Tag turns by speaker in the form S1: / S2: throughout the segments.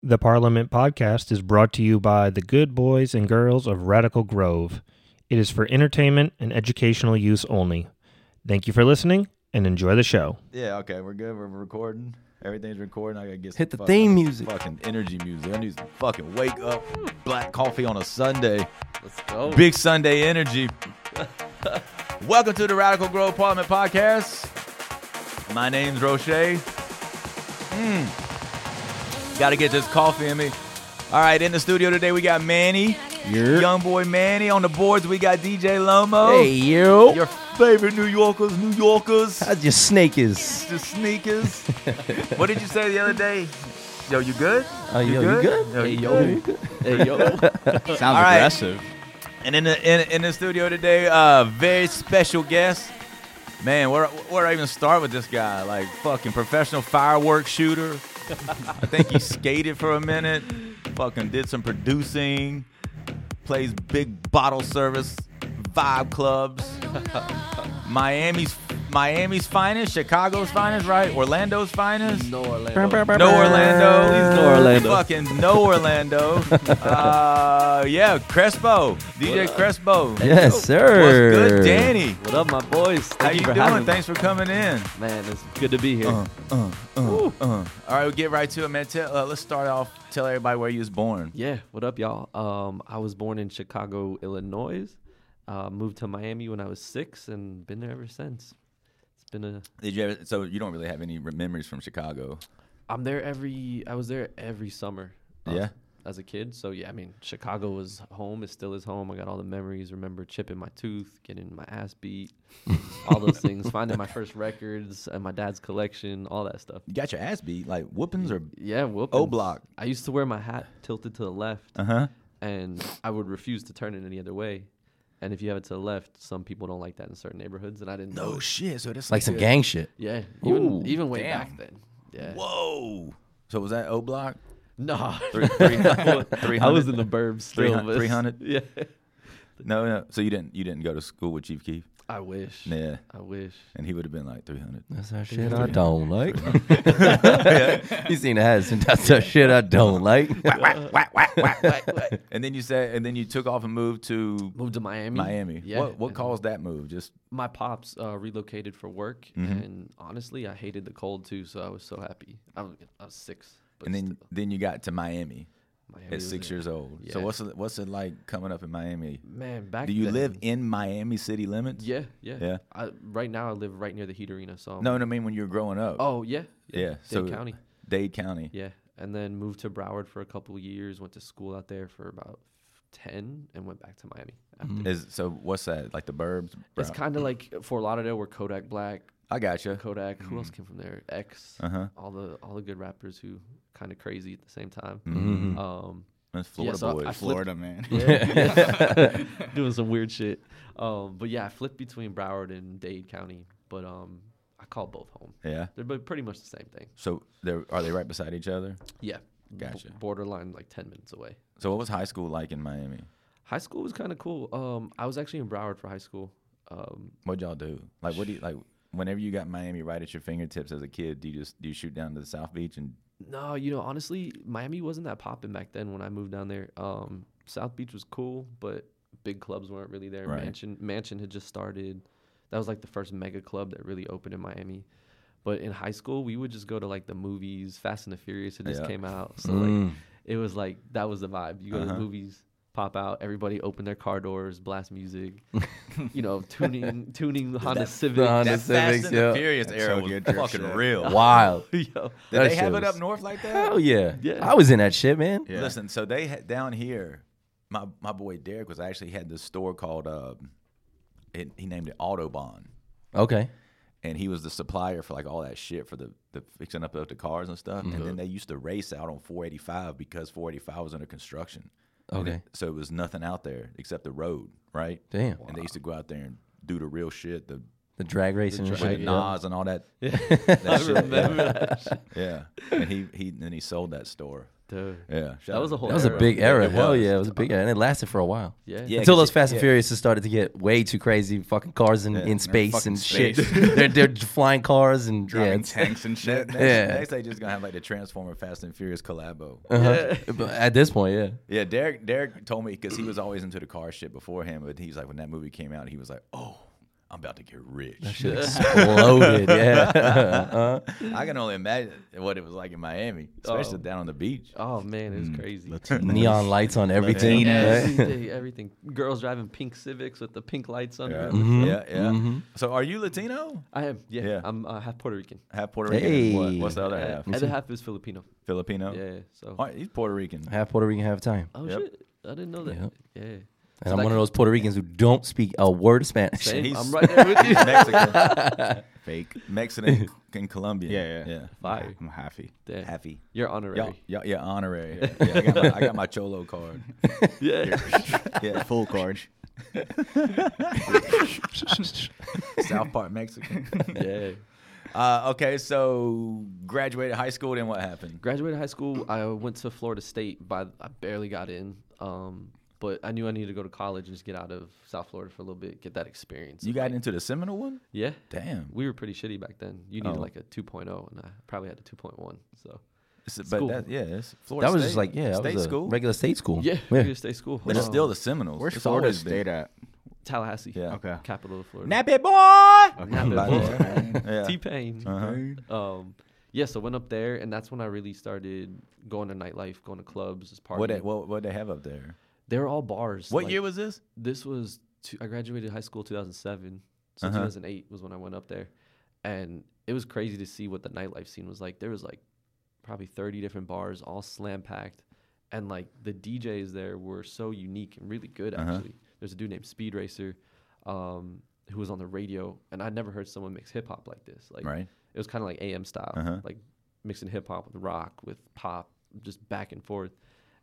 S1: The Parliament podcast is brought to you by the good boys and girls of Radical Grove. It is for entertainment and educational use only. Thank you for listening and enjoy the show.
S2: Yeah, okay, we're good. We're recording. Everything's recording. I gotta get some
S3: Hit the
S2: fuck-
S3: theme music.
S2: Fucking energy music. I need some fucking wake up, black coffee on a Sunday.
S3: Let's go.
S2: Big Sunday energy. Welcome to the Radical Grove Parliament Podcast. My name's Roche. Hmm. Gotta get this coffee in me. All right, in the studio today we got Manny, young boy Manny. On the boards we got DJ Lomo.
S3: Hey Oh. yo.
S2: Your favorite New Yorkers, New Yorkers.
S3: How's your snake is?
S2: the sneakers. what did you say the other day? Yo, you good?
S3: Oh, yo, you good?
S2: Yo, you
S3: yo.
S2: good?
S3: Hey yo.
S4: Sounds
S2: right.
S4: aggressive.
S2: And in the in, in the studio today, uh, very special guest. Man, where where do I even start with this guy? Like fucking professional fireworks shooter. I think he skated for a minute. Fucking did some producing. Plays big bottle service, vibe clubs. Miami's Miami's finest, Chicago's finest, right? Orlando's finest.
S3: no Orlando.
S2: No Orlando.
S3: He's no Orlando.
S2: Fucking no Orlando. uh, yeah, Crespo. DJ Crespo.
S3: Yes, sir.
S2: What's good, Danny?
S3: What up, my boys? Thank
S2: How
S3: you
S2: you
S3: for
S2: doing?
S3: having
S2: Thanks for coming in.
S3: me. Man, it's good to be here.
S2: Uh, uh, uh, uh. All right, we'll get right to it, man. Tell, uh, let's start off. Tell everybody where you was born.
S5: Yeah, what up, y'all? Um, I was born in Chicago, Illinois. Uh, moved to Miami when I was six, and been there ever since. It's been a.
S2: Did you ever, so you don't really have any re- memories from Chicago.
S5: I'm there every. I was there every summer. uh,
S2: Yeah?
S5: As a kid, so yeah, I mean, Chicago was home. It still is home. I got all the memories. Remember chipping my tooth, getting my ass beat, all those things. Finding my first records and my dad's collection, all that stuff.
S2: You got your ass beat, like whoopings or
S5: Yeah, whoop.
S2: block.
S5: I used to wear my hat tilted to the left.
S2: uh huh.
S5: and I would refuse to turn it any other way. And if you have it to the left, some people don't like that in certain neighborhoods, and I didn't know.
S2: No Oh, shit. So that's
S3: like some gang shit.
S5: Yeah, even
S3: Ooh,
S5: even way
S2: damn.
S5: back then. Yeah,
S2: Whoa. So was that O block?
S5: no,
S2: Three, three, three
S5: I was
S2: hundred?
S5: in the burbs.
S2: Three
S5: Still,
S2: hun-
S5: but-
S2: 300?
S5: Yeah,
S2: No, no. So you didn't you didn't go to school with Chief Keef?
S5: I wish.
S2: Yeah.
S5: I wish.
S2: And he would have been like 300.
S3: That's that shit I don't like. you seen the hats and that's that shit I don't like.
S2: and then you said, and then you took off and moved to
S5: Moved to Miami.
S2: Miami.
S5: Yeah.
S2: What, what
S5: and
S2: caused that move? Just
S5: My pops uh, relocated for work,
S2: Mm-hmm.
S5: and honestly, I hated the cold too. So I was so happy. I was, I was six. But
S2: and then
S5: still,
S2: then you got to Miami
S5: Miami
S2: at
S5: was
S2: six
S5: it.
S2: years old. So
S5: Yeah.
S2: what's it, what's it like coming up in Miami?
S5: Man, back.
S2: Do you
S5: then-
S2: live in Miami city limits?
S5: Yeah, yeah,
S2: Yeah.
S5: I, right now, I live right near the Heat Arena. So I'm
S2: No, no. I mean when you were growing up.
S5: Oh yeah,
S2: yeah.
S5: Dade
S2: so
S5: County.
S2: Dade County.
S5: Yeah, and then moved to Broward for a couple of years. Went to school out there for about ten, and went back to Miami. after.
S2: Is so what's that like the burbs?
S5: It's
S2: Brown-
S5: kind of like Fort Lauderdale, where Kodak Black,
S2: I gotcha.
S5: Kodak. Who else came from there? X.
S2: Mm-hmm. Uh-huh.
S5: All the all the good rappers who kind of crazy at the same time.
S2: Mm-hmm.
S5: Um,
S2: That's Florida
S5: so I-
S2: boys.
S5: I flipped-
S4: Florida, man.
S5: doing some weird shit. Um, but yeah, I flipped between Broward and Dade County, but um, I call both home.
S2: yeah.
S5: They're bu- pretty much the same thing.
S2: So they're are they right beside each other?
S5: Yeah. b-
S2: Gotcha.
S5: borderline, like ten minutes away.
S2: So what was high school like in Miami?
S5: High school was kind of cool. Um, I was actually in Broward for high school. Um,
S2: What y'all do? Like, what do you like? Whenever you got Miami right at your fingertips as a kid, do you just do you shoot down to the South Beach and
S5: no, you know, honestly, Miami wasn't that popping back then when I moved down there. Um, South Beach was cool, but big clubs weren't really there.
S2: Right.
S5: Mansion Mansion had just started. That was like the first mega club that really opened in Miami. But in high school, we would just go to like the movies. Fast and the Furious had just
S2: Yeah.
S5: came out, so like it was like that was the vibe. You go to the movies, pop out, everybody open their car doors, blast music, you know, tuning tuning the Honda Civic.
S3: Honda That Civic. Fast and the yeah.
S2: Furious
S4: That's era so was good drip fucking shit. real.
S3: Wild.
S5: Yo,
S2: Did
S3: That
S2: they have
S3: shit
S2: it up
S3: was-
S2: north like that?
S3: Hell yeah.
S5: Yeah.
S3: I was in that shit, man.
S4: Yeah.
S2: Listen, so they had down here. My my boy Derek was actually had this store called uh, it, he named it Autobahn,
S3: Okay.
S2: and he was the supplier for like all that shit for the the fixing up of the cars and stuff.
S3: Mm-hmm.
S2: And then they used to race out on 485 because 485 was under construction,
S3: Okay.
S2: so it was nothing out there except the road, right?
S3: Damn.
S2: And they used to go out there and do the real shit, the
S3: The drag racing and
S2: with the
S3: shit.
S2: Nas and all that. that shit, yeah.
S5: remember that.
S2: Yeah. and he he then he sold that store.
S5: Dude.
S2: Yeah, shout
S5: That was
S2: out.
S5: a whole
S3: That was a
S5: era.
S3: big era.
S2: It
S3: Hell
S2: was.
S3: yeah, it was a big era, and it lasted for a while.
S5: Yeah.
S2: Yeah.
S3: Until
S2: 'cause
S3: those
S2: it-
S3: Fast and
S2: yeah.
S3: Furious just started to get way too crazy. Fucking cars in, in space
S4: fucking
S3: and
S4: space.
S3: shit. they're, they're flying cars and yeah,
S4: Driving
S3: it's-
S4: tanks and shit.
S2: Next,
S3: Yeah.
S2: next they just gonna have like the Transformer Fast and Furious collabo.
S3: Uh-huh. But At this point, yeah.
S2: Yeah, Derek. Derek told me because he was always into the car shit beforehand, but he's like, when that movie came out, he was like, "Oh, I'm about to get rich."
S3: Shit exploded. Yeah. Uh-huh.
S2: I can only imagine what it was like in Miami, especially
S5: Oh.
S2: down on the beach.
S5: Oh man, it was crazy.
S3: Neon lights on everything.
S5: Every
S3: right?
S5: day, everything. Girls driving pink Civics with the pink lights under.
S2: Yeah,
S5: them.
S3: Mm-hmm.
S2: yeah. yeah. So, are you Latino?
S5: I am. Yeah.
S2: Yeah.
S5: I'm uh, half Puerto Rican.
S2: Half Puerto Rican. and what-
S3: Hey.
S2: what's the other
S5: Uh,
S2: half?
S5: Other half is Filipino.
S2: Filipino.
S5: Yeah. So.
S2: All right, he's Puerto Rican.
S3: Half Puerto Rican, half Italian.
S5: Oh
S2: Yep.
S5: shit! I didn't know that.
S3: Yep.
S5: Yeah.
S3: And
S5: So
S3: I'm one
S5: that
S3: of
S5: could-
S3: those Puerto Ricans who don't speak a word of Spanish.
S5: Same.
S2: he's-
S5: I'm right there with you.
S2: Mexican,
S4: Fake.
S2: Mexican, and Colombian.
S4: Yeah, yeah.
S5: Fire.
S4: I'm happy.
S5: Yeah.
S2: Happy.
S5: You're honorary.
S2: Y'all, y'all, yeah, honorary. Yeah, I, got my, I got my cholo card.
S5: Yeah.
S2: Yeah,
S4: Full card.
S2: South Park Mexican.
S5: yeah.
S2: Uh, okay, so graduated high school, then what happened?
S5: Graduated high school. I uh, went to Florida State. By I barely got in. Um, but I knew I needed to go to college and just get out of South Florida for a little bit, get that experience.
S2: You
S5: of,
S2: got
S5: like-
S2: into the Seminole one?
S5: Yeah.
S2: Damn.
S5: We were pretty shitty back then. You needed
S2: Oh.
S5: like a 2.0, and I probably had a 2.1. So.
S2: It's- but
S5: School.
S2: that, yeah, it's Florida
S3: That was
S2: State.
S3: just like, yeah, that
S2: state
S3: was a
S2: school.
S3: regular state school.
S5: Yeah.
S3: Oh. yeah.
S5: Florida State school.
S2: But it's
S5: Um,
S2: still the Seminoles.
S4: Where's
S2: It's
S4: Florida
S2: always been-
S4: State at?
S5: Tallahassee.
S2: Yeah.
S4: Okay.
S5: Capital of Florida.
S2: Nappy boy.
S4: Okay.
S5: Not
S2: About
S5: that
S2: that. Yeah. Uh-huh.
S5: T Pain. Um, yeah, so went up there, and that's when I really started going to nightlife, going to clubs, just partying.
S2: What they, what what they have up there?
S5: they were all bars.
S2: What
S5: like,
S2: year was this?
S5: this? Was two, I graduated high school 2007, so
S2: Uh-huh.
S5: 2008 was when I went up there, and it was crazy to see what the nightlife scene was like. There was like probably 30 different bars, all slam packed, and like the DJs there were so unique and really good.
S2: Uh-huh.
S5: Actually, there's a dude named Speed Racer, um, who was on the radio, and I'd never heard someone mix hip hop like this. Like
S2: Right.
S5: it was kind of like AM style,
S2: Uh-huh.
S5: like mixing hip hop with rock, with pop, just back and forth.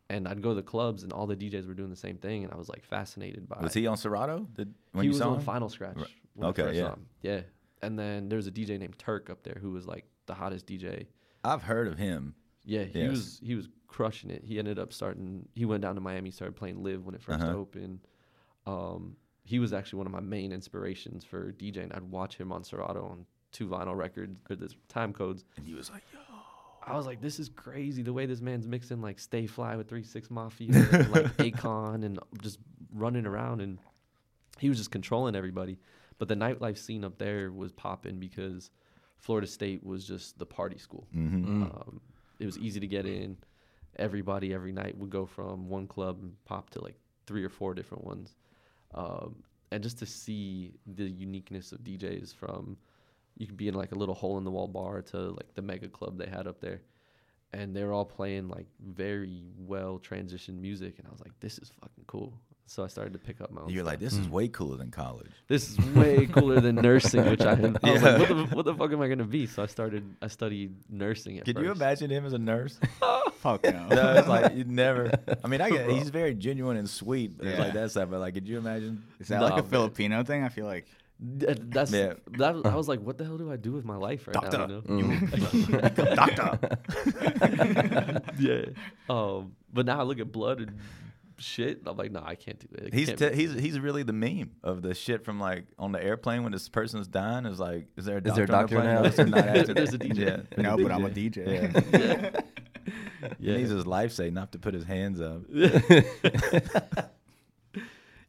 S5: And I'd go to the clubs, and all the DJs were doing the same thing, and I was like fascinated by.
S2: Was
S5: it.
S2: he on Serato? Did, when
S5: He
S2: you
S5: was
S2: saw
S5: on
S2: him?
S5: Final Scratch.
S2: Right.
S5: when I
S2: Okay,
S5: first
S2: yeah.
S5: saw him. yeah. And then there's a DJ named Turk up there who was like the hottest DJ.
S2: I've heard of him.
S5: Yeah, he
S2: Yes.
S5: was he was crushing it. He ended up starting. He went down to Miami, started playing live when it 1st
S2: Uh-huh.
S5: opened. Um, he was actually one of my main inspirations for DJing. I'd watch him on Serato on two vinyl records or the time codes,
S2: And he was like, yo.
S5: I was like, this is crazy the way this man's mixing like Stay Fly with Three Six Mafia and like Akon and just running around and he was just controlling everybody. But the nightlife scene up there was popping because Florida State was just the party school. Um, it was easy to get in. Everybody every night would go from one club and pop to like three or four different ones. Um, and just to see the uniqueness of DJs from you could be in like a little hole in the wall bar to like the mega club they had up there. And they were all playing like very well transitioned music. And I was like, this is fucking cool. So I started to pick up my own.
S2: You're
S5: stuff.
S2: like, this is way cooler than college.
S5: This is way cooler than nursing, which I've been. I was
S2: Yeah.
S5: like, what the, what the fuck am I gonna be? So I started. I studied nursing at
S2: Could
S5: first.
S2: you imagine him as a nurse?
S4: Fuck no.
S2: no, it's like you never. I mean, I get, he's very genuine and sweet, but it's like
S4: Yeah.
S2: that stuff. But like, could you imagine?
S4: Is that
S5: Nah,
S4: like a
S5: man.
S4: Filipino thing? I feel like
S5: Th- That's
S2: Yeah.
S5: that. was- I was like, what the hell do I do with my life right now? You know?
S2: Mm. Doctor.
S5: yeah. Um, but now I look at blood and shit. And I'm like, no, I can't do that. It
S2: He's
S5: can't
S2: t-
S5: be-
S2: he's he's really the meme of the shit from like on the airplane when this person's dying is like, is there a
S3: Is there
S2: doctor,
S3: a doctor
S2: on the plane? No,
S3: now?
S2: it's not actually-
S5: There's a DJ.
S2: Yeah.
S4: no, but I'm a DJ.
S2: He needs
S5: yeah.
S2: his life saved not to put his hands up.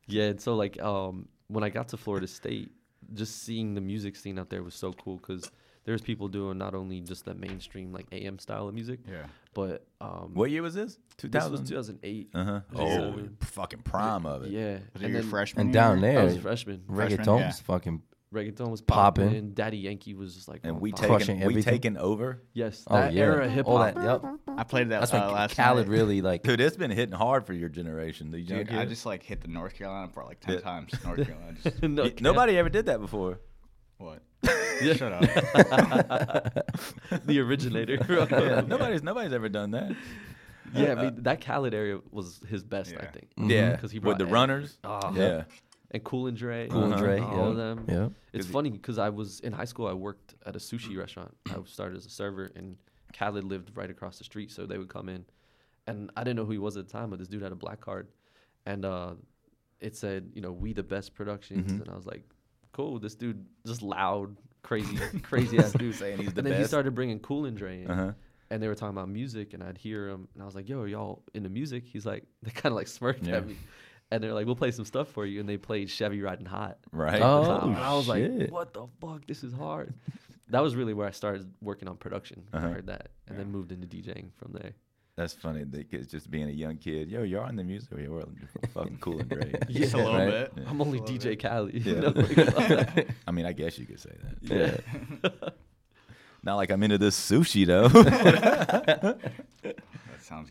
S5: yeah. And so like, um, when I got to Florida State, just seeing the music scene out there was so cool because there's people doing not only just the mainstream like AM style of music,
S4: Yeah.
S5: but um,
S2: What year was this? Two
S5: This was
S2: thousand.
S5: 2008.
S2: Uh huh. Oh,
S5: Oh,
S2: fucking prime of it.
S5: yeah.
S4: Was it your
S5: then
S4: freshman
S3: And
S4: year?
S3: down
S5: I
S3: there,
S5: was a freshman.
S3: reggaeton's
S4: Freshman, yeah.
S3: fucking.
S5: Reggaeton was
S3: Poppin'.
S5: popping. Daddy Yankee was just like,
S2: And
S5: on
S2: we
S5: fire.
S2: taking
S3: Crushing
S2: we
S3: everything.
S2: taking over.
S5: yes,
S3: Oh,
S5: that
S3: yeah.
S5: era hip
S3: All that,
S5: hop.
S3: yep.
S4: I played that
S3: That's
S4: uh,
S3: when
S4: last
S3: Khaled
S4: night.
S3: really like.
S2: Dude, it's been hitting hard for your generation. The young
S4: Dude, I
S2: kids.
S4: just like hit the North Carolina part like ten
S2: Yeah.
S4: times. North Carolina. Just,
S5: No
S2: Y-
S5: cap.
S2: Nobody ever did that before.
S4: what?
S5: Yeah.
S4: Shut up.
S5: the originator.
S2: Yeah,
S5: yeah,
S2: nobody's nobody's ever done that.
S5: I mean that Khaled area was his best, I
S4: Yeah.
S5: think.
S3: Mm-hmm.
S5: Mm-hmm.
S2: Yeah,
S5: 'Cause he
S2: with
S5: brought
S2: the
S5: Ed.
S2: runners.
S5: Ah,
S2: Yeah,
S5: and Cool and Dre,
S3: Kool and Uh-huh. Dre,
S5: all of
S3: yeah.
S5: them.
S3: Yeah.
S5: It's funny because I was in high school. I worked at a sushi restaurant. I started as a server, and Khaled lived right across the street, so they would come in, and I didn't know who he was at the time, but this dude had a black card, and uh, it said, you know, we the best productions,
S3: Mm-hmm.
S5: and I was like, cool, this dude just loud, crazy, crazy ass dude.
S2: Saying he's the
S5: and then he
S2: best.
S5: started bringing Cool and Dre in,
S2: Uh-huh.
S5: and they were talking about music, and I'd hear him, and I was like, yo, are y'all into music? He's like, they kind of like smirked
S2: Yeah.
S5: at me, and they're like, we'll play some stuff for you, and they played Chevy Riding Hot
S2: Right.
S5: at
S3: Oh.
S5: the time. And I was
S3: shit.
S5: like, what the fuck? This is hard. that was really where I started working on production.
S2: Uh-huh.
S5: I heard that and then moved into DJing from there.
S2: That's funny. That it's just being a young kid. Yo, you're in the music. We were fucking cool and great.
S4: Just a little
S3: right.
S4: bit.
S5: I'm only DJ Cali. you
S2: Yeah.
S5: know, like, I
S2: I mean, I guess you could say that.
S3: Yeah.
S2: Not like I'm into this sushi though.
S4: That sounds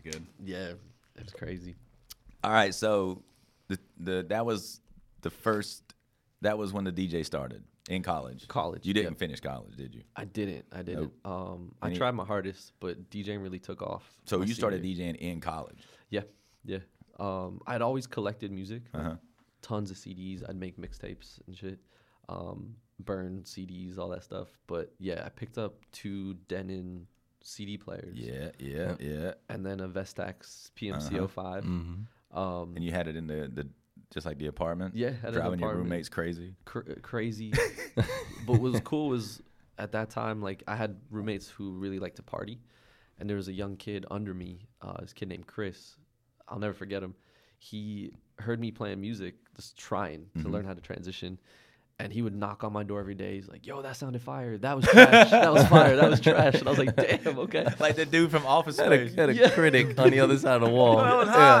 S4: good.
S5: yeah, it was crazy.
S2: All right, so the the that was the first. That was when the DJ started in college.
S5: College,
S2: You didn't finish college, did you?
S5: I didn't. I didn't. Um, I
S2: Any-
S5: tried my hardest, but DJing really took off.
S2: So
S5: my
S2: you started
S5: senior-
S2: DJing in college.
S5: Yeah, yeah. Um, I'd always collected music,
S2: Uh-huh.
S5: like, tons of CDs. I'd make mixtapes and shit, um, burn CDs, all that stuff. But yeah, I picked up two Denon CD players.
S2: Yeah, yeah, yeah.
S5: and then a Vestax PMCO 5
S2: Mm-hmm.
S5: Um,
S2: And you had it in the the just like the apartment.
S5: Yeah, had it in the
S2: driving your
S5: apartment.
S2: roommates crazy.
S5: cr- uh, crazy, but what was cool was at that time, like I had roommates who really liked to party, and there was a young kid under me, uh, this kid named Chris. I'll never forget him. He heard me playing music, just trying
S2: Mm-hmm.
S5: to learn how to transition. And he would knock on my door every day. He's like, "Yo, that sounded fire. That was trash. that was fire. That was trash." And I was like, "Damn, okay."
S2: Like the dude from Office
S3: Had a,
S2: Space.
S3: had a critic on the other side of the wall.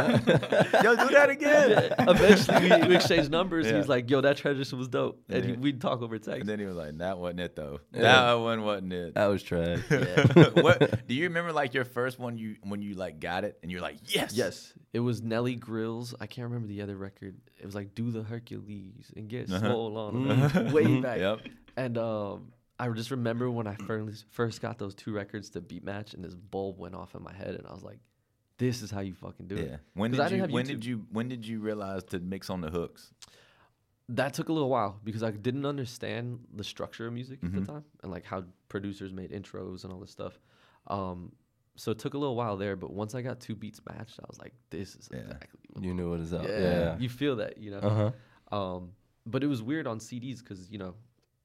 S2: Yo, do that again.
S5: Eventually, we, we exchanged numbers.
S2: Yeah.
S5: He's like, "Yo, that transition was dope," and he,
S2: Yeah.
S5: we'd talk over text.
S2: And then he was like, "That wasn't it though.
S3: Yeah.
S2: That one wasn't it."
S3: That was trash.
S2: what do you remember? Like your first one, you when you like got it, and you're like, "Yes,
S5: Yes, it was Nelly Grills. I can't remember the other record. It was like "Do the Hercules" and get swole on 'em," way back.
S2: Yep.
S5: And um, I just remember when I first first got those two records to Beat Match, and this bulb went off in my head, and I was like, "This is how you fucking do
S2: Yeah.
S5: it."
S2: When
S5: 'Cause I
S2: did you
S5: didn't have
S2: when
S5: YouTube.
S2: did you when did you realize to mix on the hooks?
S5: That took a little while because I didn't understand the structure of music at the time and like how producers made intros and all this stuff. Um, so it took a little while there, but once I got two beats matched, I was like, "This is exactly what
S3: You knew what is up.
S5: Yeah.
S3: Yeah.
S5: You feel that, you know.
S3: Uh-huh.
S5: Um, but it was weird on CDs because you know,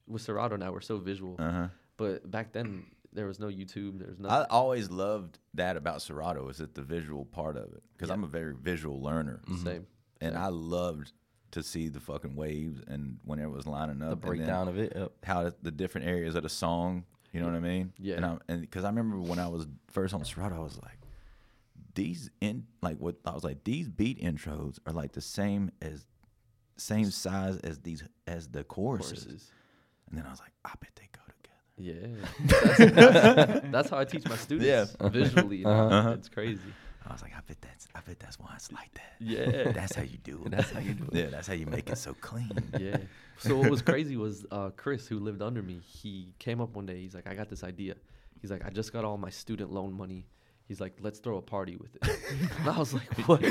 S5: with Serato now we're so visual.
S2: Uh-huh.
S5: But back then there was no YouTube. There was
S2: I
S5: nothing.
S2: always loved that about Serato is that the visual part of it because I'm a very visual learner,
S5: Same.
S2: and I loved to see the fucking waves and when it was lining up,
S3: The
S2: and then
S3: breakdown of it. Yep.
S2: how the- the different areas of the song. You know what I mean?
S5: Yeah.
S2: And I and because I remember when I was first on Serato, I was like, these in like what I was like these beat intros are like the same as same size as these as the choruses.
S5: Courses.
S2: And then I was like, I bet they go together.
S5: Yeah. that's, that's how I teach my students visually. you know? It's crazy.
S2: I was like, I bet that's I bet that's why it's like that.
S5: Yeah.
S2: That's how you do it. That's how you do it. Yeah, that's how you make it so clean.
S5: yeah. So what was crazy was uh, Chris, who lived under me, he came up one day. He's like, I got this idea. He's like, I just got all my student loan money. He's like, let's throw a party with it. and I was like, what?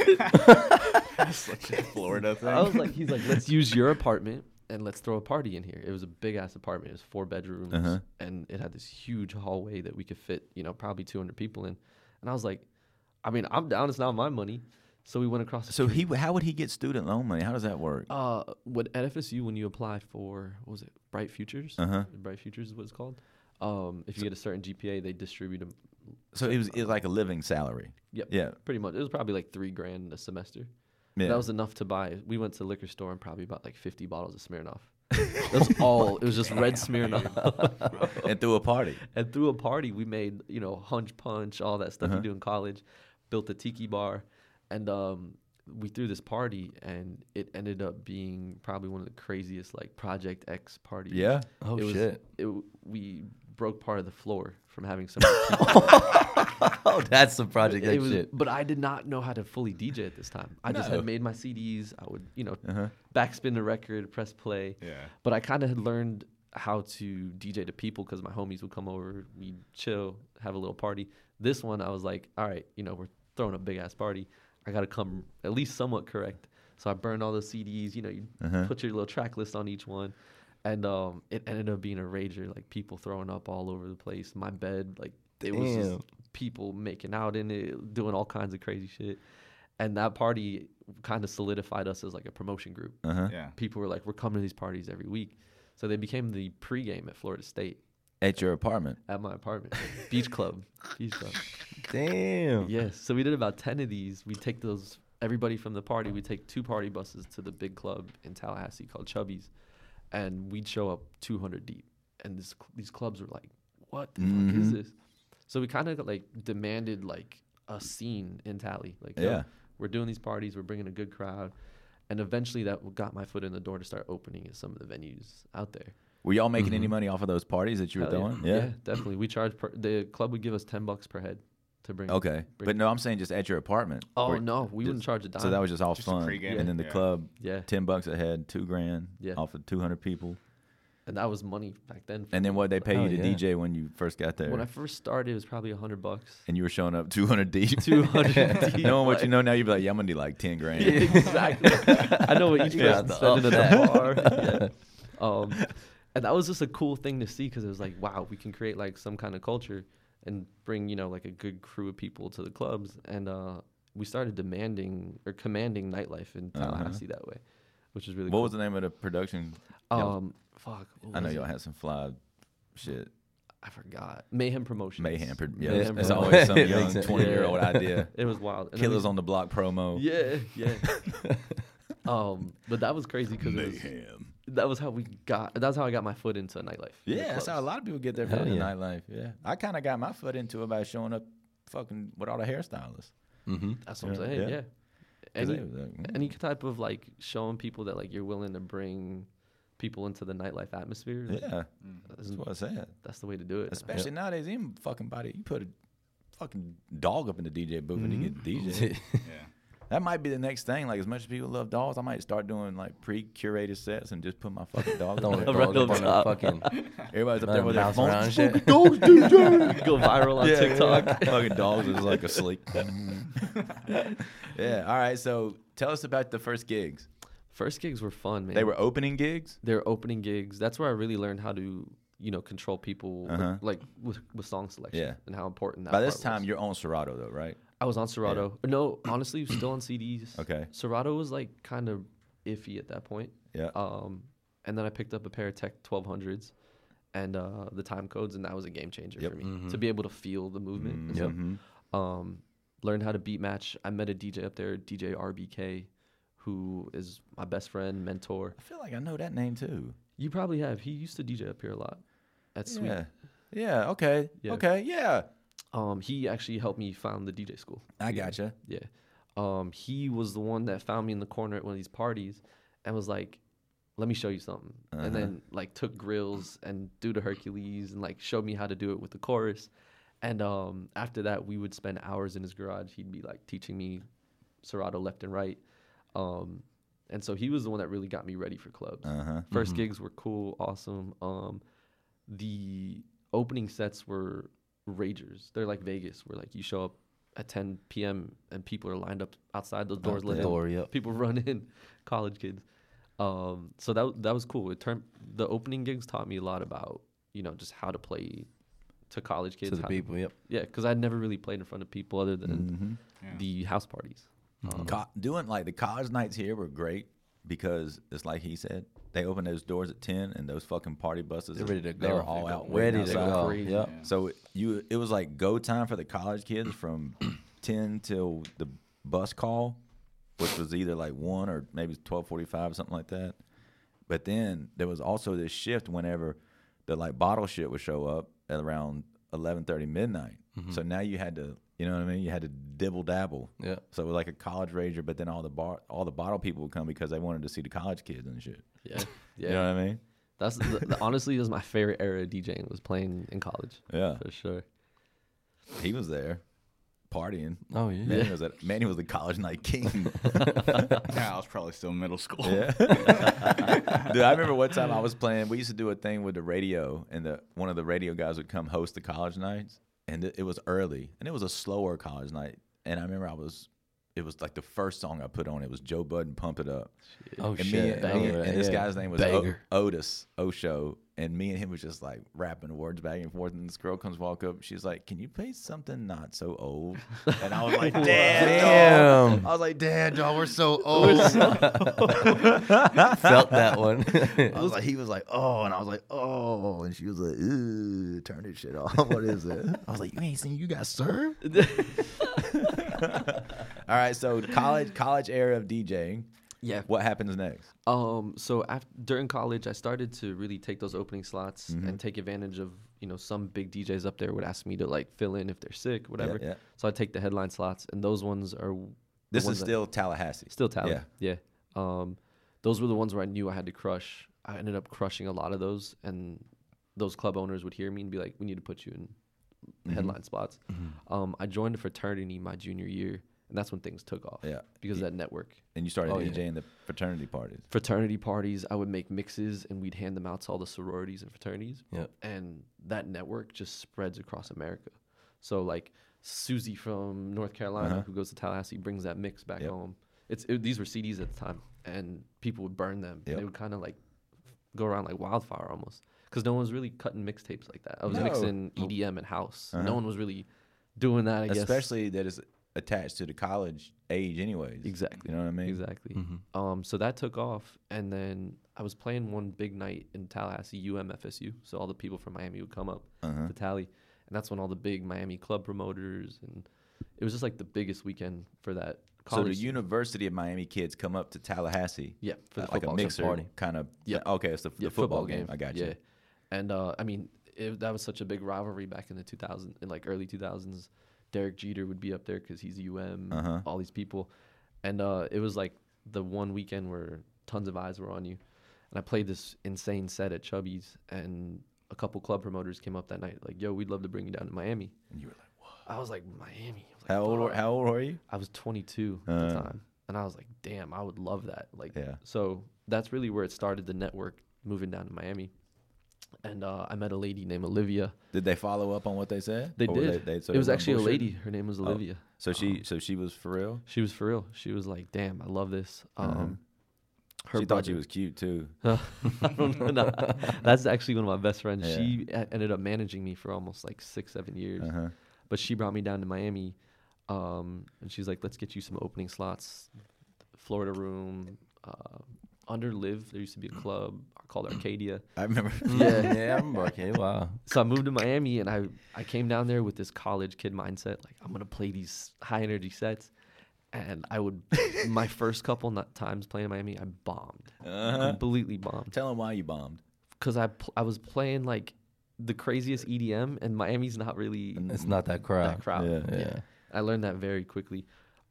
S4: Florida thing.
S5: I was like, he's like, let's use your apartment and let's throw a party in here. It was a big ass apartment. It was four bedrooms
S2: Uh-huh.
S5: and it had this huge hallway that we could fit, you know, probably 200 people in. And I was like, I mean, I'm down. It's not my money. So we went across. The
S2: So
S5: street.
S2: he, how would he get student loan money? How does that work?
S5: uh, what at FSU when you apply for what was it Bright Futures?
S2: Uh-huh.
S5: Bright Futures is what it's called. Um, if you get a certain GPA, they distribute them.
S2: So it was, it was like a living salary.
S5: Yep.
S2: Yeah.
S5: Pretty much, it was probably like three grand a semester.
S2: Yeah.
S5: That was enough to buy. We went to the liquor store and probably bought like 50 bottles of Smirnoff. That's all. It was just red Smirnoff.
S2: and through a party.
S5: and through a party, we made, you know, hunch punch, all that stuff
S2: Uh-huh.
S5: you do in college, built a tiki bar. And um, we threw this party, and it ended up being probably one of the craziest, like, Project X parties.
S2: Yeah?
S3: Oh,
S5: it was,
S3: shit.
S5: It, we broke part of the floor from having so much people.
S3: Oh, that's the project. That
S5: It was-
S3: shit.
S5: But I did not know how to fully DJ at this time. I just
S2: No.
S5: had made my CDs. I would, you know, backspin the record, press play.
S4: Yeah.
S5: But I kind of had learned how to DJ to people because my homies would come over, we'd chill, have a little party. This one, I was like, all right, you know, we're throwing a big ass party. I got to come at least somewhat correct. So I burned all those CDs. You know, you put your little track list on each one. And um, it ended up being a rager, like people throwing up all over the place. My bed, like it was just
S3: Damn.
S5: people making out in it, doing all kinds of crazy shit. And that party kind of solidified us as like a promotion group.
S2: Uh-huh.
S4: Yeah.
S5: People were like, we're coming to these parties every week. So they became the pregame at Florida State
S2: At your apartment.
S5: at my apartment, beach club, beach club.
S3: Damn.
S5: Yes. So we did about 10 of these. We take those, everybody from the party, we take two party buses to the big club in Tallahassee called Chubby's. And we'd show up 200 deep. And this, cl- these clubs were like, what the fuck
S2: Mm-hmm.
S5: is this? So we kind of like demanded like a scene in Tally. Like, yo,
S2: Yeah.
S5: we're doing these parties, we're bringing a good crowd. And eventually that got my foot in the door to start opening at some of the venues out there.
S2: Were y'all making any money off of those parties that you were
S5: Mm-hmm. Hell
S2: throwing? Yeah.
S5: definitely. We charge per, the club would give us 10 bucks per head to bring.
S2: Okay.
S5: bring-
S2: But no, I'm saying just at your apartment.
S5: Oh
S2: Or-
S5: no, we wouldn't
S2: just-
S5: charge a dime.
S2: So that was just all
S4: Just a
S2: fun.
S4: pregame,
S2: And then the
S4: yeah.
S2: club,
S5: yeah.
S2: 10 bucks a head, two grand
S5: Yeah.
S2: off of 200 people.
S5: and that was money back then.
S2: And then what they pay
S3: Oh,
S2: you to
S3: yeah.
S2: DJ when you first got there.
S5: when I first started, it was probably a hundred bucks.
S2: and you were showing up 200 deep.
S5: 200 deep,
S2: Knowing what you
S5: like-
S2: know now, you'd be like, yeah, I'm going to do like 10 grand.
S5: exactly. I know what each
S3: Yeah,
S5: person
S3: the
S5: spent in the bar. Yeah. Um, and that was just a cool thing to see because it was like, wow, we can create like some kind of culture and bring you know like a good crew of people to the clubs. And uh, we started demanding or commanding nightlife in Tallahassee that way, which is really
S2: Uh-huh. What
S5: cool.
S2: was the name of the production? y'all-
S5: um, fuck. what
S2: I know
S5: was
S2: y'all
S5: it?
S2: had some fly shit.
S5: I forgot. Mayhem Promotions.
S2: Mayhem. pro- Yeah,
S5: Mayhem
S2: it's
S5: Promotions.
S2: always some
S3: It
S2: young
S3: makes sense.
S2: 20 year old
S5: Yeah.
S2: idea.
S5: It was wild. And then we-
S2: Killers on the Block promo.
S5: Yeah, yeah. um, but that was crazy because
S2: Mayhem.
S5: that was how we got. That's how I got my foot into nightlife. in the
S2: Yeah, that's how a
S5: clubs.
S2: lot of people get their
S3: Hell
S2: foot in the
S3: yeah.
S2: nightlife. Yeah, I kind of got my foot into it by showing up, fucking with all the hairstylists.
S3: Mm-hmm.
S5: That's what
S2: Yeah,
S5: I'm saying.
S2: yeah.
S5: Yeah.
S2: 'Cause
S5: Any
S2: they was like, "Mm,
S5: any type of like showing people that like you're willing to bring people into the nightlife atmosphere. like,
S2: yeah,
S5: that's,
S2: that's what I said.
S5: that's the way to do it.
S2: Especially nowadays, even fucking body, you put a fucking dog up in the DJ booth and you get DJ.
S4: Yeah.
S2: that might be the next thing. Like as much as people love dogs, I might start doing like pre-curated sets and just put my fucking dog on
S3: Throwing
S2: it.
S3: dogs up
S5: Right on
S3: on the
S5: top.
S3: fucking
S2: Everybody's up there with their
S3: mouse around
S2: phones.
S3: and shit.
S5: Go viral on TikTok.
S2: Fucking dogs is like asleep. Mm-hmm. yeah. All right. So tell us about the first gigs.
S5: First gigs were fun, man.
S2: They were opening gigs.
S5: their opening gigs. That's where I really learned how to, you know, control people with-
S2: Uh-huh.
S5: like with, with song selection
S2: Yeah.
S5: and how important that.
S2: By this
S5: part
S2: time,
S5: was.
S2: you're on Serato though, right?
S5: I was on Serato. No, honestly, still on CDs.
S2: Okay.
S5: Serato was like kind of iffy at that point.
S2: Yeah.
S3: Uh,
S5: Um, and then I picked up a pair of Tech 1200s and uh, the time codes, and that was a game changer
S2: Yep.
S5: for me to be able to feel the movement. and stuff.
S2: Mhm.
S5: Um, learned how to beat match. I met a DJ up there, DJ RBK, who is my best friend, mentor.
S2: I feel like I know that name too.
S5: You probably have. He used to DJ up here a lot. That's sweet.
S2: Yeah. Yeah. Okay.
S5: Yeah.
S2: Okay. Yeah.
S5: Um, he actually helped me found the DJ school.
S2: I gotcha.
S5: Yeah. Um, he was the one that found me in the corner at one of these parties and was like, let me show you something. And then like took grills and do the Hercules and like showed me how to do it with the chorus. And um, after that, we would spend hours in his garage. He'd be like teaching me Serato left and right. Um, and so he was the one that really got me ready for clubs.
S3: Uh-huh.
S5: 1st gigs were cool, awesome. Um, the opening sets were ragers. They're like Vegas, where like you show up at 10 p.m. and people are lined up outside those doors. lit up.
S3: door, yep.
S5: People run in, college kids. Um, so that that was cool. It turned the opening gigs taught me a lot about you know just how to play to college kids.
S3: to the
S5: how-
S3: people. Mm-hmm. Yep.
S5: Yeah, because I'd never really played in front of people other than
S4: Yeah.
S5: the house parties.
S3: Uh-huh.
S5: Um,
S2: Co- doing like the college nights here were great because it's like he said, they opened those doors at ten and those fucking party buses.
S3: They're ready to go.
S2: They were all out waiting
S3: Ready to
S2: outside.
S3: go.
S5: Crazy.
S3: Yep.
S2: So it- you, it was like go time for the college kids from ten till the bus call, which was either like one or maybe twelve forty-five or something like that. But then there was also this shift whenever the like bottle shit would show up at around eleven thirty midnight. So now you had to, you know what I mean? You had to dibble dabble.
S3: Yeah.
S2: So it was like a college rager, but then all the bar, all the bottle people would come because they wanted to see the college kids and shit.
S5: Yeah, yeah.
S2: You know what I mean?
S5: That's the, the, honestly that's my favorite era of DJing was playing in college
S2: Yeah.
S5: for sure.
S2: He was there, partying.
S3: Oh yeah.
S2: Manny was at, Manny was the college night king.
S4: I was probably still middle school.
S2: Yeah. Dude, I remember one time I was playing. We used to do a thing with the radio, and the one of the radio guys would come host the college nights, and it, it was early, and it was a slower college night. And I remember I was, it was like the first song I put on. It was Joe Budden, "Pump It Up."
S3: Oh
S2: and
S3: shit.
S2: Me, and, me-
S3: Oh,
S2: and this
S3: yeah.
S2: guy's name was o-
S3: Banger.
S2: Otis Osho, and me and him was just like rapping words back and forth. And this girl comes walk up. She's like, "Can you play something not so old?" And I was like, "Dad, dog."
S3: Damn.
S2: I was like, "Dad, dog, we're so."
S3: Felt that one.
S2: I was like, he was like, "Oh," and I was like, "Oh," and she was like, "Ooh, turn this shit off. What is it?" I was like, "You ain't seen you got served." All right, so college college era of DJing.
S5: Yeah.
S2: What happens next?
S5: Um, so after, during college, I started to really take those opening slots
S2: Mm-hmm.
S5: and take advantage of you know some big DJs up there would ask me to like fill in if they're sick, whatever.
S2: yeah.
S5: So I take the headline slots, and those ones are the
S2: This
S5: ones
S2: is
S5: that-
S2: still Tallahassee.
S5: still tally.
S2: Yeah.
S5: Yeah. Um, those were the ones where I knew I had to crush. I ended up crushing a lot of those, and those club owners would hear me and be like, "We need to put you in headline spots." Um, I joined a fraternity my junior year, and that's when things took off.
S2: Yeah.
S5: because of that network.
S2: And you started
S5: Oh, yeah.
S2: DJing the fraternity parties.
S5: fraternity parties. I would make mixes and we'd hand them out to all the sororities and fraternities.
S3: Yeah.
S5: And that network just spreads across America. So like Susie from North Carolina who goes to Tallahassee brings that mix back
S2: Uh-huh. Yep.
S5: home. It's it, these were CDs at the time, and people would burn them.
S2: Yep.
S5: They would kind of like go around like wildfire almost, because no one was really cutting mixtapes like that. I was mixing
S2: Oh.
S5: E EDM and house. No one was really doing that. I guess
S2: Uh-huh. Especially that is attached to the college age anyways.
S5: Exactly.
S2: You know what I mean?
S5: Exactly. Um, so that took off, and then I was playing one big night in Tallahassee, UMFSU. So all the people from Miami would come up
S2: Uh-huh.
S5: to Tally, and that's when all the big Miami club promoters and it was just like the biggest weekend for
S2: So
S5: that
S2: the
S5: college.
S2: University of Miami kids come up to Tallahassee.
S5: yeah, for the
S2: like a
S5: football
S2: mixer
S5: party.
S2: kind of.
S5: Yeah.
S2: Okay, it's the, the
S5: Yeah,
S2: football, game. I got you.
S5: Yeah, and uh, I mean it, that was such a big rivalry back in the 2000s, in like early 2000s. Derek Jeter would be up there because he's UM.
S2: Uh-huh.
S5: All these people, and uh, it was like the one weekend where tons of eyes were on you. And I played this insane set at Chubby's, and a couple club promoters came up that night like, "Yo, we'd love to bring you down to Miami."
S2: And you were like,
S5: I was like, "Miami." I was like,
S2: how old? Were,
S5: "Fuck."
S2: how old were you?
S5: I was 22 at the time, and I was like, "Damn, I would love that." Like,
S2: Uh. Yeah.
S5: So that's really where it started the network moving down to Miami, and uh, I met a lady named Olivia.
S2: Did they follow up on what Oh, they said?
S5: They
S2: Or were
S5: did.
S2: so Oh.
S5: it was
S2: weren't
S5: actually a
S2: bullshitting?
S5: lady. Her name was Olivia.
S2: So she, so she was for real.
S5: She was for real. She was like, "Damn, I love this." Um, her
S2: Uh-huh. she thought she
S5: brother-
S2: was cute too.
S5: I don't know. Nah, that's actually one of my best friends.
S2: Yeah. Uh-huh.
S5: She e- ended up managing me for almost like six, seven years. But she brought me down to Miami, um, and she's like, "Let's get you some opening slots, Florida room, uh, under Live. There used to be a club called Arcadia.
S2: I remember.
S3: yeah, yeah, I remember. Okay, wow.
S5: So I moved to Miami, and I I came down there with this college kid mindset, like I'm gonna play these high energy sets. And I would, my first couple ni- times playing in Miami, I bombed,
S3: Uh-huh.
S5: completely bombed.
S2: Uh-huh. Tell them why you bombed.
S5: because I pl- I was playing like the craziest EDM, and Miami's not really
S3: It's not that crowd.
S5: that crowd.
S2: yeah.
S3: Yeah.
S5: I learned that very quickly.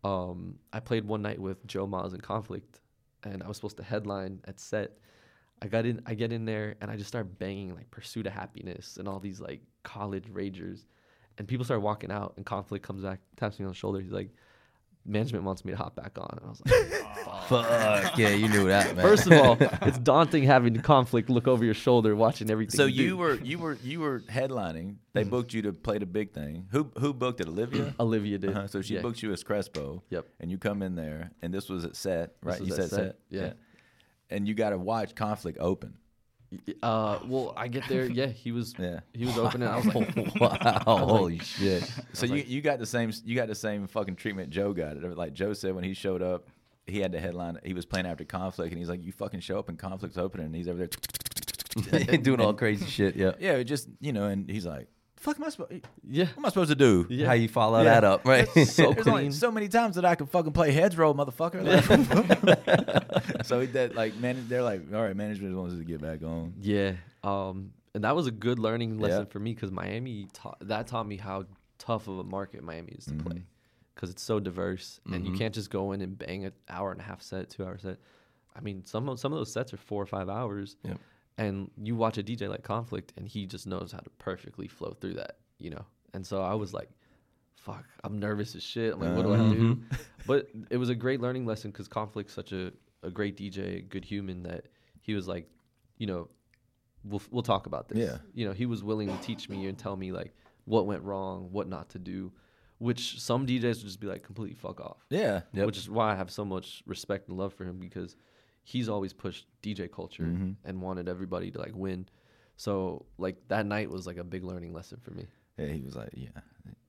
S5: Um, I played one night with Joe Miles in Conflict, and I was supposed to headline at set. I got in, I get in there, and I just start banging like "Pursuit of Happiness" and all these like college ragers, and people start walking out. And Conflict comes back, taps me on the shoulder. He's like, "Management wants me to hop back on," and I was like.
S3: Fuck yeah, you knew that, man.
S5: First of all, it's daunting having the conflict look over your shoulder, watching everything.
S2: So
S5: do.
S2: you Mm-hmm. were you were you were headlining. They booked you to play the big thing. Who who booked it? Olivia.
S5: Olivia did.
S2: Uh-huh. So she
S5: yeah.
S2: booked you as Crespo.
S5: Yep.
S2: And you come in there, and this was at set, right?
S5: was
S2: you
S5: at
S2: said set.
S5: set, yeah.
S2: And you got to watch conflict open.
S5: Uh, well, I get there. Yeah, he was.
S2: Yeah.
S5: he was opening. I was like,
S3: wow, holy shit.
S2: So you, you got the same you got the same fucking treatment Joe got. It was Like Joe said when he showed up, he had the headline. He was playing after conflict, and he's like, "You fucking show up and conflict's opening," and he's over there.
S3: Doing all crazy shit. Yeah.
S2: Yeah, it just you know, and he's like, "Fuck, am I supposed? What
S5: yeah,
S2: am I supposed to do?"
S5: Yeah.
S3: How you follow
S2: Yeah.
S3: that up, right?
S5: so
S2: There's only
S5: clean.
S2: so many times that I could fucking play heads roll, motherfucker. Like- so he that like man, they're like, all right, management wants us to get back on.
S5: yeah. Um, and that was a good learning lesson
S2: Yeah.
S5: for me because Miami taught that taught me how tough of a market Miami is to play because it's so diverse and you can't just go in and bang an hour and a half set, two hour set. I mean, some of, some of those sets are four or five hours,
S3: Yep.
S5: and you watch a DJ like Conflict, and he just knows how to perfectly flow through that, you know. And so I was like, "Fuck, I'm nervous as shit." I'm like, "What do I do?"
S3: Mm-hmm.
S5: But it was a great learning lesson because Conflict's such a a great DJ, a good human that he was like, you know, we'll we'll talk about this.
S2: Yeah.
S5: You know, he was willing to teach me and tell me like what went wrong, what not to do, which some DJs would just be like completely fuck off.
S2: Yeah,
S5: Which is why I have so much respect and
S3: Mm-hmm.
S5: love for him because he's always pushed DJ culture and wanted everybody to like win. So like that night was like a big learning lesson for me.
S2: Yeah, he was like, yeah,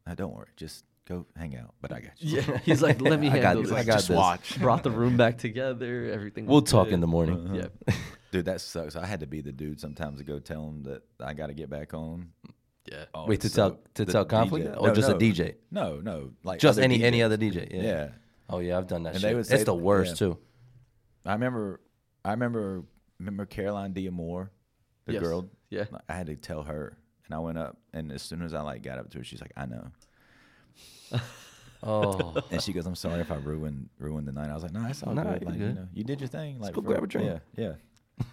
S2: uh, don't worry, just go hang out. But I got you.
S5: Yeah, he's like, let me
S3: I got
S5: handle
S3: this,
S5: this.
S3: I got
S5: Just
S3: this.
S5: watch. Brought the room back together. Everything.
S3: We'll
S5: was
S3: talk
S5: good.
S3: in the morning.
S5: Yep.
S2: Dude, that sucks. I had to be the dude sometimes to go tell him that I got to get back on.
S5: Yeah.
S2: Oh,
S3: Wait, to
S2: so
S3: tell to
S2: the
S3: tell conflict
S2: DJ
S3: or
S2: no,
S3: just
S2: no.
S3: a DJ?
S2: No, no, like
S3: Just
S2: other
S3: any any
S2: DJs.
S3: other DJ. Yeah.
S2: yeah.
S3: Oh yeah, I've done that.
S2: And
S3: shit.
S2: they would
S3: it's
S2: say-
S3: the worst
S2: yeah.
S3: too.
S2: I remember, I remember, remember Caroline Dia Moore, the
S5: Yes.
S2: girl.
S5: Yeah.
S2: I had to tell her, and I went up, and as soon as I like got up to her, she's like, "I know,"
S3: Oh,
S2: and she goes, "I'm sorry if I ruined ruined the night." I was like, "No, that's all
S3: No,
S2: good.
S3: you're
S2: Like, you
S3: good.
S2: know, you did your thing. Like,
S3: go
S2: for-
S3: grab a drink."
S2: Yeah, yeah.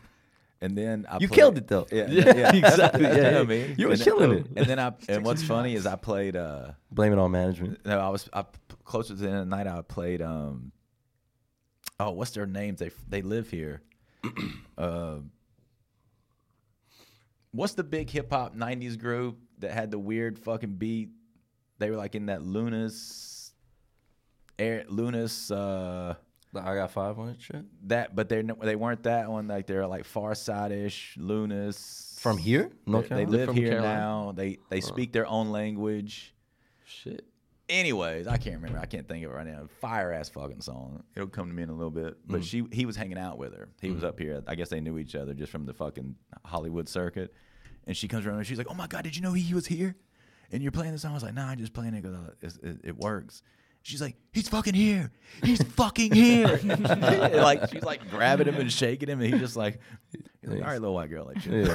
S2: And then I
S3: you
S2: played-
S3: killed it though.
S2: Yeah, yeah, exactly.
S3: Yeah, yeah. You were
S2: and uh,
S3: killing
S2: then, oh,
S3: it.
S2: And then I, and what's funny is I played. uh
S3: Blame it on management.
S2: No, I was I, closer to the end of the night. I played. um Oh, what's their names? They they live here. uh, what's the big hip hop '90s group that had the weird fucking beat? They were like in that Lunas, Air, Lunas. Uh,
S3: Like, I got five on it. Shit.
S2: that, but they they weren't that one. Like they're like Far Side ish, Lunas
S3: From here, North
S2: they
S3: Carolina?
S2: live
S5: From
S2: here
S5: Carolina.
S2: now. They they speak their own language.
S5: Shit.
S2: Anyways, I can't remember. I can't think of it right now. Fire ass fucking song. Mm-hmm. It'll come to me in a little bit. But she he was hanging out with her. He was up here. I guess they knew each other just from the fucking Hollywood circuit. And she comes around and she's like, "Oh my god, did you know he was here?" And you're playing the song. I was like, "Nah, I'm just playing it because it, it works." She's like, "He's fucking here. He's fucking here." like she's like grabbing him and shaking him, and he's just like, he's like "All right, little white girl, like." chill."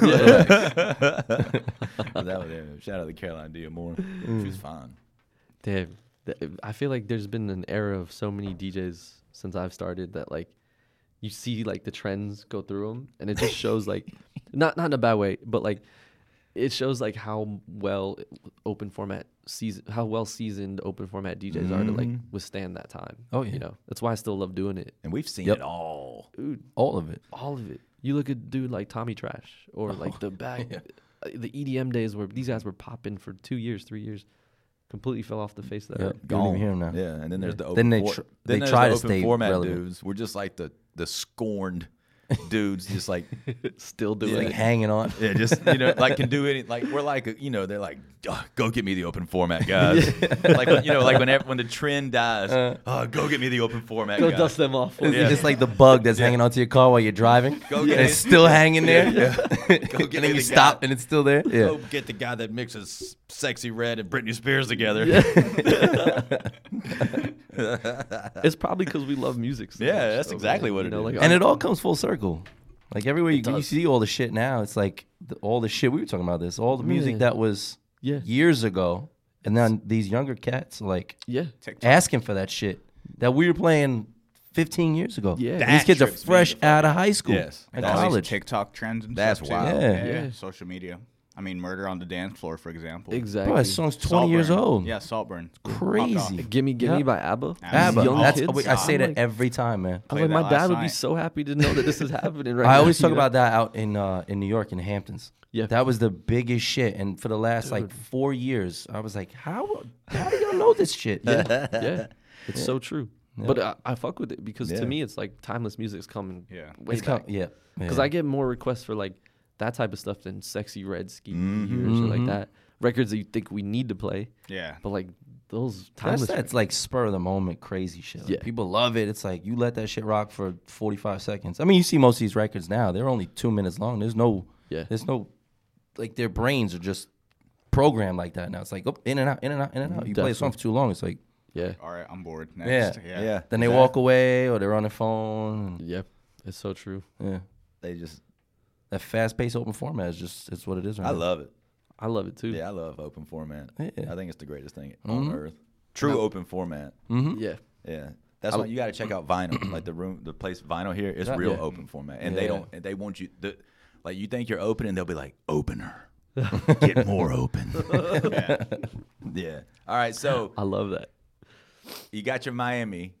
S2: But that was it. Shout out to Caroline Dia Moore. She was fine.
S5: Damn. Th- I feel like there's been an era of so many DJs since I've started that like you see like the trends go through them and it just shows like not not in a bad way, but like it shows like how well open format season how well seasoned open format DJs are to like withstand that time.
S3: Mm-hmm. Oh, yeah.
S5: You know, that's why I still love doing it.
S2: And we've seen
S3: Yep.
S2: it all.
S3: All of it.
S5: all of it. You look at dude like Tommy Trash or like the back, uh, the EDM days where these guys were popping for two years, three years, completely fell off the face of the
S3: Yep.
S5: earth.
S3: You don't even hear 'em now.
S2: Yeah, and then there's the open
S3: Then they
S2: for-
S3: tr-
S2: then
S3: they
S2: there's
S3: try
S2: the
S3: to
S2: open
S3: stay
S2: format
S3: relevant.
S2: dudes. We're just like the the scorned dudes, just like
S5: Still
S2: Yeah.
S5: doing
S3: Like hanging on.
S2: yeah, just you know, like can do any like we're like you know they're like "Ugh, go get me the open format guys, like when, you know like when ev- when the trend dies,
S3: Uh.
S2: oh go get me the open format
S5: it. Go
S2: guys.
S5: dust them off. for
S3: It's
S5: me.
S2: Yeah.
S3: just like the bug that's hanging onto your car while you're driving.
S2: Go get
S3: and it's
S2: it.
S3: still hanging there.
S2: Yeah,
S3: and
S2: get
S3: then
S2: it
S3: you
S2: again.
S3: stop and it's still there. Yeah.
S2: Go get the guy that mixes sexy red and Britney Spears together.
S5: it's probably because we love music. So
S2: Yeah,
S5: much,
S2: that's
S5: so,
S2: exactly
S5: man,
S2: what
S5: you
S2: it
S5: know,
S2: is.
S5: Like,
S3: and
S5: I-
S3: it all comes full circle. Like everywhere you, you
S5: does.
S3: see all the shit now, it's like the, all the shit we were talking about. This all the music
S5: Yeah.
S3: that was
S5: Yeah.
S3: years ago, and then these younger cats are like
S5: yeah,
S3: asking for that shit that we were playing 15 years ago.
S5: Yeah.
S3: And
S5: That
S3: these kids are
S4: trips me
S3: fresh
S4: the fuck
S3: out of high school
S2: Yes.
S3: and
S2: That
S4: all these
S3: college.
S4: TikTok trends and
S2: That's
S4: stuff.
S2: wild.
S4: Too.
S3: Yeah.
S5: Yeah.
S4: Social media. I mean, murder on the dance floor, for example.
S5: exactly.
S3: Bro, that song's 20
S4: Saltburn.
S3: years old.
S4: Yeah, Saltburn.
S3: Crazy.
S5: Gimme, gimme
S3: Yeah.
S5: by ABBA. These
S3: ABBA.
S5: young
S3: That's,
S5: kids.
S3: wait, I say
S5: I'm
S3: that
S5: like-
S3: every time, man.
S5: I was
S4: Played
S5: like,
S4: that
S5: my
S4: last
S5: dad would be
S4: night.
S5: so happy to know that this is happening right now.
S3: I always
S5: you
S3: talk
S5: know?
S3: about that out in uh, in New York in the Hamptons.
S5: Yeah.
S3: that was the biggest shit. And for the last like four years, I was like, how how do y'all know this shit? Yeah.
S5: yeah, it's so true. But I, I fuck with it because to me it's like timeless music's coming.
S4: Yeah.
S5: way
S3: It's come,
S5: back.
S3: yeah,
S5: Because I get more requests for like that type of stuff than sexy red ski
S2: Mm-hmm.
S5: or shit like that. Records that you think we need to play,
S4: Yeah.
S5: but like those
S3: that's
S5: timeless.
S3: that's like spur of the moment crazy shit. Like,
S5: Yeah.
S3: people love it. It's like you let that shit rock for forty five seconds. I mean, you see most of these records now; they're only two minutes long. There's no,
S5: Yeah.
S3: there's no, like their brains are just programmed like that now. It's like oh, in and out, in and out, in and out. You play a song for too long, it's like
S5: yeah,
S4: All right, I'm bored. Next.
S3: Yeah.
S4: Yeah.
S2: Yeah.
S3: then they walk away or they're on their phone.
S5: yeah, it's so true.
S3: Yeah.
S2: They just
S3: that fast paced open format is just it's what it is right
S2: I
S3: now.
S2: love it.
S5: I love it too.
S2: Yeah, I love open format.
S3: Yeah. Mm-hmm.
S2: I think it's the greatest thing on earth. True open format.
S5: yeah.
S2: Yeah. That's why you got to check out vinyl. like the room, the place vinyl here is real
S3: yeah.
S2: open format, and they
S3: Yeah.
S2: don't, and they want you. The, like you think you're open, and they'll be like opener, get more open. yeah. All right. So
S5: I love that.
S2: you got your Miami.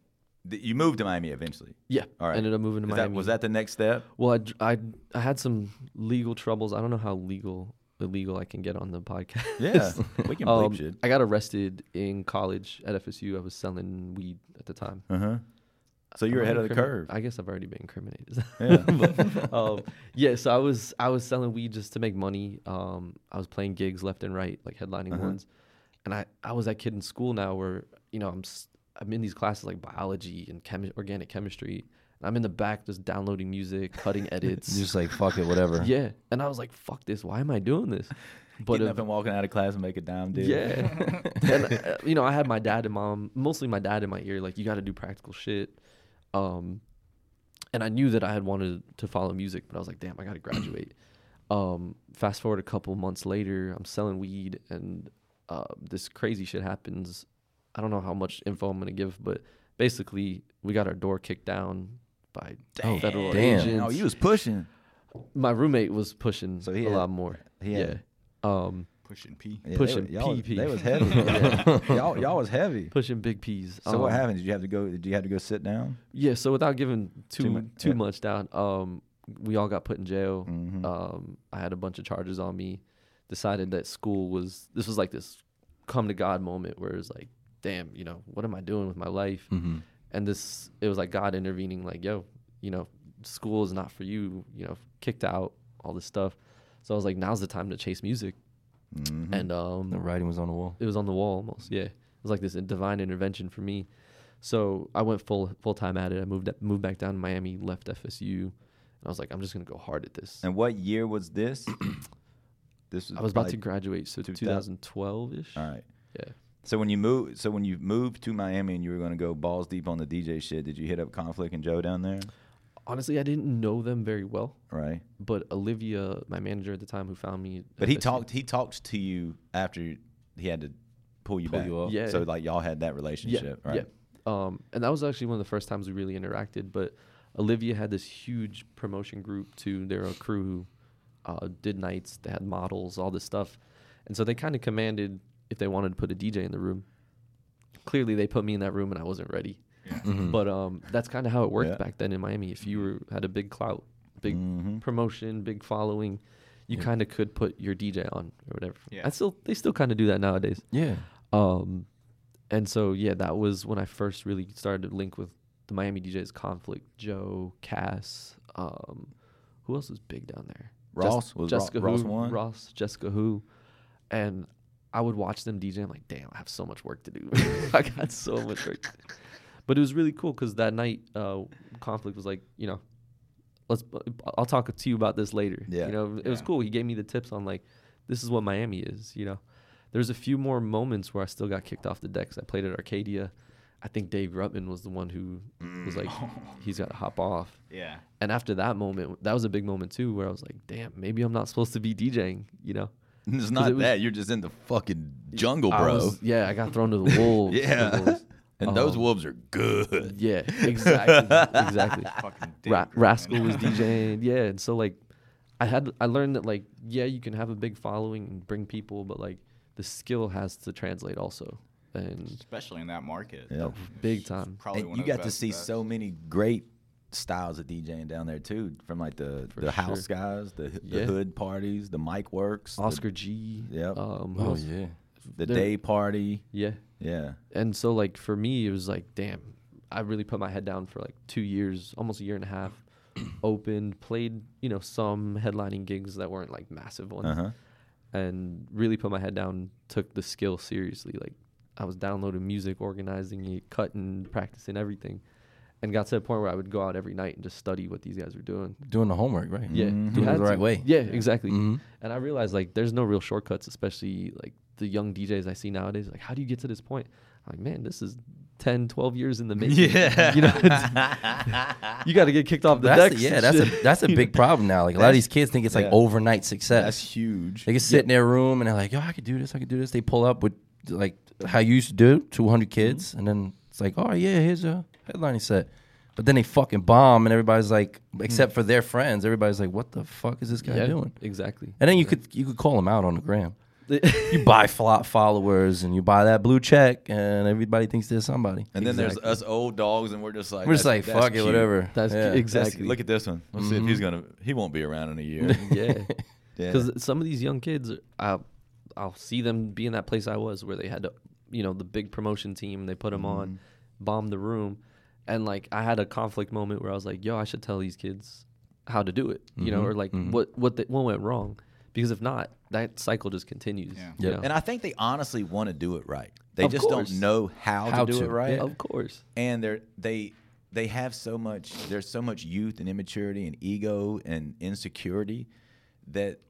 S2: Th- You moved to Miami eventually.
S5: Yeah,
S2: All right.
S5: ended up moving to
S2: Is
S5: Miami.
S2: that- was that the next step?
S5: Well, I, dr- I I had some legal troubles. I don't know how legal illegal I can get on the podcast.
S2: Yeah. we can bleep
S5: Um,
S2: shit.
S5: I got arrested in college at FSU. I was selling weed at the time.
S2: Uh huh. So you're
S5: Am I
S2: ahead of the
S5: incrimin-
S2: curve.
S5: I guess I've already been incriminated.
S2: Yeah.
S5: But, um, yeah, so I was I was selling weed just to make money. Um, I was playing gigs left and right, like headlining
S2: Uh-huh.
S5: ones, and I I was that kid in school now where you know I'm s- I'm in these classes like biology and chemi- organic chemistry, and I'm in the back just downloading music, cutting edits.
S3: Just like fuck it, whatever.
S5: yeah, and I was like, fuck this. Why am I doing this? But
S2: Getting
S5: ev-
S2: up and walking out of class and make a dime, dude.
S5: yeah. and uh, you know, I had my dad and mom, mostly my dad in my ear, like you got to do practical shit. Um, and I knew that I had wanted to follow music, but I was like, damn, I got to graduate. um, fast forward a couple months later, I'm selling weed, and uh, this crazy shit happens. I don't know how much info I'm gonna give, but basically, we got our door kicked down by federal
S3: damn.
S5: agents.
S2: Oh, you was pushing.
S5: my roommate was pushing
S2: So he
S5: a
S2: had-
S5: lot more.
S2: he
S5: yeah.
S2: had-
S5: Um,
S4: Pushing P.
S2: Yeah, they
S5: Pushing
S2: were- y'all,
S5: PP.
S2: They was heavy. y'all, y'all was heavy.
S5: pushing big P's.
S2: So what
S5: Um,
S2: happened? Did you have to go? Did you have to go sit down?
S5: Yeah, so without giving too too
S2: mu-
S5: much,
S2: yeah.
S5: down, um, we all got put in jail.
S2: Mhm.
S5: Um, I had a bunch of charges on me. Decided that school was this was like this come to God moment where it was like, damn, you know, what am I doing with my life?
S2: Mm.
S5: And this it was like God intervening, like, yo, you know, school is not for you. You know, kicked out, all this stuff. So I was like, now's the time to chase music.
S2: Mm-hmm. Mm.
S5: And um,
S3: The writing was on the wall.
S5: it was on the wall almost. Yeah, it was like this divine intervention for me. So I went full full time at it. I moved moved back down to Miami, left FSU, and I was like, I'm just gonna go hard at this.
S2: And what year was this? this
S5: I was about to
S2: probably-
S5: graduate, so
S2: 2000.
S5: 2012 ish.
S2: All right.
S5: Yeah.
S2: So when you moved, so when you moved to Miami and you were going to go balls deep on the DJ shit, did you hit up Conflict and Joe down there?
S5: Honestly, I didn't know them very well,
S2: Right.
S5: but Olivia, my manager at the time, who found me, at
S2: But he
S5: FSU
S2: talked. He talked to you after he had to pull you
S3: Pull
S2: back.
S3: you up.
S5: Yeah.
S2: So like y'all had that relationship, right?
S5: Yeah. Um, and that was actually one of the first times we really interacted. But Olivia had this huge promotion group too. They're a crew who uh, did nights. They had models, all this stuff, and so they kind of commanded if they wanted to put a DJ in the room. Clearly, they put me in that room, and I wasn't ready. But um, that's kind of how it worked
S2: Mm-hmm. Yeah.
S5: back then in Miami. If you were, had a big clout, big
S2: Mm-hmm. Mm.
S5: promotion, big following, you kind of could put your DJ on or whatever.
S4: Yeah.
S5: I still, they still kind of do that nowadays.
S3: Yeah.
S5: Um, and so yeah, that was when I first really started to link with the Miami DJs Conflict, Joe, Cass. Um, who else was big down there?
S2: Ross was Ro-
S5: Jessica
S2: Ross
S5: Who,
S2: one?
S5: Ross, Jessica Who, and I would watch them DJ. I'm like, damn, I have so much work to do. I got so much work. to do. But it was really cool because that night, uh, Conflict was like, you know, let's. I'll talk to you about this later.
S2: Yeah.
S5: You know, it was
S4: Yeah.
S5: cool. He gave me the tips on like, this is what Miami is. You know, there's a few more moments where I still got kicked off the decks. I played at Arcadia. I think Dave Rutman was the one who was like,
S2: Mm.
S5: he's got to hop off.
S4: Yeah.
S5: And after that moment, that was a big moment too, where I was like, damn, maybe I'm not supposed to be DJing. You know,
S2: It's not
S5: it was-
S2: that you're just in the fucking jungle,
S5: I
S2: bro.
S5: was- yeah, I got thrown to the wolves.
S2: Yeah.
S5: The wolves.
S2: and those
S5: um,
S2: wolves are good.
S5: Yeah, exactly, exactly.
S4: Fucking
S5: Ra-
S4: Dave Grohl,
S5: Rascal
S4: man.
S5: was DJing. Yeah, and so like, I had I learned that like yeah, you can have a big following and bring people, but like the skill has to translate also, and
S4: Especially in that market.
S2: Yeah.
S5: big time.
S4: Probably
S2: And
S4: one
S2: you
S4: of the
S2: got to
S4: best-
S2: see
S4: best.
S2: so many great styles of DJing down there too, from like the the house guys, the, the
S5: Yeah.
S2: hood parties, the mic works, the-
S5: Oscar G.
S2: Yep.
S5: Um, who
S3: Oh
S5: else?
S3: yeah.
S2: the,
S5: there-
S2: day party.
S5: Yeah.
S2: Yeah,
S5: And so like for me, it was like damn, I really put my head down for like two years, almost a year and a half. opened, played you know some headlining gigs that weren't like massive ones.
S2: uh huh.
S5: and really put my head down, took the skill seriously. Like I was downloading music, organizing it, cutting, practicing everything, and got to the point where I would go out every night and just study what these guys were doing.
S3: Doing the homework, right?
S5: Yeah,
S3: Doing Mm-hmm. it
S5: had
S3: the
S5: to.
S3: right way.
S5: Yeah, exactly.
S3: Mhm.
S5: And I realized like there's no real shortcuts, especially like the young DJs I see nowadays. Like, how do you get to this point? I'm like, man, this is 10, 12 years in the making. Yeah. you know, it's- you got to get kicked off the
S3: That's
S5: decks.
S3: yeah,
S5: and
S3: that's a
S5: shit.
S3: that's a big problem now. Like a lot of these kids think it's like
S2: yeah.
S3: overnight success.
S2: That's huge.
S3: They can sit in their room and they're like, "Yo, I could do this. I could do this." They pull up with like how you used to do, two hundred kids, and then it's like, "Oh yeah, here's a headlining set." But then they fucking bomb, and everybody's like, except for their friends, everybody's like, "What the fuck is this guy
S5: yeah,
S3: doing?"
S5: exactly.
S3: And then you could you could call them out on the gram. You buy flop followers and you buy that blue check, and everybody thinks they're somebody.
S2: And then
S5: Exactly.
S2: there's us old dogs, and we're just like
S3: We're just like,
S2: that's- that's
S3: "Fuck it,
S2: cute.
S3: whatever." Mm-hmm.
S5: That's
S3: Yeah.
S2: That's-
S5: exactly.
S2: Look at this one. Let's see if he's gonna. He won't be around in a year.
S5: yeah.
S2: yeah.
S5: because some of these young kids, I, I'll see them be in that
S2: Mm-hmm.
S5: place I was where they had, to, you know, the big promotion team. They put them on, bombed the room, and like I had a conflict moment where I was like, "Yo, I should tell these kids how to do it," you know,
S2: Mm-hmm.
S3: Mhm,
S5: or like
S3: mhm.
S5: what what the, what went wrong, because if not, that cycle just continues.
S4: Yeah.
S5: you
S3: Yep.
S5: know?
S2: And I think they honestly want to do it right. They
S5: Of
S2: just
S5: course.
S2: don't know how,
S3: How
S2: to do
S3: to,
S2: it right.
S3: yeah.
S5: of course,
S2: And they're they they have so much there's so much youth and immaturity and ego and insecurity that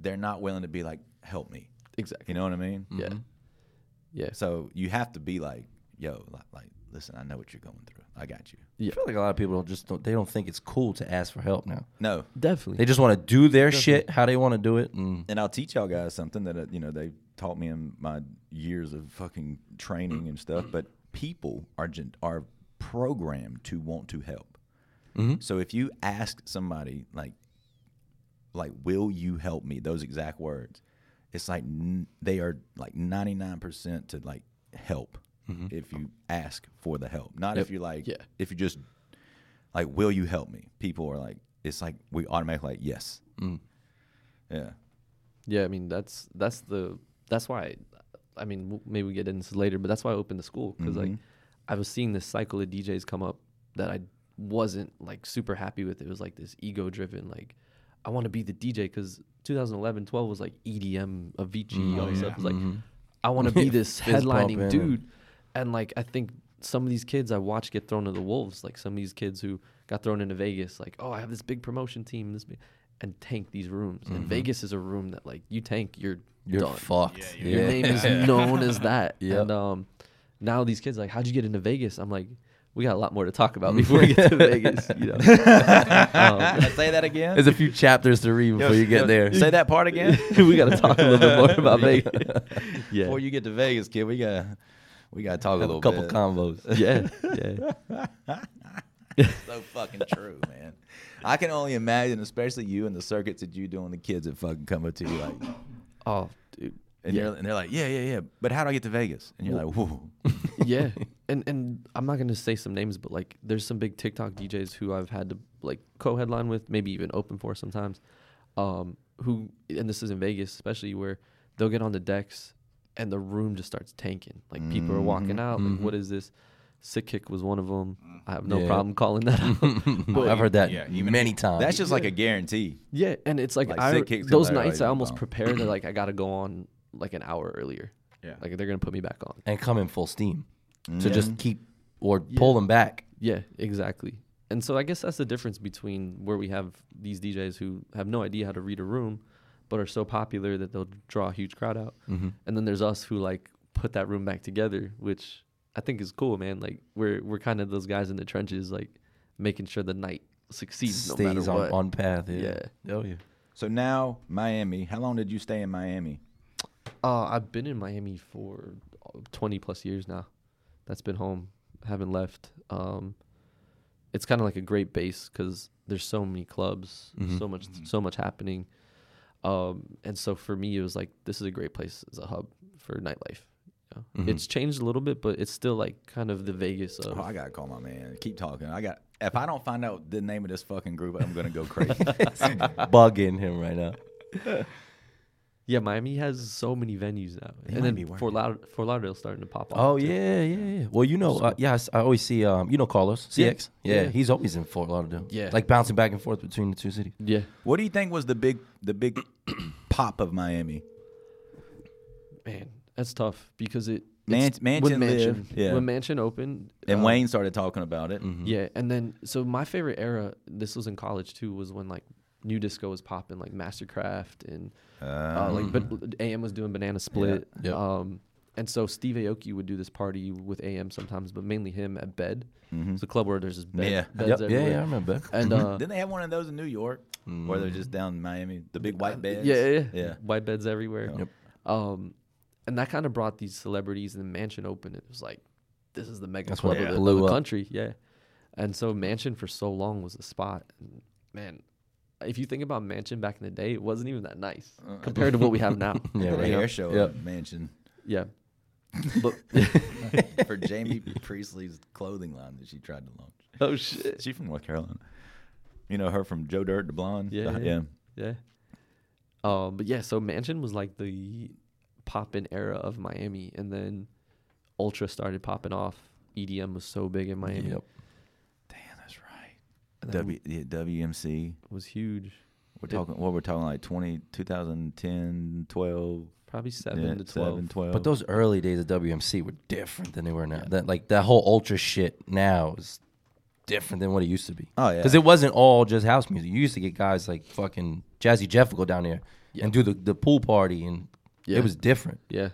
S2: they're not willing to be like, help me.
S5: exactly.
S2: You know what I mean?
S5: Yeah, yeah,
S2: So you have to be like, yo, li- like, listen, I know what you're going through. I got you.
S3: I feel like a lot of people don't just don't, they don't think it's cool to ask for help now.
S2: No,
S5: definitely.
S3: They just want to do their shit how they want to do it, and
S2: and I'll teach y'all guys something that uh, you know they taught me in my years of fucking training and stuff. But people are gen- are programmed to want to help. So if you ask somebody like, like, will you help me? Those exact words. It's like n- they are like ninety nine percent to like help if you ask for the help. Not if
S3: Yep.
S2: you like
S5: Yeah.
S2: if you just like, will you help me? People are like, it's like we automatically like yes. Yeah.
S5: Yeah, I mean that's that's the that's why I mean w- maybe we get into this later, but that's why I opened the school because like I was seeing this cycle of DJs come up that I wasn't like super happy with. It was like this ego driven like I want to be the DJ because 2011 12 was like EDM Avicii all this stuff. It was like I want to be this
S3: Fist pumping
S5: headlining
S3: and-
S5: dude, and like I think some of these kids I watched get thrown to the wolves. Like some of these kids who got thrown into Vegas, like oh I have this big promotion team, this big, and tank these rooms. And Vegas is a room that like you tank, you're
S3: Mm-hmm. you're
S5: done.
S3: fucked. Yeah,
S5: Your name is known as that.
S3: Yep.
S5: And um, now these kids are like, how'd you get into Vegas? I'm like, we got a lot more to talk about before we get to Vegas. You know, Um,
S2: Say that again.
S3: There's a few chapters to read before you get there.
S2: Say that part again.
S5: we got to talk a little bit more about Vegas.
S2: Before you get to Vegas, kid, we got we got to talk a
S3: Have
S2: little
S3: a couple
S2: bit.
S3: combos.
S5: Yeah, yeah.
S2: so fucking true, man. I can only imagine, especially you and the circuits that you do and the kids that fucking come up to you like,
S5: Oh, dude.
S2: and, you're, and they're like, yeah, yeah, yeah. But how do I get to Vegas? And you're like, whoa.
S5: yeah and and i'm not gonna say some names but like there's some big tiktok djs who i've had to like co-headline with maybe even open for sometimes um who and this is in vegas especially where they'll get on the decks and the room just starts tanking like people are walking out like what is this sick kick was one of them i have no
S3: Yeah.
S5: problem calling that out
S3: I've heard that
S4: Yeah, even
S3: many times.
S2: That's just like a guarantee.
S5: yeah and it's like,
S2: Like,
S5: I,
S2: sick kicks
S5: those
S2: gonna, like,
S5: nights i almost
S2: bomb.
S5: prepare that like i gotta go on like an hour earlier
S4: Yeah.
S5: like they're gonna put me back on
S3: and come in full steam to just keep or pull them back.
S5: Yeah, exactly. And so I guess that's the difference between where we have these DJs who have no idea how to read a room, but are so popular that they'll draw a huge crowd out,
S3: Mm-hmm.
S5: and then there's us who like put that room back together, which I think is cool, man. Like we're we're kind of those guys in the trenches, like making sure the night succeeds
S3: Stays
S5: no matter
S3: on,
S5: what.
S3: on path. Yeah. Oh yeah.
S2: So now Miami. How long did you stay in Miami?
S5: Uh, I've been in Miami for uh, 20 plus years now. That's been home. haven't left. Um, it's kind of like a great base because there's so many clubs, so much,
S2: Mm-hmm.
S5: so much happening. Um, and so for me, it was like this is a great place as a hub for nightlife. you know? It's changed a little bit, but it's still like kind of the Vegas of
S2: Oh, I gotta call my man. Keep talking. I got. If I don't find out the name of this fucking group, I'm gonna go crazy.
S3: Bugging him right now.
S5: yeah. Miami has so many venues now,
S2: might be
S5: and then
S2: working.
S5: Fort, Laud- Fort Lauderdale's starting to pop off.
S3: Oh
S5: too.
S3: yeah, yeah, yeah. Well, you know, uh, yeah, I s- I always see, um, you know, Carlos
S2: Yeah.
S3: CX. Yeah,
S5: Yeah.
S3: he's always in Fort Lauderdale.
S5: Yeah.
S3: like bouncing back and forth between the two cities.
S5: yeah.
S2: what do you think was the big the big pop of Miami?
S5: Man, that's tough because it
S2: Man-
S5: it's-
S2: Mansion lived, yeah.
S5: when mansion opened
S2: And
S5: uh,
S2: Wayne started talking about it.
S3: Mm-hmm.
S5: yeah, and then so my favorite era this was in college too was when like new disco was popping like Mastercraft and uh,
S2: Um.
S5: like but AM was doing Banana Split
S3: Yeah.
S5: um and so Steve Aoki would do this party with AM sometimes but mainly him at Bed
S2: Mm-hmm.
S5: it's a club where there's just bed,
S2: Yeah.
S3: Yep.
S5: beds
S3: Yeah,
S5: everywhere
S3: yeah, I remember.
S5: and uh,
S2: Didn't they have one of those in New York, or they're just down in Miami, the Mm-hmm. big white beds?
S5: Yeah, yeah, yeah.
S2: yeah.
S5: White beds everywhere.
S3: Yep.
S5: Um, and that kind of brought these celebrities and the mansion open. It was like, this is the mega
S3: That's when
S5: club
S3: it
S5: of the, of
S3: blew
S5: the
S3: up.
S5: country. Yeah. And so mansion for so long was the spot. And man, if you think about mansion back in the day, it wasn't even that nice compared to what we have now.
S3: Uh-uh. Yeah,
S2: The
S3: right.
S2: hair show
S3: Yep.
S2: mansion
S5: Yeah. But
S2: for Jamie Priestley's clothing line that she tried to launch.
S5: oh shit.
S2: She from North Carolina. You know her from Joe Dirt, the blonde.
S5: Yeah,
S2: The-
S5: yeah. Yeah. Um, but yeah, so Mansion was like the poppin' era of E Miami, and then Ultra started popping off. EDM was so big in Miami,
S3: Mm. Yep.
S2: W, yeah, WMC.
S5: was huge.
S2: We're
S5: It-
S2: talking. What we're talking like 20, 2010, 12.
S5: Probably seven
S2: yeah,
S5: to twelve.
S2: 7, 12.
S3: But those early days of WMC were different than they were now. That like that whole ultra shit now is different than what it used to be.
S2: Oh, yeah.
S3: because it wasn't all just house music. You used to get guys like fucking Jazzy Jeff would go down there and do the, the pool party, and
S5: Yeah.
S3: it was different.
S5: Yeah,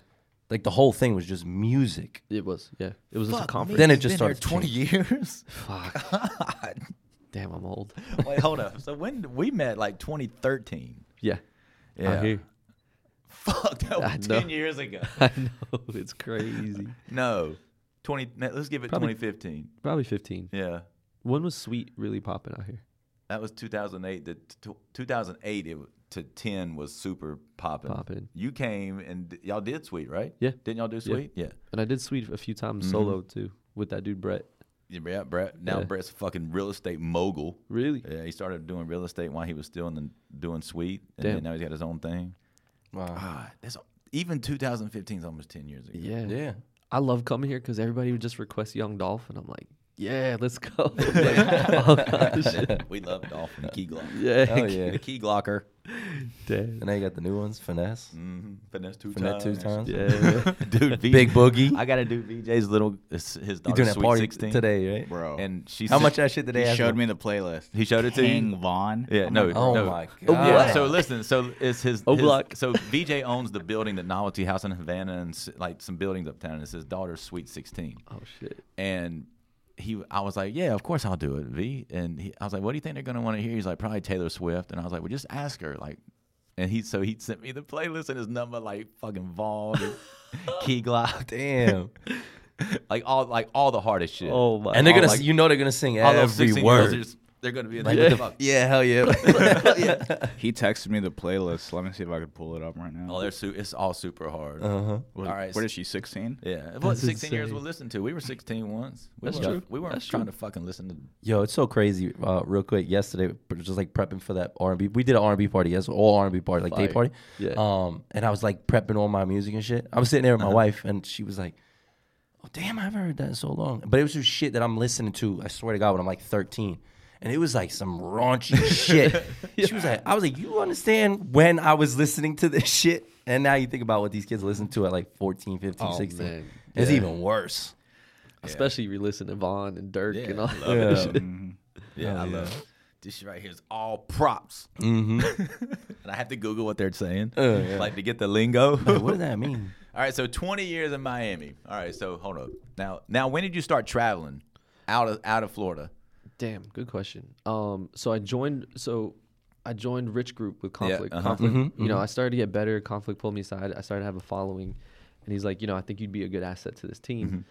S3: Like the whole thing was just music.
S5: it was. Yeah, it was just a conference.
S3: Then it just
S2: Been there
S3: starts
S2: twenty years.
S5: Fuck. Damn, I'm old.
S2: Wait, hold up. So when we met, like twenty thirteen.
S5: Yeah,
S2: Yeah.
S5: I hear.
S2: Fuck, that
S5: I
S2: was
S5: know.
S2: ten years ago.
S5: I know it's crazy.
S2: No, twenty. man, Let's give it
S5: Probably-
S2: twenty fifteen.
S5: Probably 15.
S2: Yeah,
S5: When was Sweet really popping out here?
S2: that was two thousand eight. The two thousand eight it, wa- to ten was super popping.
S5: Popping.
S2: You came and d- y'all did sweet, right?
S5: Yeah.
S2: Didn't y'all do
S5: Yeah.
S2: sweet? Yeah.
S5: And I did Sweet a few times solo too with that dude Brett.
S2: Yeah, Brett. Brett. Now
S5: Yeah.
S2: Brett's a fucking real estate mogul.
S5: Really?
S2: Yeah, he started doing real estate while he was still in the, doing sweet, and
S5: Damn.
S2: then now he's got his own thing.
S3: Wow.
S2: Ah, that's even 2015 is almost 10 years ago.
S5: Yeah.
S3: Yeah.
S5: I love coming here because everybody would just request Young Dolph, and I'm like, yeah, let's go. All kinda shit.
S2: we love Dolphin Key Glock.
S5: Yeah.
S3: Hell yeah.
S2: The Key Glocker.
S5: Damn.
S3: And now you got the new ones, finesse,
S2: Mm-hmm. Finesse two
S3: finesse two times,
S5: Yeah.
S2: Dude, V-
S3: big boogie.
S2: I got to do VJ's little, his his
S3: you
S2: daughter's
S3: doing a
S2: Oh, sweet
S3: party
S2: 16.
S3: today, right?
S4: Bro.
S2: And she
S3: How
S2: said-
S3: much that shit today?
S4: He showed me the playlist.
S2: He showed it to you?
S4: Hang Vaughn.
S2: Yeah, no.
S3: Oh
S2: no.
S3: my god.
S2: Yeah,
S5: What?
S2: So listen, so it's his,
S5: Oh,
S2: his-
S5: block.
S2: So VJ owns the building, the Novelty House in Havana, and s- like some buildings uptown. And it's his daughter's sweet sixteen.
S5: oh shit.
S2: and he I was like, yeah, of course I'll do it, V. And he, I was like, what do you think they're gonna want to hear? He's like, probably Taylor Swift. And I was like, well, just ask her, like. And he so he sent me the playlist and his number like fucking Vaughn, and Key Glock,
S3: Damn.
S2: like all like all the hardest shit.
S5: Oh my.
S3: and they're
S2: all
S3: gonna,
S2: like-
S3: you know, they're gonna sing
S2: all those
S3: every
S2: 16 years,
S3: word.
S2: they're just- They're gonna be in
S3: Like,
S2: there.
S3: what the fuck? Yeah, hell yeah.
S4: He texted me the playlist. Let me see if I could pull it up right now.
S2: Oh, they're su- it's all super hard.
S3: uh-huh.
S2: All right,
S4: What is she? 16.
S2: yeah. Well, sixteen years
S5: insane.
S2: we listened to. We were sixteen once. We were,
S5: That's true.
S2: We weren't
S5: That's
S2: trying
S5: true.
S2: to fucking listen to.
S3: Yo, it's so crazy. Uh, real quick, yesterday, but just like prepping for that R and B. We did an R and B party, yes, all R and B party, like day
S5: Fire.
S3: party.
S5: Yeah.
S3: Um, and I was like prepping all my music and shit. I was sitting there with
S5: Uh-huh.
S3: my wife, and she was like, "Oh damn, I haven't heard that in so long." But it was just shit that I'm listening to. I swear to God, when I'm like 13, and it was like some raunchy shit. She was like, "I was like, you understand when I was listening to this shit." And now you think about what these kids listen to at like 14, 15,
S5: Oh,
S3: 16.
S5: man.
S3: It's
S5: Yeah.
S3: even worse.
S5: Especially if you listen to Vaughn and Dirk and all.
S2: love it. Yeah, I love it. This shit right here is all props. and I have to Google what they're saying, like to get the lingo.
S3: Like, what does that mean?
S2: all right, so 20 years in Miami. All right, so hold up. Now, now, when did you start traveling out of out of Florida?
S5: Damn, good question. Um, so I joined. So I joined Rich Group with Conflict.
S2: uh-huh.
S5: Conflict, you know, I started to get better. Conflict pulled me aside. I started to have a following, and he's like, you know, I think you'd be a good asset to this team.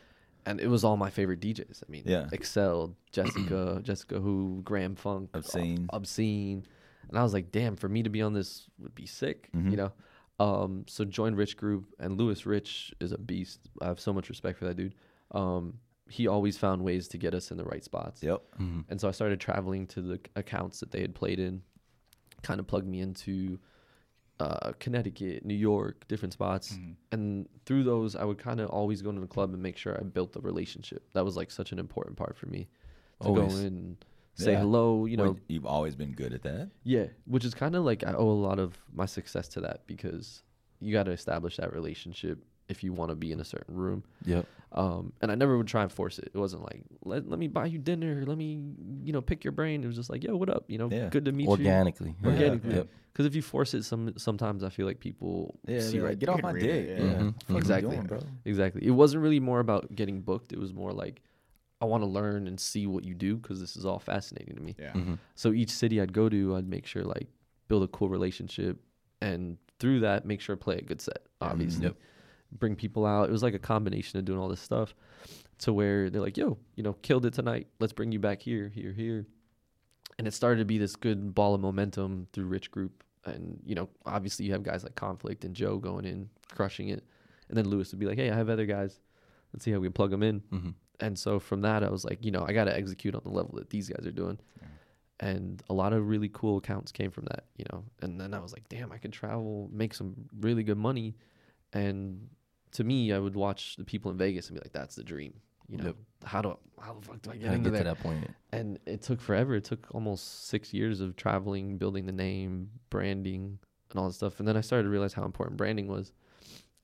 S5: And it was all my favorite DJs. I mean,
S2: Mm-hmm. Yeah.
S5: Excel, Jessica, Jessica Who, Graham Funk, uh,
S2: Obscene.
S5: obscene. And I was like, damn, for me to be on this would be sick,
S2: Mm-hmm.
S5: you know. Um, so join Rich Group and Lewis Rich is a beast. I have so much respect for that dude. Um, he always found ways to get us in the right spots.
S2: Yep.
S5: And so I started traveling to the c- accounts that they had played in, kind of plugged me into uh, Connecticut, New York, different spots. And through those, I would kind of always go into the club and make sure I built the relationship. That was like such an important part for me to
S3: Always.
S5: go in and say
S2: Yeah.
S5: hello, you know,
S2: Well, you've always been good at that.
S5: yeah, which is kind of like I owe a lot of my success to that because you got to establish that relationship if you want to be in a certain room.
S3: Yep.
S5: Um, and I never would try and force it. It wasn't like let, let me buy you dinner, let me you know pick your brain. It was just like yo, what up? You know,
S2: Yeah.
S5: good to meet
S3: Organically.
S5: you. Organically.
S3: Yep.
S5: Because if you force it, some sometimes I feel like people see right
S2: get off
S4: can
S2: my
S4: read it,
S2: dick.
S4: yeah.
S2: Yeah.
S3: Mhm.
S2: Fuck you
S5: Exactly.
S2: doing, bro?
S5: Exactly. It wasn't really more about getting booked. It was more like, I want to learn and see what you do because this is all fascinating to me.
S4: Yeah.
S5: So each city I'd go to, I'd make sure like build a cool relationship, and through that, make sure I play a good set. Obviously, bring people out. It was like a combination of doing all this stuff to where they're like, "Yo, you know, killed it tonight. Let's bring you back here, here, here." And it started to be this good ball of momentum through Rich Group, and you know, obviously you have guys like Conflict and Joe going in, crushing it, and then Lewis would be like, "Hey, I have other guys. Let's see how we can plug them in."
S3: Mm-hmm.
S5: And so from that, I was like, you know, I got to execute on the level that these guys are doing. And a lot of really cool accounts came from that, you know. And then I was like, damn, I could travel, make some really good money. And to me, I would watch the people in Vegas and be like, that's the dream. you know,
S3: Yep.
S5: how do how the fuck do I get
S3: Gotta
S5: into
S3: get
S5: there?
S3: to that point.
S5: and it took forever. It took almost six years of traveling, building the name, branding, and all that stuff. And then I started to realize how important branding was.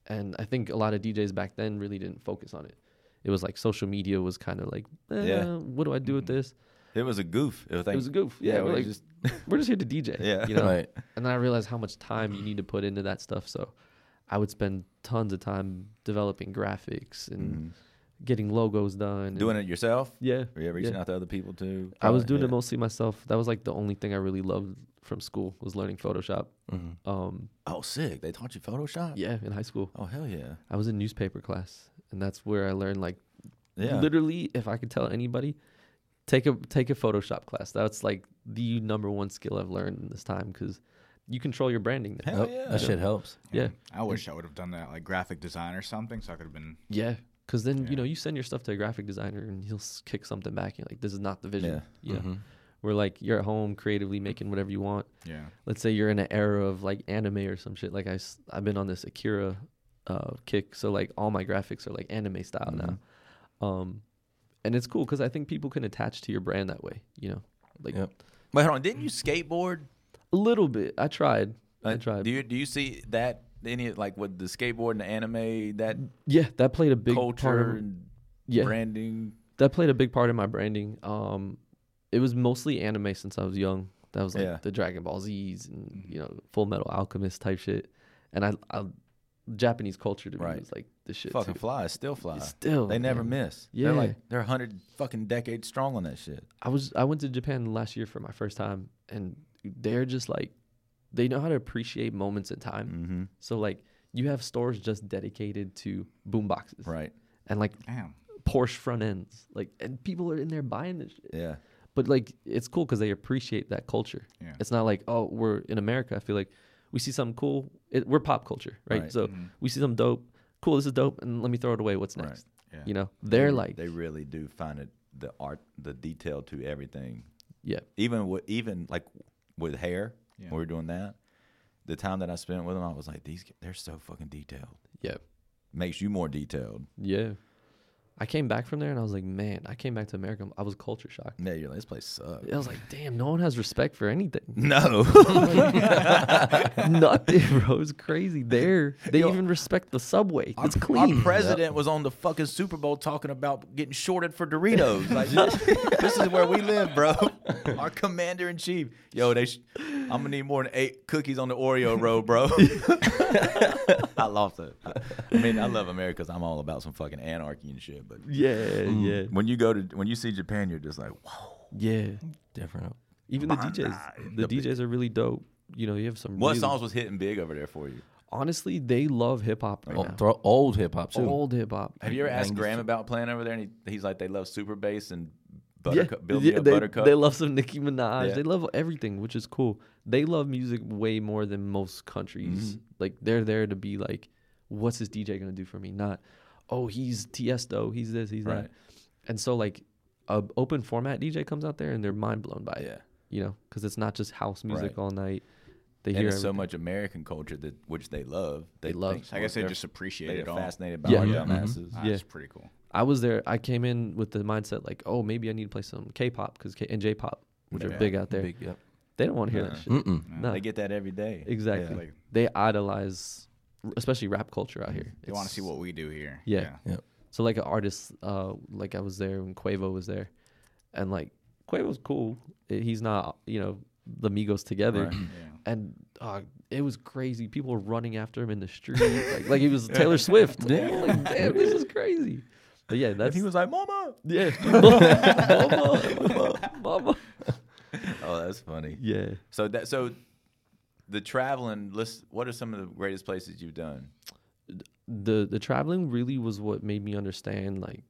S5: And I think a lot of DJs back then really didn't focus on it. It was like social media was kind of like, eh,
S2: Yeah.
S5: what do I do with this?
S2: It was a goof. It was, like,
S5: it was a goof. Yeah,
S2: yeah,
S5: we're
S2: we
S5: like,
S2: just-
S5: we're just here to DJ.
S2: Yeah.
S5: you know.
S3: Right.
S5: And then I realized how much time you need to put into that stuff. So I would spend tons of time developing graphics and getting logos done. and-
S2: Mm-hmm. doing it yourself.
S5: Yeah.
S2: Were you
S5: yeah.
S2: reaching out to other people too?
S5: I was doing
S2: Oh, yeah.
S5: it mostly myself. That was like the only thing I really loved from school was learning Photoshop. Um,
S2: Oh, sick! They taught you Photoshop.
S5: yeah, in high school,
S2: Oh hell yeah.
S5: I was in newspaper class, and that's where I learned like
S2: Yeah.
S5: literally, if I could tell anybody, take a take a Photoshop class. That's like the number one skill I've learned in this time because you control your branding. Now.
S2: Hell
S3: Yep,
S2: yeah.
S3: That shit helps.
S5: Yeah,
S4: I wish I would have done that, like graphic design or something, so I could have been.
S5: yeah. Because then you
S4: Yeah.
S5: know you send your stuff to a graphic designer and he'll s- kick something back. You're like, this is not the vision.
S2: Yeah. Mm-hmm.
S5: Yeah.
S3: Mm-hmm.
S5: We're like you're at home creatively making whatever you want.
S4: Yeah.
S5: let's say you're in an era of like anime or some shit. Like I, have been on this Akira uh, kick, so like all my graphics are like anime style
S2: Mm-hmm.
S5: now, um, and it's cool because I think people can attach to your brand that way. You know, like
S3: Yep.
S2: Wait, hold on. Didn't you skateboard?
S5: a little bit. I tried. I
S2: Like,
S5: tried.
S2: Do you do you see that any like with the skateboard and the anime that
S5: yeah, that played a big
S2: culture
S5: part. Of,
S2: and
S5: yeah,
S2: branding?
S5: that played a big part in my branding. Um, it was mostly anime since I was young. That was like
S2: Yeah. Mm-hmm.
S5: the Dragon Ball Z's and you know Full Metal Alchemist type shit. And I, I Japanese culture to me
S2: Right.
S5: was like the shit.
S2: Fucking
S5: too.
S2: fly, still fly.
S5: Still,
S2: they never
S5: man.
S2: miss. They're
S5: Yeah.
S2: like they're hundred fucking decades strong on that shit.
S5: I was I went to Japan last year for my first time, and they're just like they know how to appreciate moments in time. So like you have stores just dedicated to boom boxes,
S2: Right.
S5: And like
S4: Damn.
S5: Porsche front ends, like and people are in there buying this. Shit.
S2: Yeah.
S5: But like it's cool because they appreciate that culture.
S4: Yeah.
S5: It's not like oh we're in America. I feel like we see something cool. It, we're pop culture, right?
S2: Right.
S5: So we see something dope. Cool, this is dope, and let me throw it away. What's
S2: Right.
S5: next?
S4: Yeah.
S5: You know, they're
S2: They-
S5: like,
S2: they really do find it the art, the detail to everything.
S5: yeah,
S2: Even with even like with hair
S4: Yeah.
S2: when we were doing that, the time that I spent with them, I was like these they're so fucking detailed.
S5: yeah.
S2: Makes you more detailed.
S5: Yeah. I came back from there and I was like, man, I came back to America. I was culture shocked.
S2: Yeah, you're like this place sucks.
S5: I was like, damn, no one has respect for anything.
S2: No.
S5: Nothing, bro. It's crazy. There, they
S2: Yo,
S5: even respect the subway. It's
S2: Our-
S5: clean.
S2: Our president was on the fucking Super Bowl talking about getting shorted for Doritos. Like, this is where we live, bro. Our commander in chief. Yo, they. Sh- I'm gonna need more than eight cookies on the Oreo road, bro. I lost it. I, I mean, I love America 'cause I'm all about some fucking anarchy and shit. But
S5: Yeah, yeah,
S2: when you go to when you see Japan, you're just like, wow.
S5: yeah.
S3: Different.
S5: Even the DJs, the DJs are really dope. You know, you have some.
S2: What
S5: really-
S2: songs was hitting big over there for you?
S5: Honestly, they love hip hop
S2: Oh,
S5: right
S3: Old,
S5: now.
S3: throw Oh, old hip hop too.
S5: Old hip hop.
S2: Have you ever asked
S3: 90s.
S2: Graham about playing over there? And he, he's like, they love Super Bass and
S5: Yeah,
S2: Buttercup. Build
S5: yeah,
S2: me a
S5: they,
S2: Buttercup.
S5: they love some Nicki Minaj.
S2: Yeah.
S5: They love everything, which is cool. They love music way more than most countries.
S2: Mm-hmm.
S5: Like they're there to be like, what's this DJ gonna do for me? Not, oh he's Tiesto, he's this, he's
S2: Right.
S5: that. And so like, a open format DJ comes out there and they're mind blown by it.
S2: Yeah.
S5: You know, because it's not just house
S2: Right.
S5: music all night. They
S2: and
S5: hear
S2: it's so
S5: everything.
S2: much American culture that which they love.
S5: They love.
S2: think-
S4: I guess they
S2: they're-
S4: just appreciate
S2: they're
S4: it all.
S2: fascinated by
S5: Yeah.
S2: all the
S5: Yeah. Mhm.
S2: masses.
S4: Ah,
S5: Yeah.
S4: It's pretty cool.
S5: I was there. I came in with the mindset like, oh maybe I need to play some K-pop because K- and J-pop, which are
S2: Yeah.
S5: big out there.
S3: Big, yep.
S5: They don't want to hear that shit.
S3: Mm-mm.
S5: Nah.
S2: They get that every day.
S5: Exactly.
S4: Like-
S5: they idolize, r- especially rap culture out here.
S4: They want to see
S5: It's-
S4: what we do here.
S5: Yeah.
S3: Yep.
S5: So like an artist, uh, like I was there when Quavo was there, and like Quavo's cool. I- He's not, you know, the Migos together. And uh, it was crazy. People were running after him in the street, like, like he was Taylor Swift. I'm like, damn, this is crazy. But yeah,
S2: And
S5: that's
S2: he was like, "Mama."
S5: yeah, mama, mama, mama.
S2: Oh, that's funny.
S5: Yeah.
S2: So that so the traveling list. What are some of the greatest places you've done?
S5: the the traveling really was what made me understand like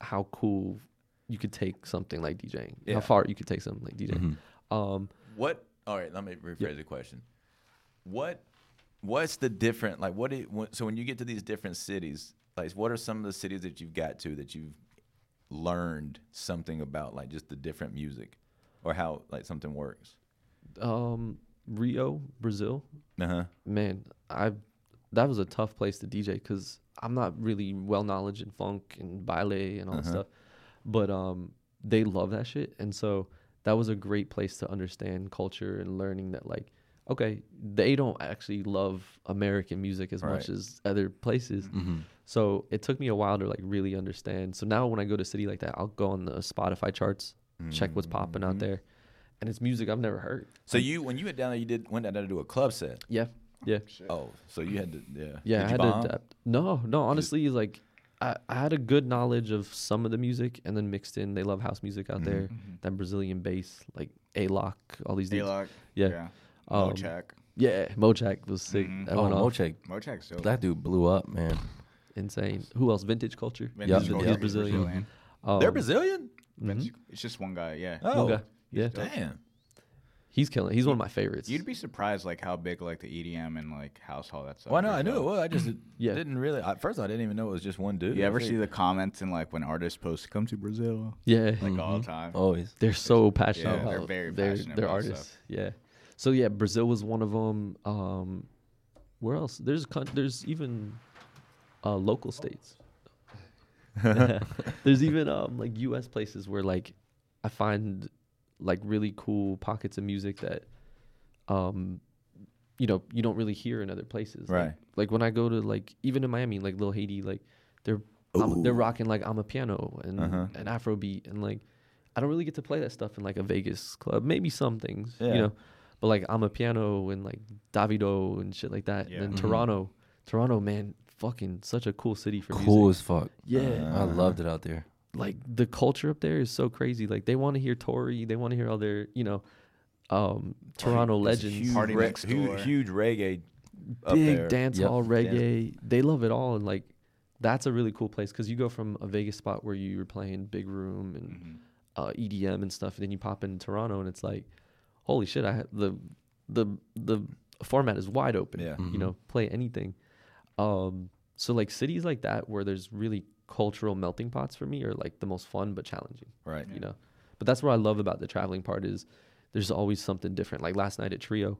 S5: how cool you could take something like DJing,
S2: Yeah.
S5: how far you could take something like DJing. Um,
S2: What? All right, let me rephrase the question. What? What's the different? Like, what? do you- what- so when you get to these different cities, like, what are some of the cities that you've got to that you've learned something about, like just the different music, or how like something works?
S5: um, Rio, Brazil,
S2: Uh huh.
S5: man, I that was a tough place to DJ because I'm not really well knowledge in funk and ballet and all that stuff, but um, they love that shit, and so that was a great place to understand culture and learning that like, okay, they don't actually love American music as much
S2: Right.
S5: as other places. So it took me a while to like really understand. So now when I go to a city like that, I'll go on the Spotify charts, check what's popping out there, and it's music I've never heard.
S2: So you, when you went down there, you did went down there to do a club set.
S5: Yeah, yeah.
S2: Oh, so you had to, yeah.
S5: Yeah,
S2: Did
S5: I
S2: you
S5: had
S2: bomb?
S5: to uh, adapt. No, no, honestly, like I, I had a good knowledge of some of the music, and then mixed in, they love house music out
S4: Mm-hmm,
S5: there, that Brazilian bass, like A Lock, all these dudes.
S4: Alok.
S5: Yeah. Um,
S4: Mochak.
S5: Yeah, Mojack was sick.
S4: Mm-hmm.
S5: That
S3: Oh,
S5: went off.
S3: Mochek,
S4: Mochak's dope.
S3: that dude blew up, man.
S5: insane. Who else? Vintage culture.
S4: Vintage
S5: He's-
S4: Culture,
S5: he's Brazilian. Um,
S2: They're Brazilian.
S4: Vintage- It's just one guy. Yeah.
S2: Oh,
S5: okay. Yeah,
S2: damn.
S5: he's killing. it. He's one of my favorites.
S4: You'd be surprised like how big like the EDM and like house hall that stuff.
S2: Well, no, I
S4: is,
S2: knew it
S4: though.
S2: was. I just
S5: Yeah.
S2: didn't really. At first, I didn't even know it was just one dude.
S4: You ever
S2: I
S4: see
S2: think-
S4: the comments and like when artists post "Come to Brazil"
S5: yeah,
S4: like all the time?
S5: Oh.
S3: Always.
S5: they're so passionate
S4: Yeah,
S5: about
S4: they're very
S5: their,
S4: passionate
S5: their
S4: about
S5: artists. Yeah. So yeah, Brazil was one of them. Um, where else? There's coun- there's even uh, local states. there's even um, like U.S. places where like I find like really cool pockets of music that um you know you don't really hear in other places Like-
S2: Right.
S5: like, when i go to like even in miami like little haiti like they're I'm- they're rocking like i'm a piano and
S3: Uh-huh.
S5: an afrobeat and like i don't really get to play that stuff in like a vegas club maybe some things
S2: Yeah.
S5: you know but like i'm a piano and like davido and shit like that and
S4: Yeah.
S5: then
S4: Mhm.
S3: Mm-hmm.
S5: toronto toronto man fucking such a cool city for
S3: Cool as
S5: music
S3: fuck.
S5: yeah
S3: I loved it out there.
S5: like the culture up there is so crazy. Like they want to hear Tory, they want to hear all their, you know, um, Toronto
S2: There's a
S5: legends,
S4: Party
S2: reg-
S4: next
S2: huge,
S4: door.
S2: huge reggae. Up
S5: big
S2: there.
S5: dance
S3: Yep.
S5: hall reggae. They love it all, and like that's a really cool place because you go from a Vegas spot where you were playing big room and
S2: Mm-hmm.
S5: uh, EDM and stuff, and then you pop in Toronto, and it's like, holy shit! I ha- the the the format is wide open.
S2: Yeah.
S3: Mm-hmm.
S5: you know, play anything. Um, so like cities like that where there's really cultural melting pots for me are like the most fun but challenging
S2: Right.
S5: you know but that's what i love about the traveling part is there's always something different like last night at trio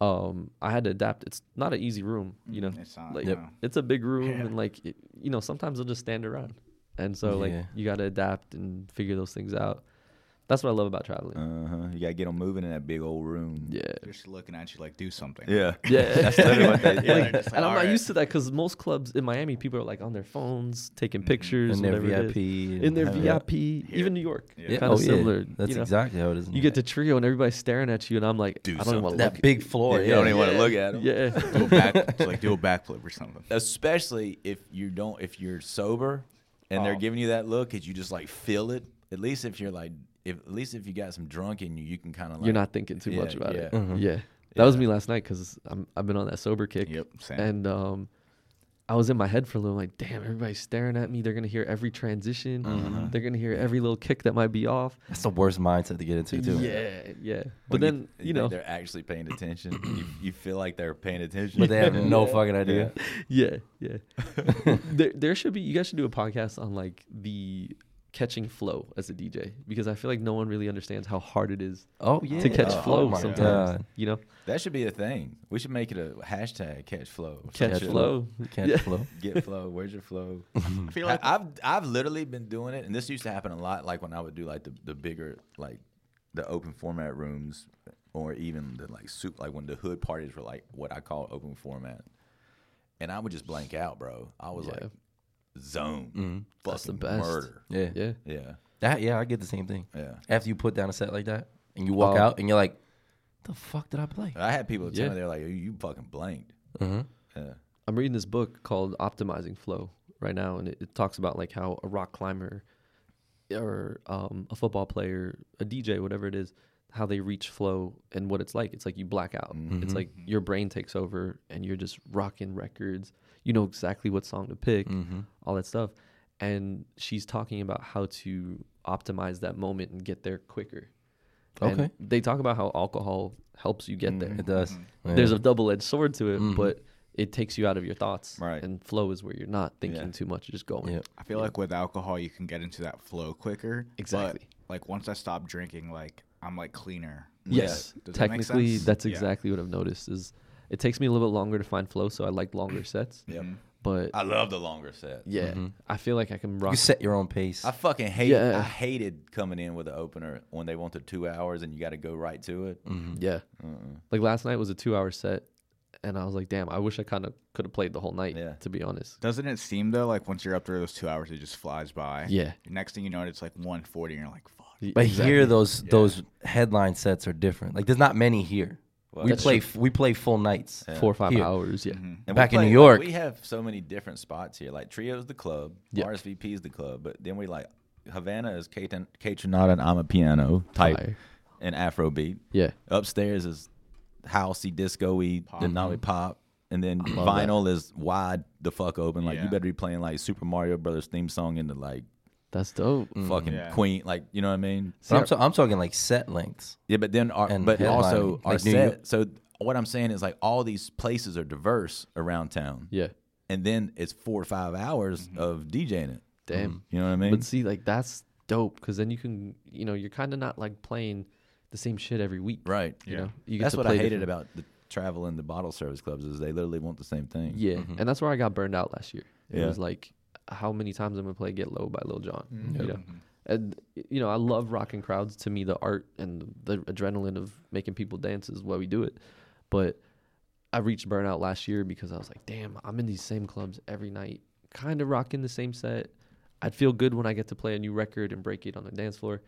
S5: um i had to adapt it's not an easy room you know
S4: It's not,
S5: like
S4: Yep. no.
S5: it's a big room and like it, you know sometimes they'll just stand around and so like
S3: Yeah.
S5: you got to adapt and figure those things out that's what i love about traveling
S2: Uh huh. You gotta get them moving in that big old room.
S5: yeah
S4: They're just looking at you like do something.
S2: Yeah.
S5: yeah
S4: Yeah,
S5: Like,
S4: they're just like,
S5: and i'm not
S4: "Alright."
S5: used to that because most clubs in miami people are like on their phones
S4: Mm-hmm.
S5: taking pictures
S3: In their
S5: whatever it is.
S3: VIP. and
S5: in their
S3: having-
S5: vip even new york
S4: Yeah.
S3: Yeah.
S5: kind of
S3: oh, yeah.
S5: similar
S3: That's
S5: you know?
S3: exactly how it is. in
S5: You get to
S3: there.
S5: trio and everybody's staring at you, and I'm like, I don't even want to look.
S3: that big floor.
S2: You don't even want to
S5: Yeah.
S2: look at them.
S5: Yeah,
S4: Do a back, it's like do a backflip or something.
S2: Especially if you don't, if you're sober, and they're
S4: Oh.
S2: giving you that look, cause you just like feel it. At least if you're like, if at least if you got some drunk in you, you can kind of like.
S5: you're not thinking too
S2: Yeah,
S5: much about it.
S2: yeah.
S5: Yeah, that was me last night because I'm I've been on that sober kick.
S4: Yep, same.
S5: And um, I was in my head for a little, like, damn, everybody's staring at me. They're gonna hear every transition. They're gonna hear every little kick that might be off.
S3: That's the worst mindset to get into, too.
S5: Yeah, yeah.
S2: when
S5: But then you know,
S2: they're actually paying attention. you, you feel like they're paying attention,
S3: But they have no fucking idea.
S5: yeah, yeah. there, there should be. You guys should do a podcast on like the catching flow as a DJ because I feel like no one really understands how hard it is
S3: Oh yeah.
S5: to catch
S3: Oh,
S5: flow
S3: my
S5: sometimes.
S3: God.
S5: You know.
S2: That should be a thing. We should make it a hashtag catch flow. or
S5: Catch
S2: something.
S5: flow.
S3: Catch
S5: Yeah.
S3: flow.
S2: Get flow. Where's your flow?
S4: I feel
S2: I,
S4: like
S2: I've I've literally been doing it, and this used to happen a lot. Like when I would do like the, the bigger like the open format rooms, or even the like soup like when the hood parties were like what I call open format, and I would just blank out, bro. I was
S5: Yeah.
S2: like zone,
S4: Mm-hmm.
S5: That's the
S2: fucking
S5: best.
S2: murder.
S3: Yeah.
S5: Yeah.
S2: Yeah,
S3: That yeah, I get the same thing.
S2: yeah.
S3: After you put down a set like that and you walk
S5: Oh.
S3: out and you're like, the fuck did I play?
S2: I had people tell
S5: Yeah. Mm-hmm.
S2: me they're like, "You- "You fucking blanked." Yeah.
S5: I'm reading this book called Optimizing Flow right now, and it, it talks about like how a rock climber or um, a football player, a DJ, whatever it is, how they reach flow and what it's like. It's like you black out. It's like your brain takes over and you're just rocking records. You know exactly what song to pick, all that stuff. And she's talking about how to optimize that moment and get there quicker. And
S3: Okay.
S5: they talk about how alcohol helps you get
S2: Mm-hmm.
S5: there
S3: It does. Yeah. Mm-hmm.
S5: there's a double edged sword to it, but it takes you out of your thoughts.
S4: Right.
S5: And flow is where you're not thinking
S2: Yeah.
S5: too much, you're just going.
S3: Yeah.
S4: I feel like with alcohol you can get into that flow quicker. but,
S5: Exactly.
S4: like once I stop drinking, like I'm like cleaner.
S5: Yes.
S4: Does that make
S5: Technically,
S4: sense?
S5: that's
S4: Yeah.
S5: exactly what I've noticed is It takes me a little bit longer to find flow, so I like longer sets.
S2: Yep.
S5: But
S4: Uh,
S2: I love the longer set.
S5: yeah, I feel like I can rock.
S3: Mm-hmm. You set your own pace.
S2: I fucking hate.
S5: Yeah.
S2: I hated coming in with an opener when they want the two hours and you got to go right to it.
S3: Mm-hmm.
S5: Yeah. Like last night was a two hour set, and I was like, damn, I wish I kind of could have played the whole night,
S2: Yeah.
S5: to be honest.
S4: Doesn't it seem though like once you're up there, those two hours it just flies by?
S5: Yeah.
S4: Next thing you know, it's like 140, and you're like, fuck.
S3: but
S5: Exactly.
S3: here, those those headline sets are different. Like, there's not many here. we
S5: That's
S3: play f- we play full nights.
S5: four or five
S3: Here.
S5: hours. Yeah.
S4: Mm-hmm.
S2: And we
S3: Back in
S2: play-
S3: New York.
S2: we have so many different spots here. Like Trio's the club,
S5: Yeah.
S2: RSVP is the club, but then we like Havana is Kate and Trinata and I'm a piano type
S5: Fire.
S2: and Afrobeat.
S5: Yeah.
S2: Upstairs is housey, disco-y,
S3: Mm-hmm.
S2: Denali pop, and then
S5: that.
S2: vinyl is wide the fuck open. Like you
S4: Yeah.
S2: better be playing like Super Mario Brothers theme song into like
S5: That's dope.
S2: fucking
S4: Yeah.
S2: Queen. Like you know what I mean?
S3: Mm. But I'm, Mm-hmm. so, I'm talking like set lengths.
S2: Yeah, but then our,
S3: And
S2: but also
S3: headlining,
S2: our
S3: like New York.
S2: set. So what I'm saying is like all these places are diverse around town.
S5: Yeah.
S2: and then it's four or five hours of DJing it.
S5: Damn.
S2: You know what I mean?
S5: But see, like that's dope because then you can, you know, you're kind of not like playing the same shit every week.
S2: right.
S5: You
S4: Yeah.
S5: know, you
S2: That's
S5: to
S2: what I
S5: play
S2: hated
S5: different-
S2: about the travel and the bottle service clubs is they literally want the same thing.
S5: Yeah, and that's where I got burned out last year. It
S2: Yeah.
S5: was like, how many times I'm gonna play "Get Low" by Lil Jon. You know, and you know I love rocking crowds. To me, the art and the adrenaline of making people dance is why we do it. But I reached burnout last year because I was like, damn, I'm in these same clubs every night, kind of rocking the same set. I'd feel good when I get to play a new record and break it on the dance floor,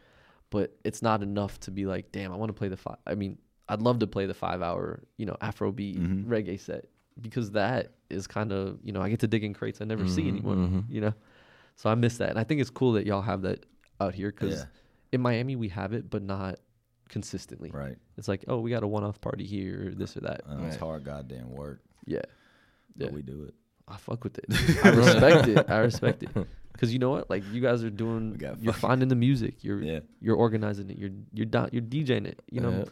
S5: but it's not enough to be like, damn, I want to play the five. I mean, I'd love to play the five hour, you know, Afrobeat
S2: Mm-hmm.
S5: reggae set because that is kind of, you know, I get to dig in crates I never
S2: Mm-hmm,
S5: see anymore, you know? So I miss that. And I think it's cool that y'all have that out here because
S2: Yeah.
S5: in Miami we have it, but not consistently.
S2: Right.
S5: It's like, oh, we got a one off party here, this or that.
S2: Uh, It's hard goddamn work,
S5: yeah.
S2: but
S5: Yeah.
S2: we do it.
S5: I fuck with it. I respect it. I respect it. Cause you know what? Like you guys are doing,
S2: got
S5: you're finding the music. You're
S2: Yeah.
S5: you're organizing it. You're you're di- you're DJing it. You know,
S3: Yeah.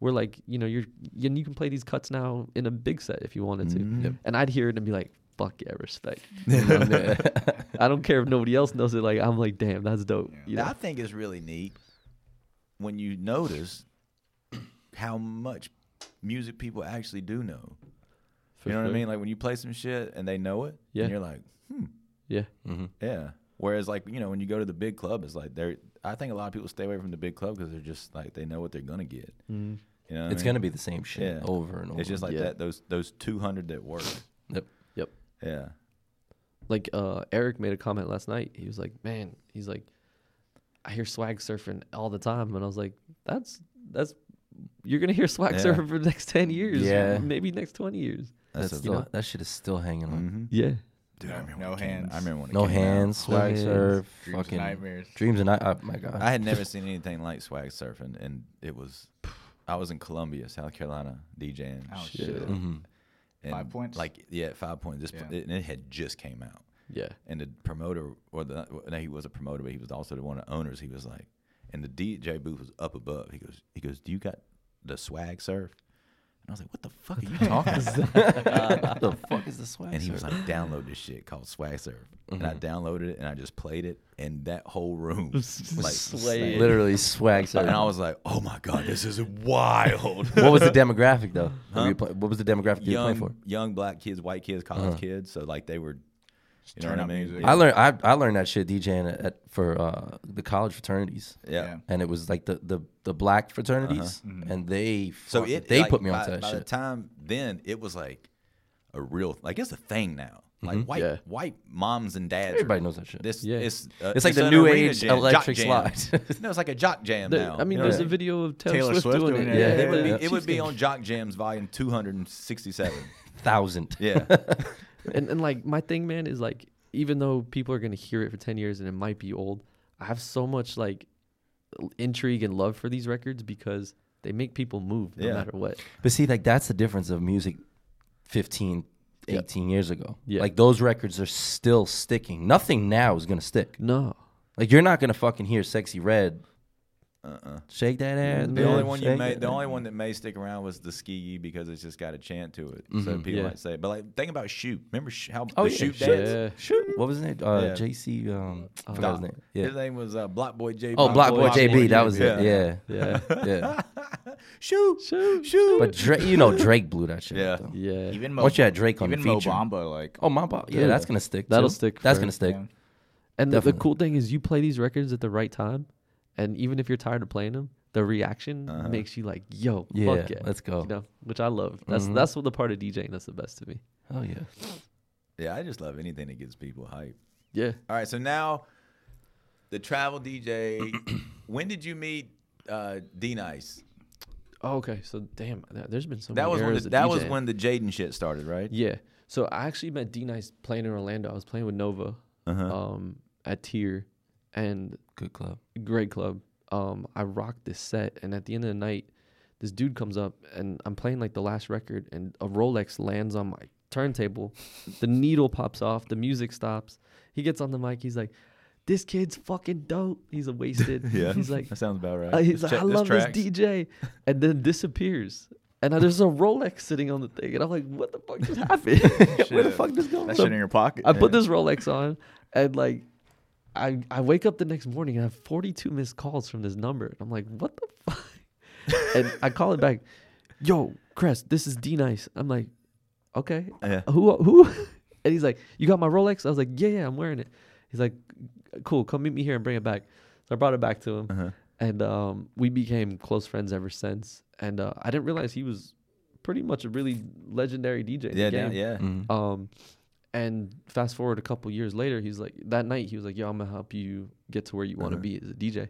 S5: we're like you know you're you, you can play these cuts now in a big set if you wanted to.
S2: Mm-hmm.
S5: And I'd hear it and be like, fuck yeah, respect. You know, I don't care if nobody else knows it. Like I'm like, damn, that's dope. You know?
S2: I think it's really neat when you notice how much music people actually do know.
S5: For
S2: you know what
S5: sure.
S2: I mean? Like when you play some shit and they know it,
S5: Yeah.
S2: and you're like,
S5: Yeah.
S3: Mm-hmm.
S2: Yeah. Whereas, like you know, when you go to the big club, it's like they're. I think a lot of people stay away from the big club because they're just like they know what they're gonna get.
S4: Mm-hmm.
S2: Mm. You know, what I
S3: It's
S2: mean?
S3: gonna be the same shit
S2: Yeah.
S3: over and over.
S2: It's just like
S5: Yeah.
S2: that. Those those two hundred that work.
S3: Yep.
S5: Yep.
S2: Yeah.
S5: like uh, Eric made a comment last night. He was like, "Man, he's like, I hear swag surfing all the time," and I was like, "That's that's you're gonna hear swag
S2: Yeah.
S5: surfing for the next ten years,
S3: Yeah.
S5: maybe next twenty years."
S3: That's
S2: That's Mm-hmm.
S3: still, that shit is still hanging on.
S5: Yeah,
S4: Dude, no, no hands.
S2: I remember when it
S3: No
S2: came out.
S3: hands, swag
S5: hands.
S3: surf,
S4: Dreams and
S3: fucking
S4: nightmares.
S3: Dreams and I. Oh my god.
S2: I had never seen anything like swag surfing, and it was. I was in Columbia, South Carolina, DJing.
S4: Oh,
S2: shit.
S4: shit.
S5: Mm-hmm.
S2: And
S4: Five Points?
S2: Like yeah, at five points. This
S4: Yeah.
S2: it, and it had just came out.
S5: yeah,
S2: and the promoter or the no, he was a promoter, but he was also the one of the owners. He was like, and the DJ booth was up above. He goes, he goes, do you got the swag surf? And I was like, what the fuck are you talking? about?
S3: what the fuck is the swag?
S2: And he was
S3: surf?
S2: like, download this shit called swag surf. And
S3: Mm-hmm.
S2: I downloaded it and I just played it, and that whole room like
S5: slaying.
S3: literally swag surf.
S2: And I was like, oh my god, this is wild.
S3: what was the demographic though? Who you play- what was the demographic you were
S2: young
S3: playing for? Uh-huh.
S2: young black kids, white kids, college kids. So like they were, you know
S4: turn
S2: what I
S4: up
S2: mean?
S4: music.
S2: Yeah.
S3: I learned I, I learned that shit DJing at, at for uh, the college fraternities.
S2: yeah. Uh-huh.
S4: Yeah.
S3: And it was like the the, the black fraternities, and they
S2: So
S3: fucking-
S2: it
S3: they
S2: like,
S3: put me
S2: by,
S3: on that
S2: by the
S3: shit.
S2: time then it was like a real like it's a thing now. Like white
S5: Yeah.
S2: white moms and dads. are-
S3: Mm-hmm. Everybody knows that shit.
S2: This
S5: Yeah.
S2: it's uh,
S3: It's like the
S2: an
S3: new
S2: arena
S3: age
S2: jam, jock
S3: electric
S2: jam.
S3: slide.
S2: no, it's like a jock jam
S5: There-
S2: now.
S5: I
S2: you
S5: mean,
S2: know
S5: there's
S2: what
S5: a video of Taylor,
S4: Taylor
S5: Swift,
S4: Swift
S5: doing,
S4: doing
S5: it.
S4: it.
S5: Yeah,
S2: It would be
S5: yeah.
S2: it would be on Jock Jams Volume 267.
S3: Thousand.
S2: Yeah,
S5: and and like my thing, man, is like even though people are gonna hear it for ten years and it might be old, I have so much like intrigue and love for these records because they make people move no
S2: Yeah.
S5: matter what.
S3: But see, like that's the difference of music 15,
S5: Yeah.
S3: 18 years ago.
S5: Yeah.
S3: Like those records are still sticking. Nothing now is gonna stick.
S5: No,
S3: Like you're not gonna fucking hear sexy red. Uh-uh. Shake that ass.
S2: the only one you made, the only one that may stick around was the ski Yee because it's just got a chant to it. So people
S5: Yeah.
S2: might say, but like think about shoot. Remember Sh- how
S3: Mm-hmm. Oh,
S2: the
S3: yeah.
S2: shoot
S3: Shoot.
S2: dance?
S5: Yeah.
S3: Shoot. What was his name? Uh,
S2: Yeah.
S3: JC. Um, I forgot
S2: Doc.
S3: his name.
S2: His
S3: Yeah.
S2: name was uh, Block Boy JB.
S3: Oh, Block Boy
S5: Boy
S3: JB. That was
S2: Yeah.
S3: it. Yeah.
S5: yeah.
S3: Yeah.
S2: shoo, shoo, shoo.
S3: But Drake, you know, Drake blew that shit.
S2: Yeah.
S3: Up, though.
S5: Yeah.
S2: even Mo,
S3: Once you had Drake on
S2: even
S3: the
S2: Mo
S3: feature.
S2: Bamba, like
S3: Oh, my Bob. Yeah,
S5: Yeah.
S3: that's gonna stick.
S5: That'll
S3: too.
S5: stick
S3: That's
S5: for-
S3: gonna stick.
S2: yeah.
S5: and the, the
S3: definitely.
S5: cool thing is you play these records at the right time, and even if you're tired of playing them, the reaction makes you like, "Yo,
S3: Yeah,
S5: fuck yeah,
S3: let's go.
S5: You know, which I love. That's
S3: Mhm.
S5: that's what the part of DJing that's the best to me.
S3: Oh yeah.
S2: yeah, I just love anything that gets people hype.
S5: Yeah.
S2: All right, so now the travel DJ. when did you meet uh, D Nice?
S5: Oh, okay. So damn, th- there's been so
S2: That
S5: many
S2: was when
S5: eras
S2: the,
S5: of
S2: that was
S5: DJing.
S2: when the Jaden shit started, right?
S5: Yeah. So I actually met D Nice playing in Orlando. I was playing with Nova
S2: Uh-huh.
S5: um, at Tier, and
S3: Good club.
S5: great club. Um, I rocked this set, and at the end of the night, this dude comes up, and I'm playing like the last record, and a Rolex lands on my turntable. the needle pops off. The music stops. He gets on the mic. He's like, "This kid's fucking dope." He's a wasted. He's like,
S2: that sounds about right.
S5: uh, he's
S2: This
S5: like,
S2: check-
S5: "I love this
S2: tracks.
S5: DJ," and then disappears. And now there's a Rolex sitting on the thing, and I'm like, "What the fuck just happened? Where the
S2: Shit.
S5: fuck just go?"
S4: That
S5: So
S4: shit in your pocket.
S5: I put this Rolex on, and like, I I wake up the next morning and I have 42 missed calls from this number. And I'm like, what the fuck? and I call it back. Yo, Crest, this is D Nice. I'm like, okay,
S2: Yeah.
S5: who who? And he's like, you got my Rolex? I was like, yeah, yeah, I'm wearing it. He's like, cool, come meet me here and bring it back. So I brought it back to him,
S2: Uh-huh.
S5: and um, we became close friends ever since. And uh, I didn't realize he was pretty much a really legendary DJ. in the
S2: Yeah,
S5: game.
S2: yeah, yeah.
S3: Mm.
S5: Um, and fast forward a couple years later, he's like that night he was like, "Yo, I'm gonna help you get to where you want to be as a DJ."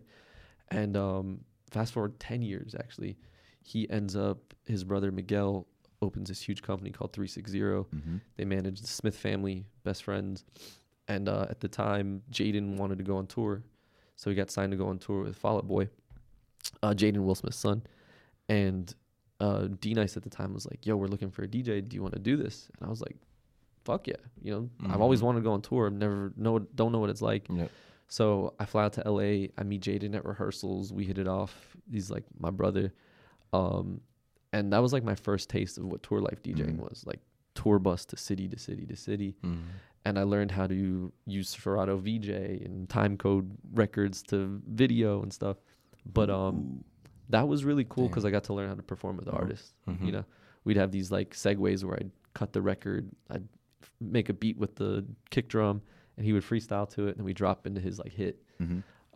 S5: And um, fast forward ten years, actually, he ends up his brother Miguel opens this huge company called 360.
S2: Mm.
S5: They manage the Smith family, best friends, and uh, at the time Jaden wanted to go on tour, so he got signed to go on tour with Fall Out Boy, uh, Jaden Will Smith's son, and uh, D Nice at the time was like, "Yo, we're looking for a DJ. Do you want to do this?" And I was like, "Fuck yeah!" You know, I've always wanted to go on tour. I've never know don't know what it's like.
S3: Yep.
S5: So I fly out to LA. I meet Jaden at rehearsals. We hit it off. He's like my brother, um, and that was like my first taste of what tour life DJing was like tour bus to city to city to city.
S3: Mm.
S5: And I learned how to use Serato VJ and time code records to video and stuff. But um, that was really cool because I got to learn how to perform with artists. You know, we'd have these like segues where I'd cut the record, I'd f- make a beat with the kick drum, and he would freestyle to it, and we drop into his like hit.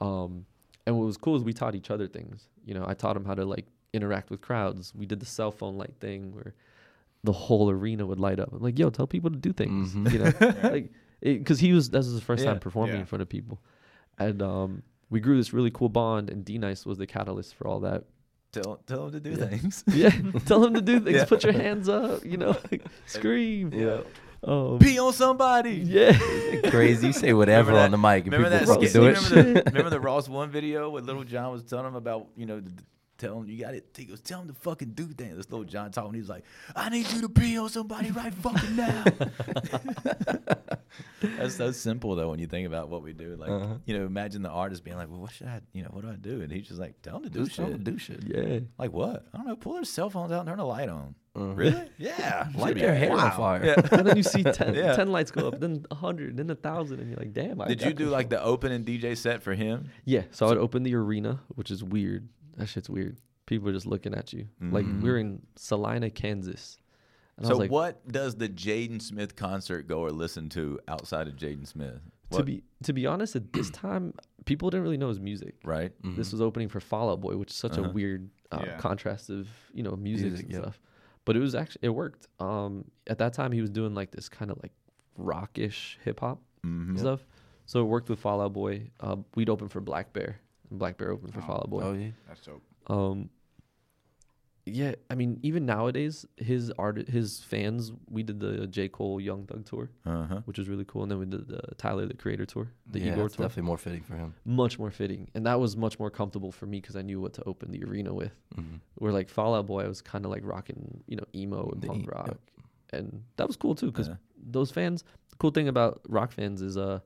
S5: Um, and what was cool is we taught each other things. You know, I taught him how to like interact with crowds. We did the cell phone light thing where the whole arena would light up. I'm like, yo, tell people to do things. You know, like because he was this was his first
S2: Yeah.
S5: time performing
S4: Yeah.
S5: in front of people, and um, we grew this really cool bond. And D Nice was the catalyst for all that.
S2: Tell tell him to do things.
S5: Yeah, tell him to do things.
S2: Yeah.
S5: Put your hands up. You know, scream. Yeah. Um,
S2: Pee on somebody.
S5: yeah.
S3: Crazy. You say whatever
S2: Remember
S3: on the mic, and people
S2: Remember that
S3: fucking
S2: skit-
S3: do it.
S2: Remember the, remember the Ross One video where Little John was telling him about, you know, th- tell him you got it. He goes, tell him to fucking do things. This Little John talking. He was like, I need you to pee on somebody right fucking now. That's so simple though when you think about what we do. Like,
S3: Uh-huh.
S2: you know, imagine the artist being like, well, what should I, you know, what do I do? And he's just like, tell him to do,
S3: Do
S2: shit.
S3: shit. Do shit.
S5: Yeah.
S2: Like what? I don't know. Pull their cell phones out and turn the light on. Really? Yeah.
S3: Light Uh-huh. their hair on fire.
S5: And then you see 10,
S2: Yeah.
S5: 10 lights go up, then a hundred, then a thousand, and you're like, damn. I
S2: Did
S5: got
S2: you do
S5: this.
S2: like the open and DJ set for him?
S5: Yeah. So, I'd open the arena, which is weird. That shit's weird. People are just looking at you. Like we were in Salina, Kansas. And
S2: Mm.
S5: I
S2: So
S5: was like,
S2: what does the Jaden Smith concert goer listen to outside of Jaden Smith?
S5: to
S2: What-
S5: be to be honest, at this time, people didn't really know his music.
S2: right.
S3: Mm.
S5: This was opening for Fall Out Boy, which is such
S2: Uh-huh.
S5: a weird uh,
S4: Yeah.
S5: contrast of you know music,
S3: Music,
S5: and
S3: yeah.
S5: stuff. But it was actually it worked. Um, at that time, he was doing like this kind of like rockish hip hop
S2: Mm-hmm.
S5: stuff. So it worked with Fall Out Boy. Um, we'd open for Black Bear, and Black Bear opened for Fall Out Boy.
S3: Oh yeah.
S4: That's dope.
S5: Um, yeah, I mean, even nowadays, his art, his fans. We did the J Cole Young Thug tour,
S2: Uh-huh.
S5: which was really cool, and then we did the Tyler the Creator tour, the
S3: yeah,
S5: Igor
S3: that's
S5: tour.
S3: definitely more fitting for him.
S5: Much more fitting, and that was much more comfortable for me because I knew what to open the arena with.
S3: Mm-hmm.
S5: Where like Fallout Boy, I was kind of like rocking, you know, emo and
S3: The
S5: punk
S3: e-
S5: rock, and that was cool too because those fans. The cool thing about rock fans is uh,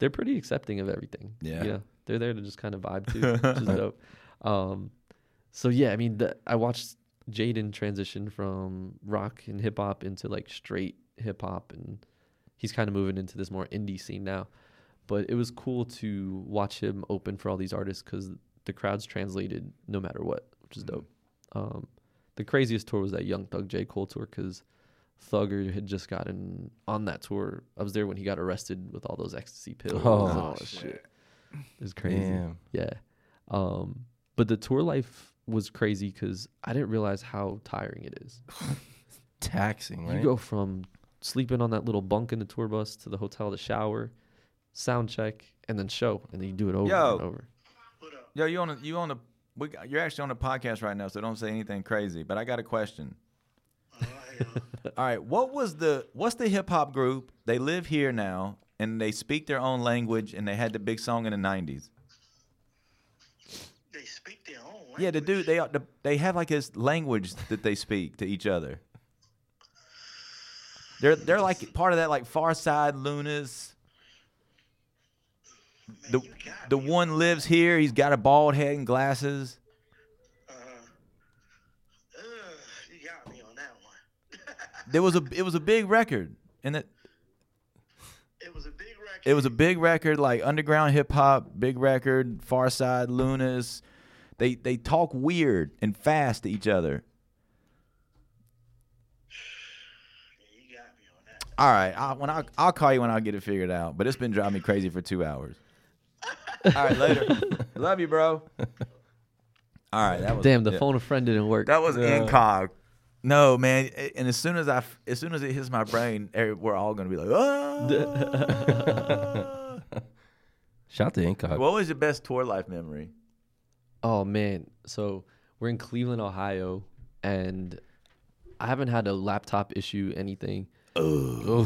S5: they're pretty accepting of everything.
S2: Yeah.
S5: you know? they're there to just kind of vibe too, which is dope. Um, so yeah, I mean, the, I watched Jaden transition from rock and hip hop into like straight hip hop, and he's kind of moving into this more indie scene now. But it was cool
S3: Mm.
S5: to watch him open for all these artists because the crowds translated no matter what, which is dope. Um, the craziest tour was that Young Thug J Cole tour because Thugger had just gotten on that tour. I was there when he got arrested with all those ecstasy pills
S3: Oh,
S5: and all that shit. It was crazy.
S3: Damn.
S5: Yeah. Um, but the tour life was crazy because I didn't realize how tiring it is.
S3: Taxing, right?
S5: You go from sleeping on that little bunk in the tour bus to the hotel, the shower, sound check, and then show, and then you do it over
S2: Yo.
S5: and over.
S2: Yo, you on a, you on a we, got- you're actually on a podcast right now, so don't say anything crazy. But I got a question. All right, what was the what's the hip hop group? They live here now and they speak their own language and they had the big song in the 90s.
S6: They speak their own language.
S2: Yeah, the dude they are- the, they have like this language that they speak to each other. They're they're like part of that like Far Side Lunas. The the one lives here. He's got a bald head and glasses.
S6: Ugh, uh, you got me on that one.
S2: There was a it was a big record and it
S6: It was a big record.
S2: it was a big record like underground hip hop, big record, Far Side Lunas. They they talk weird and fast to each other.
S6: you got me on that.
S2: All right, I, when I I'll call you when I get it figured out. But it's been driving me crazy for two hours. All right, later. Love you, bro. All right, that was
S5: Damn, the
S2: yeah.
S5: phone a friend didn't work.
S2: That was incog. No man, a- and as soon as I f- as soon as it hits my brain, every- we're all gonna be like, "Ah." oh.
S3: Shout out to Incog.
S2: what was your best tour life memory?
S5: Oh man, so we're in Cleveland, Ohio, and I haven't had a laptop issue anything. Oh,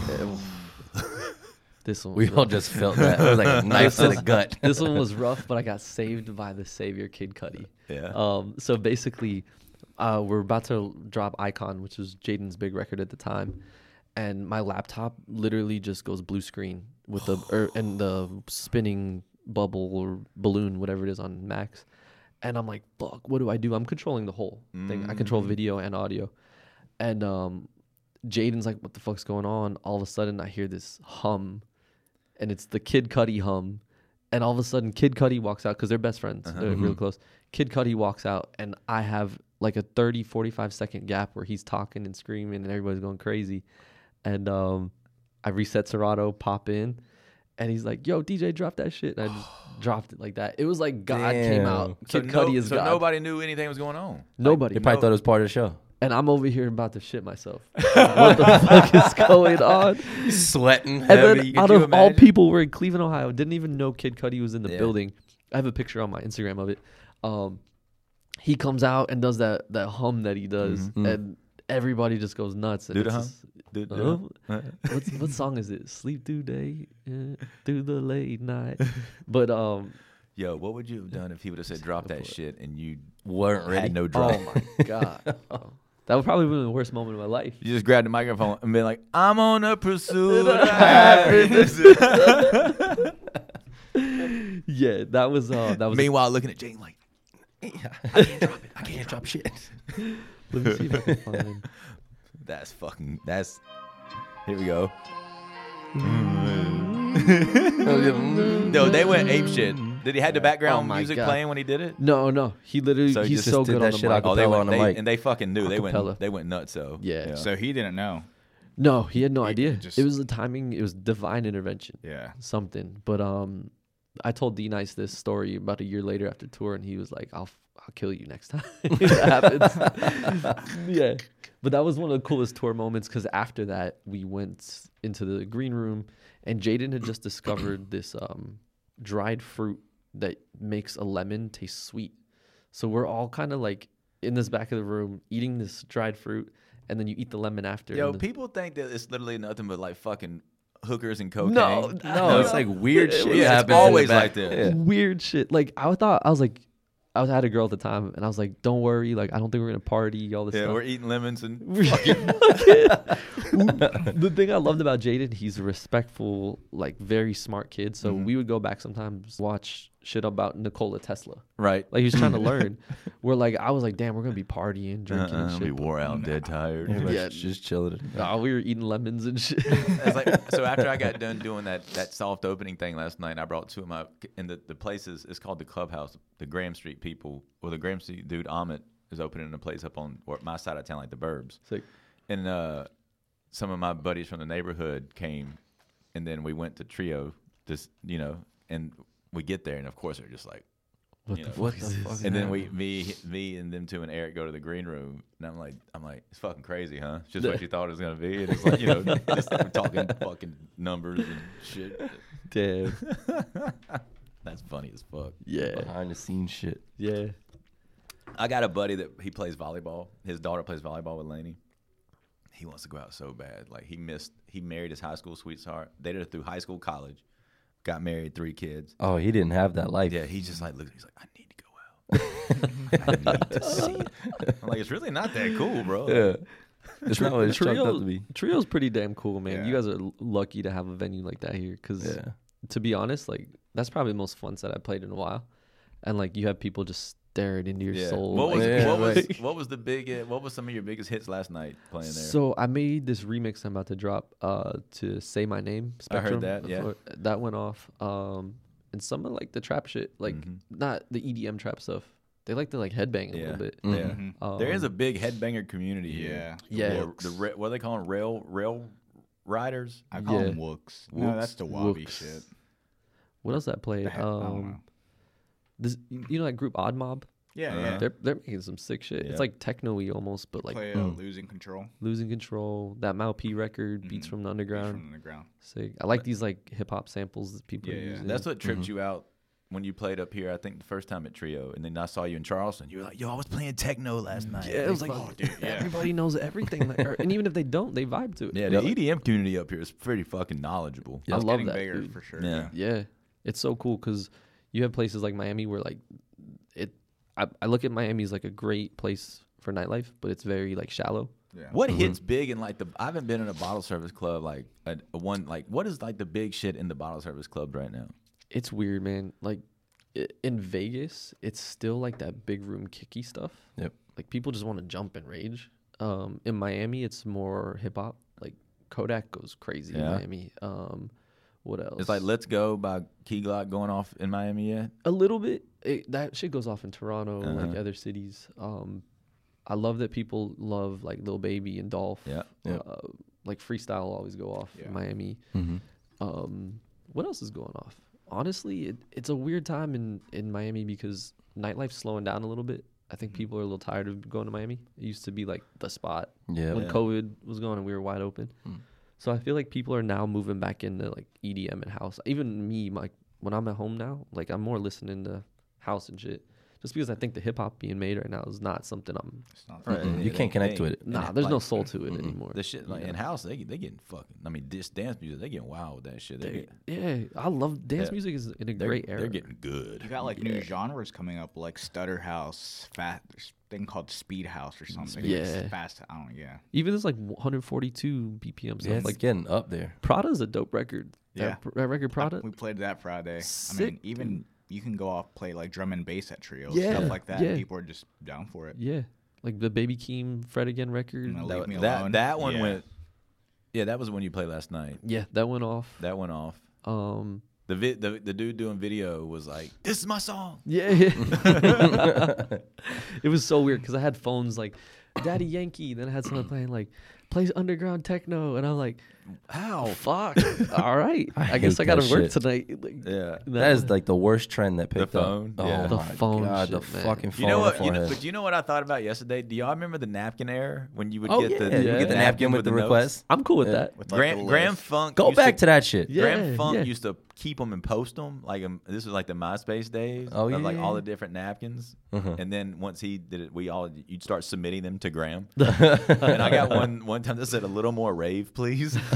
S5: this one. Was
S3: we all
S5: rough.
S3: just felt that. It was like a knife to the gut.
S5: this one was rough, but I got saved by the savior, Kid Cudi.
S2: Yeah.
S5: Um. So basically, uh, we're about to drop Icon, which was Jaden's big record at the time, and my laptop literally just goes blue screen with the er, and the spinning bubble or balloon, whatever it is on Max, and I'm like, fuck, what do I do? I'm controlling the whole thing. I control video and audio, and um, Jaden's like, what the fuck's going on? All of a sudden, I hear this hum and it's the Kid Cudi hum, and all of a sudden Kid Cudi walks out because they're best friends,
S2: Uh-huh.
S5: they're
S2: Mm-hmm.
S5: real close. Kid Cudi walks out, and I have like a 30, 45 second gap where he's talking and screaming, and everybody's going crazy, and um, I reset Serato, pop in, and he's like, "Yo, DJ, drop that shit," and I just dropped it like that. It was like God came
S3: Damn.
S5: out.
S2: So
S5: Kid
S2: no-
S5: Cudi is
S2: so
S5: God.
S2: nobody knew anything was going on.
S5: Nobody.
S3: They probably thought it was part of the show.
S5: and I'm over here about to shit myself. what the fuck is going on?
S3: Sweating
S5: And
S3: heavy.
S5: then out
S2: you
S5: of all
S2: imagine?
S5: people were in Cleveland, Ohio. Didn't even know Kid Cudi was in the building. I have a picture on my Instagram of it. Um, he comes out and does that that hum that he does, and everybody just goes nuts. And
S2: Mm-hmm. Mm. Do the
S5: it's
S2: hum.
S5: just-
S2: Dude, dude.
S5: Huh? What's, what song is it? Sleep through day, uh, through the late night. But um,
S2: Yo, what would you have done if he would have said drop that shit and you
S3: weren't ready.
S2: had
S5: Oh
S2: no drop?
S5: God, that would probably be the worst moment of my life.
S2: You just grabbed the microphone and been like, "I'm on a pursuit of happiness."
S5: Yeah, that was uh, that was.
S2: Meanwhile, looking at Jane like,
S3: I can't drop shit.
S5: let me see if I can find.
S2: "That's fucking. That's." Here we go.
S3: Mm.
S2: No, they went ape shit. Did he had the background
S5: Oh my
S2: music
S5: God.
S2: playing when he did it?
S5: No, no, he literally
S2: So
S5: he's
S2: just-
S5: so
S3: just did
S5: good
S3: that
S5: on the
S3: shit
S5: mic.
S3: acapella
S2: they went,
S3: on the
S2: they,
S3: mic.
S2: and they fucking knew. They went.
S5: Acapella.
S2: They went nuts. So
S5: Yeah.
S4: So he didn't know.
S5: No, he had no idea.
S4: just-
S5: it was the timing. It was divine intervention,
S4: Yeah.
S5: something. But um, I told D Nice this story about a year later after tour, and he was like, "I'll f- I'll kill you next time if that happens." yeah, but that was one of the coolest tour moments because after that we went into the green room, and Jaden had just discovered this um dried fruit that makes a lemon taste sweet. So we're all kind of like in this back of the room eating this dried fruit. And then you eat the lemon after.
S2: yo,
S5: and the-
S2: people think that it's literally nothing but like fucking hookers and cocaine. Oh,
S5: No,
S3: No, it's like weird shit.
S2: yeah, it's
S3: happens in the
S2: always
S3: back.
S2: like this.
S3: Yeah.
S5: weird shit. Like I thought I was like I was I had a girl at the time and I was like, Don't worry, like I don't think we're gonna party, all this
S2: Yeah, we're
S5: stuff.
S2: eating lemons and
S5: the thing I loved about Jaden, he's a respectful, like very smart kid. So
S2: Mm-hmm.
S5: we would go back sometimes watch shit about Nikola Tesla.
S2: right.
S5: Like he was trying to learn. We're like I was like, damn, we're gonna be partying, drinking and
S2: Uh-uh, we
S5: shit.
S2: wore out, dead tired.
S3: Yeah, just chilling.
S5: Nah, we were eating lemons and shit.
S2: It's like, so after I got done doing that that soft opening thing last night, I brought two of my and the the places. It's called the clubhouse, the Graham Street people or the Graham Street dude Amit is opening a place up on or my side of town, like the Burbs.
S5: Sick.
S2: And uh, some of my buddies from the neighborhood came, and then we went to Trio. Just you know, and we get there, and of course they're just like,
S5: What
S2: you
S5: the
S2: know,
S3: What the fuck?
S2: and then we, me, me, and them two and Eric go to the green room, and I'm like, I'm like, it's fucking crazy, huh? It's just what you thought it was gonna be, and it's like, you know, just we're talking fucking numbers and shit.
S5: Damn.
S2: That's funny as fuck.
S5: Yeah.
S3: behind the scenes shit.
S5: Yeah.
S2: I got a buddy that he plays volleyball. His daughter plays volleyball with Laney. He wants to go out so bad. Like he missed. He married his high school sweetheart. They did it through high school, college. Got married, three kids.
S3: Oh, he didn't have that life.
S2: Yeah, he just like looks. He's like, I need to go out. I need to see. It. I'm like, it's really not that cool, bro.
S3: Yeah. It's not what it's chucked up
S5: Trio,
S3: to be.
S5: Trio's pretty damn cool, man. You
S4: Yeah.
S5: guys are l- lucky to have a venue like that here. Cause
S3: Yeah.
S5: to be honest, like that's probably the most fun set I played in a while. And like you have people just staring into your
S2: Yeah.
S5: soul.
S2: What
S5: like,
S2: was
S3: Yeah,
S2: what was
S3: right.
S2: what was the big uh, what was some of your biggest hits last night playing there?
S5: So I made this remix I'm about to drop uh, to say my name.
S2: I heard
S5: Spectrum.
S2: that, yeah.
S5: For- that went off. Um, and some of like the trap shit, like
S2: Mhm.
S5: not the EDM trap stuff. They like to like headbang a
S2: yeah,
S5: little bit.
S2: yeah.
S4: Mhm.
S5: Um,
S2: there is a big headbanger community here.
S4: Yeah.
S5: Yeah.
S2: Or the ra- what do they call them? Rail rail riders.
S4: I call
S5: Yeah.
S4: them wooks. No, that's the wabi
S5: Wooks.
S4: shit.
S5: what else I played?
S4: The he- I don't
S5: Um,
S4: know.
S5: this you know that group Odd Mob?
S4: Yeah,
S2: Uh,
S4: yeah.
S5: They're they're making some sick shit.
S2: Yeah.
S5: It's like techno y almost, but like mm.
S4: Play uh, losing control
S5: losing control. That Mal P record, beats
S4: Mhm.
S5: from the
S4: Beats
S5: underground.
S4: from the ground.
S5: Sick. I like these like hip hop samples that people
S4: Yeah,
S5: are
S4: yeah.
S5: using.
S2: That's what
S5: Mm-hmm.
S2: tripped you out when you played up here. I think the first time at Trio, and then I saw you in Charleston. You were like, "Yo, I was playing techno last night."
S5: yeah, it was like
S4: Oh, dude, yeah.
S5: everybody knows everything, like, or- and even if they don't, they vibe to it.
S2: Yeah, the EDM community up here is pretty fucking knowledgeable.
S5: I
S4: It's
S5: love
S4: getting
S5: that.
S4: bigger
S5: dude.
S4: for sure.
S2: Yeah.
S4: Yeah.
S5: Yeah, it's so cool because you have places like Miami where like it. I, I look at Miami as like a great place for nightlife, but it's very like shallow.
S4: Yeah.
S2: What
S5: Mm-hmm.
S2: hits big in like the? I haven't been in a bottle service club like a, a one like. What is like the big shit in the bottle service club right now?
S5: It's weird, man. Like i in Vegas, it's still like that big room kicky stuff.
S3: Yep.
S5: Like people just want to jump and rage. Um, in Miami, it's more hip hop. Like Kodak goes crazy in
S2: Yeah.
S5: Miami. Um, what else?
S2: It's like "Let's Go" by Key Glock going off in Miami yet?
S5: a little bit. It, that shit goes off in Toronto, like
S2: Uh-huh.
S5: other cities. Um, I love that people love like Lil Baby and Dolph.
S2: Yeah.
S3: Yeah.
S5: Uh, like freestyle will always go off
S4: Yeah.
S5: in Miami.
S3: Mhm.
S5: Um, what else is going off? Honestly, it, it's a weird time in in Miami because nightlife's slowing down a little bit. I think people are a little tired of going to Miami. It used to be like the spot
S3: Yeah. Mm.
S5: when
S2: Yeah.
S5: COVID was going and we were wide open. So I feel like people are now moving back into like EDM and house. Even me, like when I'm at home now, like I'm more listening to house and shit. Just because I think the hip hop being made right now is not something I'm.
S4: It's not
S5: Mm-hmm.
S2: Right.
S3: Mm-hmm. You can't connect to it.
S5: Nah,
S2: it-
S5: there's no
S2: like-
S5: soul to it anymore.
S2: The shit
S5: you
S2: like
S5: know?
S2: in house, they they getting fucking. I mean, this dance music, they getting wild with that shit. They
S5: They-
S2: get,
S5: yeah, I love dance
S2: Yeah.
S5: music is in a
S2: they're,
S5: great era.
S2: They're getting good.
S4: You got like new genres coming up, like Stutter House, fast thing called Speed House or something. It's
S5: Yeah.
S4: fast. I don't. Yeah,
S5: Even this like 142 BPM stuff.
S3: Yeah, it's
S5: like
S3: like getting up there.
S5: Prada's a dope record.
S4: Yeah.
S5: That, pr- that record Prada.
S4: we played that Friday. I
S5: Sick,
S4: mean, even you can go off play like drum and bass at trio,
S5: Yeah,
S4: stuff like that.
S5: yeah.
S4: and People are just down for it.
S5: yeah, like the Baby Keem Fred Again record.
S4: You know,
S2: That,
S4: leave me
S2: that,
S4: alone.
S2: that one
S4: Yeah.
S2: went. Yeah, that was when you played last night.
S5: Yeah, that went off.
S2: That went off.
S5: Um,
S2: The vi- the the dude doing video was like, "This is my song."
S5: Yeah. it was so weird because I had phones like Daddy Yankee, then I had someone playing like plays underground techno, and I'm like,
S2: How?
S5: fuck. All right,
S3: I
S5: I, guess
S3: hate
S5: I gotta
S3: that
S5: work
S3: shit.
S5: tonight. Like,
S2: Yeah.
S3: that is like the worst trend that picked
S2: phone,
S3: up.
S2: yeah.
S3: Oh
S5: The
S3: my
S5: phone
S3: God, the
S5: shit, man.
S3: fucking phone.
S2: You know
S3: on
S2: what?
S3: the
S2: You know,
S3: forehead.
S2: but you know what I thought about yesterday. Do y'all remember the napkin error when you would
S3: oh
S2: get
S3: yeah,
S2: the
S3: yeah.
S2: you would get the napkin with the, notes?
S3: request.
S5: I'm cool with
S3: Yeah.
S5: that.
S4: With, like, the
S2: Graham, Graham
S4: list.
S2: Funk.
S3: Go
S2: used to-
S3: back to that shit.
S5: Yeah.
S2: Graham Funk
S5: yeah.
S2: used to keep them and post them. Like um, this was like the MySpace days.
S3: Oh,
S2: of, like
S3: yeah.
S2: all the different napkins.
S3: Mhm.
S2: And then once he did it, we all you'd start submitting them to Graham. and I got one one time that said a little more rave, please.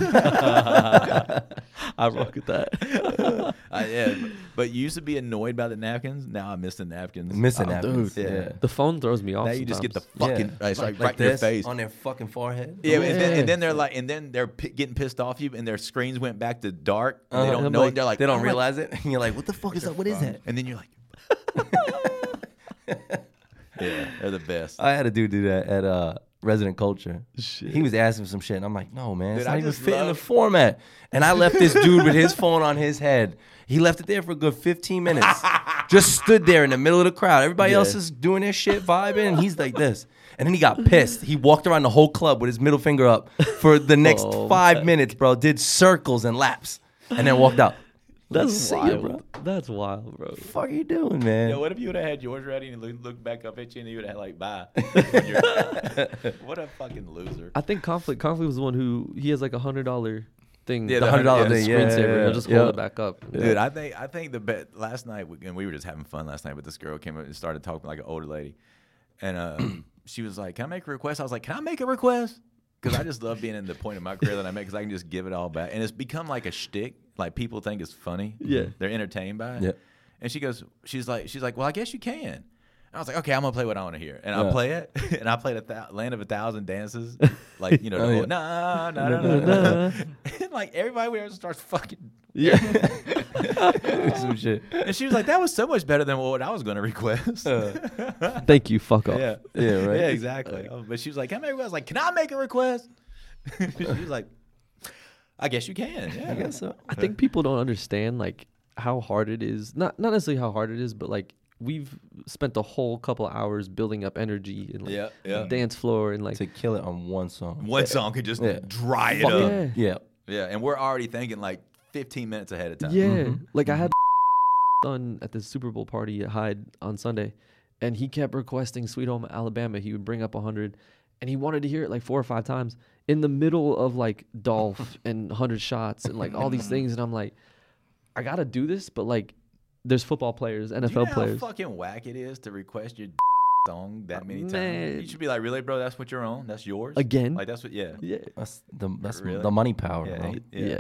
S5: I rock with that.
S2: I, yeah, but- but you used to be annoyed by the napkins. Now I miss the napkins.
S3: Missing
S2: Oh,
S3: that.
S2: dude. Yeah.
S3: Yeah.
S5: the phone throws me off.
S2: Now you just get the
S5: sometimes.
S2: fucking
S3: Yeah.
S2: it's like, right in your
S3: this,
S2: face.
S3: on their fucking forehead.
S2: Yeah, And, then,
S5: Yeah.
S2: and then they're like, and then they're p- getting pissed off you, and their screens went back to dark. and
S3: Uh-huh.
S2: they don't
S3: I'm
S2: know.
S3: like-
S2: it. They're like,
S3: they don't
S2: "Oh my-"
S3: realize it. And you're like, what the fuck is that? What is that?
S2: And then you're like, yeah, they're the best.
S3: I had a dude do that at uh resident culture. He was asking for some shit, and I'm like, no, man, it's
S2: Dude,
S3: not
S2: I
S3: even
S2: just
S3: fit in the
S2: love-
S3: format. And I left this dude with his phone on his head. He left it there for a good 15 minutes. just stood there in the middle of the crowd. Everybody else is doing their shit, vibing, and he's like this. And then he got pissed. He walked around the whole club with his middle finger up for the next
S5: Oh,
S3: five minutes, bro. Did circles and laps, and then walked out.
S5: That's
S3: See ya,
S5: wild.
S3: bro.
S5: That's wild, bro.
S3: fuck are you doing, man?
S2: Yo, what if you would have had yours ready and look- looked back up at you and you would have had like bye? You're- what a fucking loser.
S5: I think conflict. Conflict was the one who he has like a hundred dollar thing.
S2: Yeah,
S5: that
S2: the
S5: he
S2: $100
S5: has a
S2: thing,
S3: yeah,
S5: screensaver,
S3: yeah,
S5: He'll just
S3: yeah.
S5: hold it back up.
S2: Dude, I think I think the bet last night, we, and we were just having fun last night. But this girl came up and started talking like an older lady, and uh, she was like, "Can I make a request?" I was like, "Can I make a request?" Because I just love being in the point of my career that I'm at because I can just give it all back, and it's become like a shtick. Like people think it's funny.
S5: Yeah.
S2: they're entertained by it.
S3: Yeah.
S2: And she goes, she's like, she's like, "Well, I guess you can." And I was like, "Okay, I'm gonna play what I want to hear," and I
S3: Yeah.
S2: play it, and I played a thou- "Land of a Thousand Dances," like you know, the
S3: Oh,
S2: whole,
S3: yeah.
S2: nah, nah, nah, nah, nah. and like everybody we ever starts fucking
S5: yeah.
S3: some shit.
S2: and she was like, "That was so much better than what I was going to request."
S5: Thank you. Fuck off.
S2: yeah,
S3: Uh, Yeah, right.
S2: yeah, exactly. Oh, but she was like, "Can I?" make a request?" I was like, "Can I make a request?" she was like, "I guess you can." Yeah.
S3: I guess so.
S5: I think people don't understand like how hard it is. Not not necessarily how hard it is, but like we've spent the whole couple hours building up energy and like
S2: Yeah, yeah.
S5: dance floor and like
S3: To kill it on one song.
S2: One song could just
S3: Yeah.
S2: dry it
S5: Fuck
S2: up.
S5: yeah.
S2: Yeah.
S3: Yeah.
S2: and we're already thinking like 15 minutes ahead of time.
S5: Yeah, like I
S2: Mm-hmm.
S5: had done at the Super Bowl party at Hyde on Sunday, and he kept requesting "Sweet Home Alabama." He would bring up hundred, and he wanted to hear it like four or five times in the middle of like Dolph and Hundred Shots and like all
S2: Mm-hmm.
S5: these things, and I'm like, I gotta do this, but like, there's football players,
S2: Do
S5: NFL
S2: you know
S5: players.
S2: how fucking whack it is to request your song that many
S5: Man.
S2: times? You should be like, "Really, bro? That's what you're on. That's yours
S5: Again?
S2: Like that's what? Yeah,
S5: yeah,
S3: That's the that's
S2: Really?
S3: the money power,
S2: yeah,
S3: bro.
S2: it-
S5: yeah, yeah,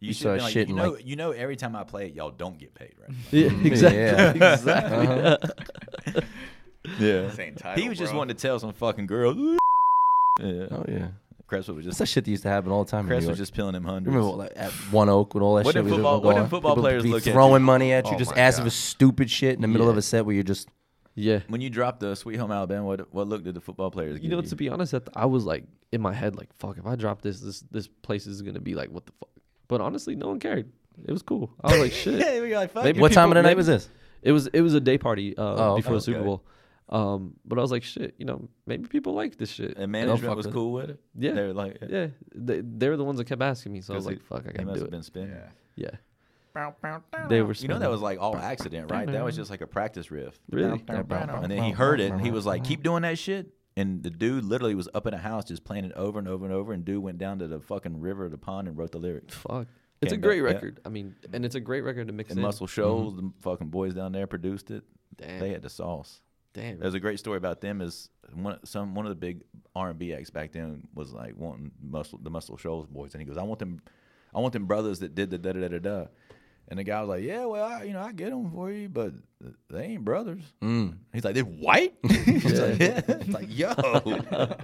S2: You,
S3: You
S2: should be
S3: start
S2: like,
S3: shitting,
S2: you know,
S3: like-
S2: you know, every time I play it, y'all don't get paid, right?
S5: exactly.
S3: Yeah.
S5: exactly.
S3: Uh-huh.
S2: yeah,
S4: Same title.
S2: He was just
S4: bro.
S2: wanting to tell some fucking girl. yeah.
S3: Oh yeah.
S2: Cresswood was just
S3: That's that shit that used to happen all the time. in
S2: Cress
S3: New
S2: was
S3: York.
S2: just peeling him hundreds.
S3: Remember like, at One Oak with all that
S2: What did
S3: shit. we was
S2: football- what did
S3: going?
S2: football
S3: People
S2: players
S3: be
S2: look at you?
S3: throwing money at you,
S4: Oh
S3: just
S4: my
S3: asking for
S4: God.
S3: stupid shit in the middle
S5: Yeah.
S3: of a set where you're just
S5: yeah.
S2: When you dropped the Sweet Home Alabama, what what look did the football players
S5: You
S2: give
S5: know, to be honest, at the, I was like in my head, like, "Fuck! If I drop this, this this place is gonna be like, what the fuck?" But honestly, no one cared. It was cool. I was like, "Shit."
S2: Yeah, we were like, fuck
S5: Maybe
S2: it.
S3: what time
S5: people-
S3: of the night
S5: maybe-
S3: was this?
S5: It was it was a day party uh,
S3: Oh,
S5: before the
S2: okay.
S5: Super Bowl. Um, but I was like, "Shit," you know, maybe people like this shit.
S2: And
S3: fuck
S2: management was
S3: with it.
S2: cool with it.
S5: Yeah.
S2: they were like,
S5: yeah, they, they were the ones that kept asking me, so I was
S2: Because
S5: like, "Fuck, I
S2: they
S5: gotta
S2: must
S5: do
S2: have
S5: it."
S2: been spinning.
S4: Yeah.
S5: Yeah, they were.
S2: You know that was like all accident, right? That was just like a practice riff.
S5: really.
S2: And then he heard it, and he was like, "Keep doing that shit." And the dude literally was up in a house just playing it over and over and over. And dude went down to the fucking river, the pond, and wrote the lyrics.
S5: Fuck. It's a
S2: Came
S5: great
S2: back, yeah.
S5: record. I mean, and it's a great record to mix
S2: And
S5: in.
S2: Muscle Shoals, the fucking boys down there produced it.
S5: Mm-hmm. Damn.
S2: They had the sauce.
S5: Damn.
S2: There's a great story about them. Is one some one of the big R and B acts back then was like wanting muscle the Muscle Shoals boys, and he goes, "I want them, I want them brothers that did the da da da da da." And the guy was like, "Yeah, well, I, you know, I get them for you, but they ain't brothers." Mm. He's like, "They're white." He's like, yeah. It's like, "Yo." all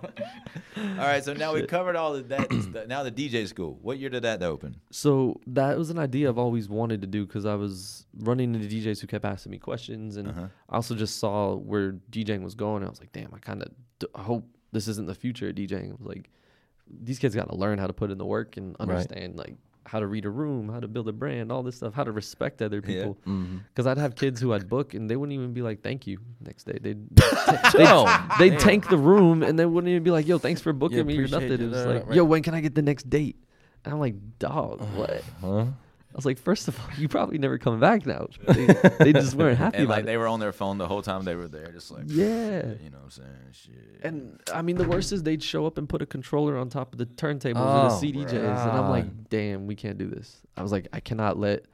S2: right, so now we covered all of that. stuff. now the DJ school. What year did that open?
S5: So that was an idea I've always wanted to do because I was running into DJs who kept asking me questions, and I also just saw where DJing was going. And I was like, damn, I kind of d- I hope this isn't the future of DJing. I was like, these kids got to learn how to put in the work and understand like how to read a room, how to build a brand, all this stuff, how to respect other people. Because I'd have kids who I'd book and they wouldn't even be like, "Thank you." Next day, they'd
S2: Ah,
S5: they would tank the room and they wouldn't even be like, "Yo, thanks for booking me or
S3: appreciate
S5: nothing."
S3: you.
S5: It was
S3: No, no,
S5: like,
S3: no, right.
S5: "Yo, when can I get the next date?" And I'm like, "Dog,
S2: Uh-huh.
S5: what?" I was like, first of all, you probably never come back now. They, they just weren't happy
S2: And
S5: about
S2: like
S5: it.
S2: they were on their phone the whole time they were there, just like,
S5: Yeah.
S2: you know what I'm saying? Shit.
S5: And I mean, the worst is they'd show up and put a controller on top of the turntables
S3: Oh,
S5: and the CDJs, and I'm like, damn, we can't do this. I was like, I cannot let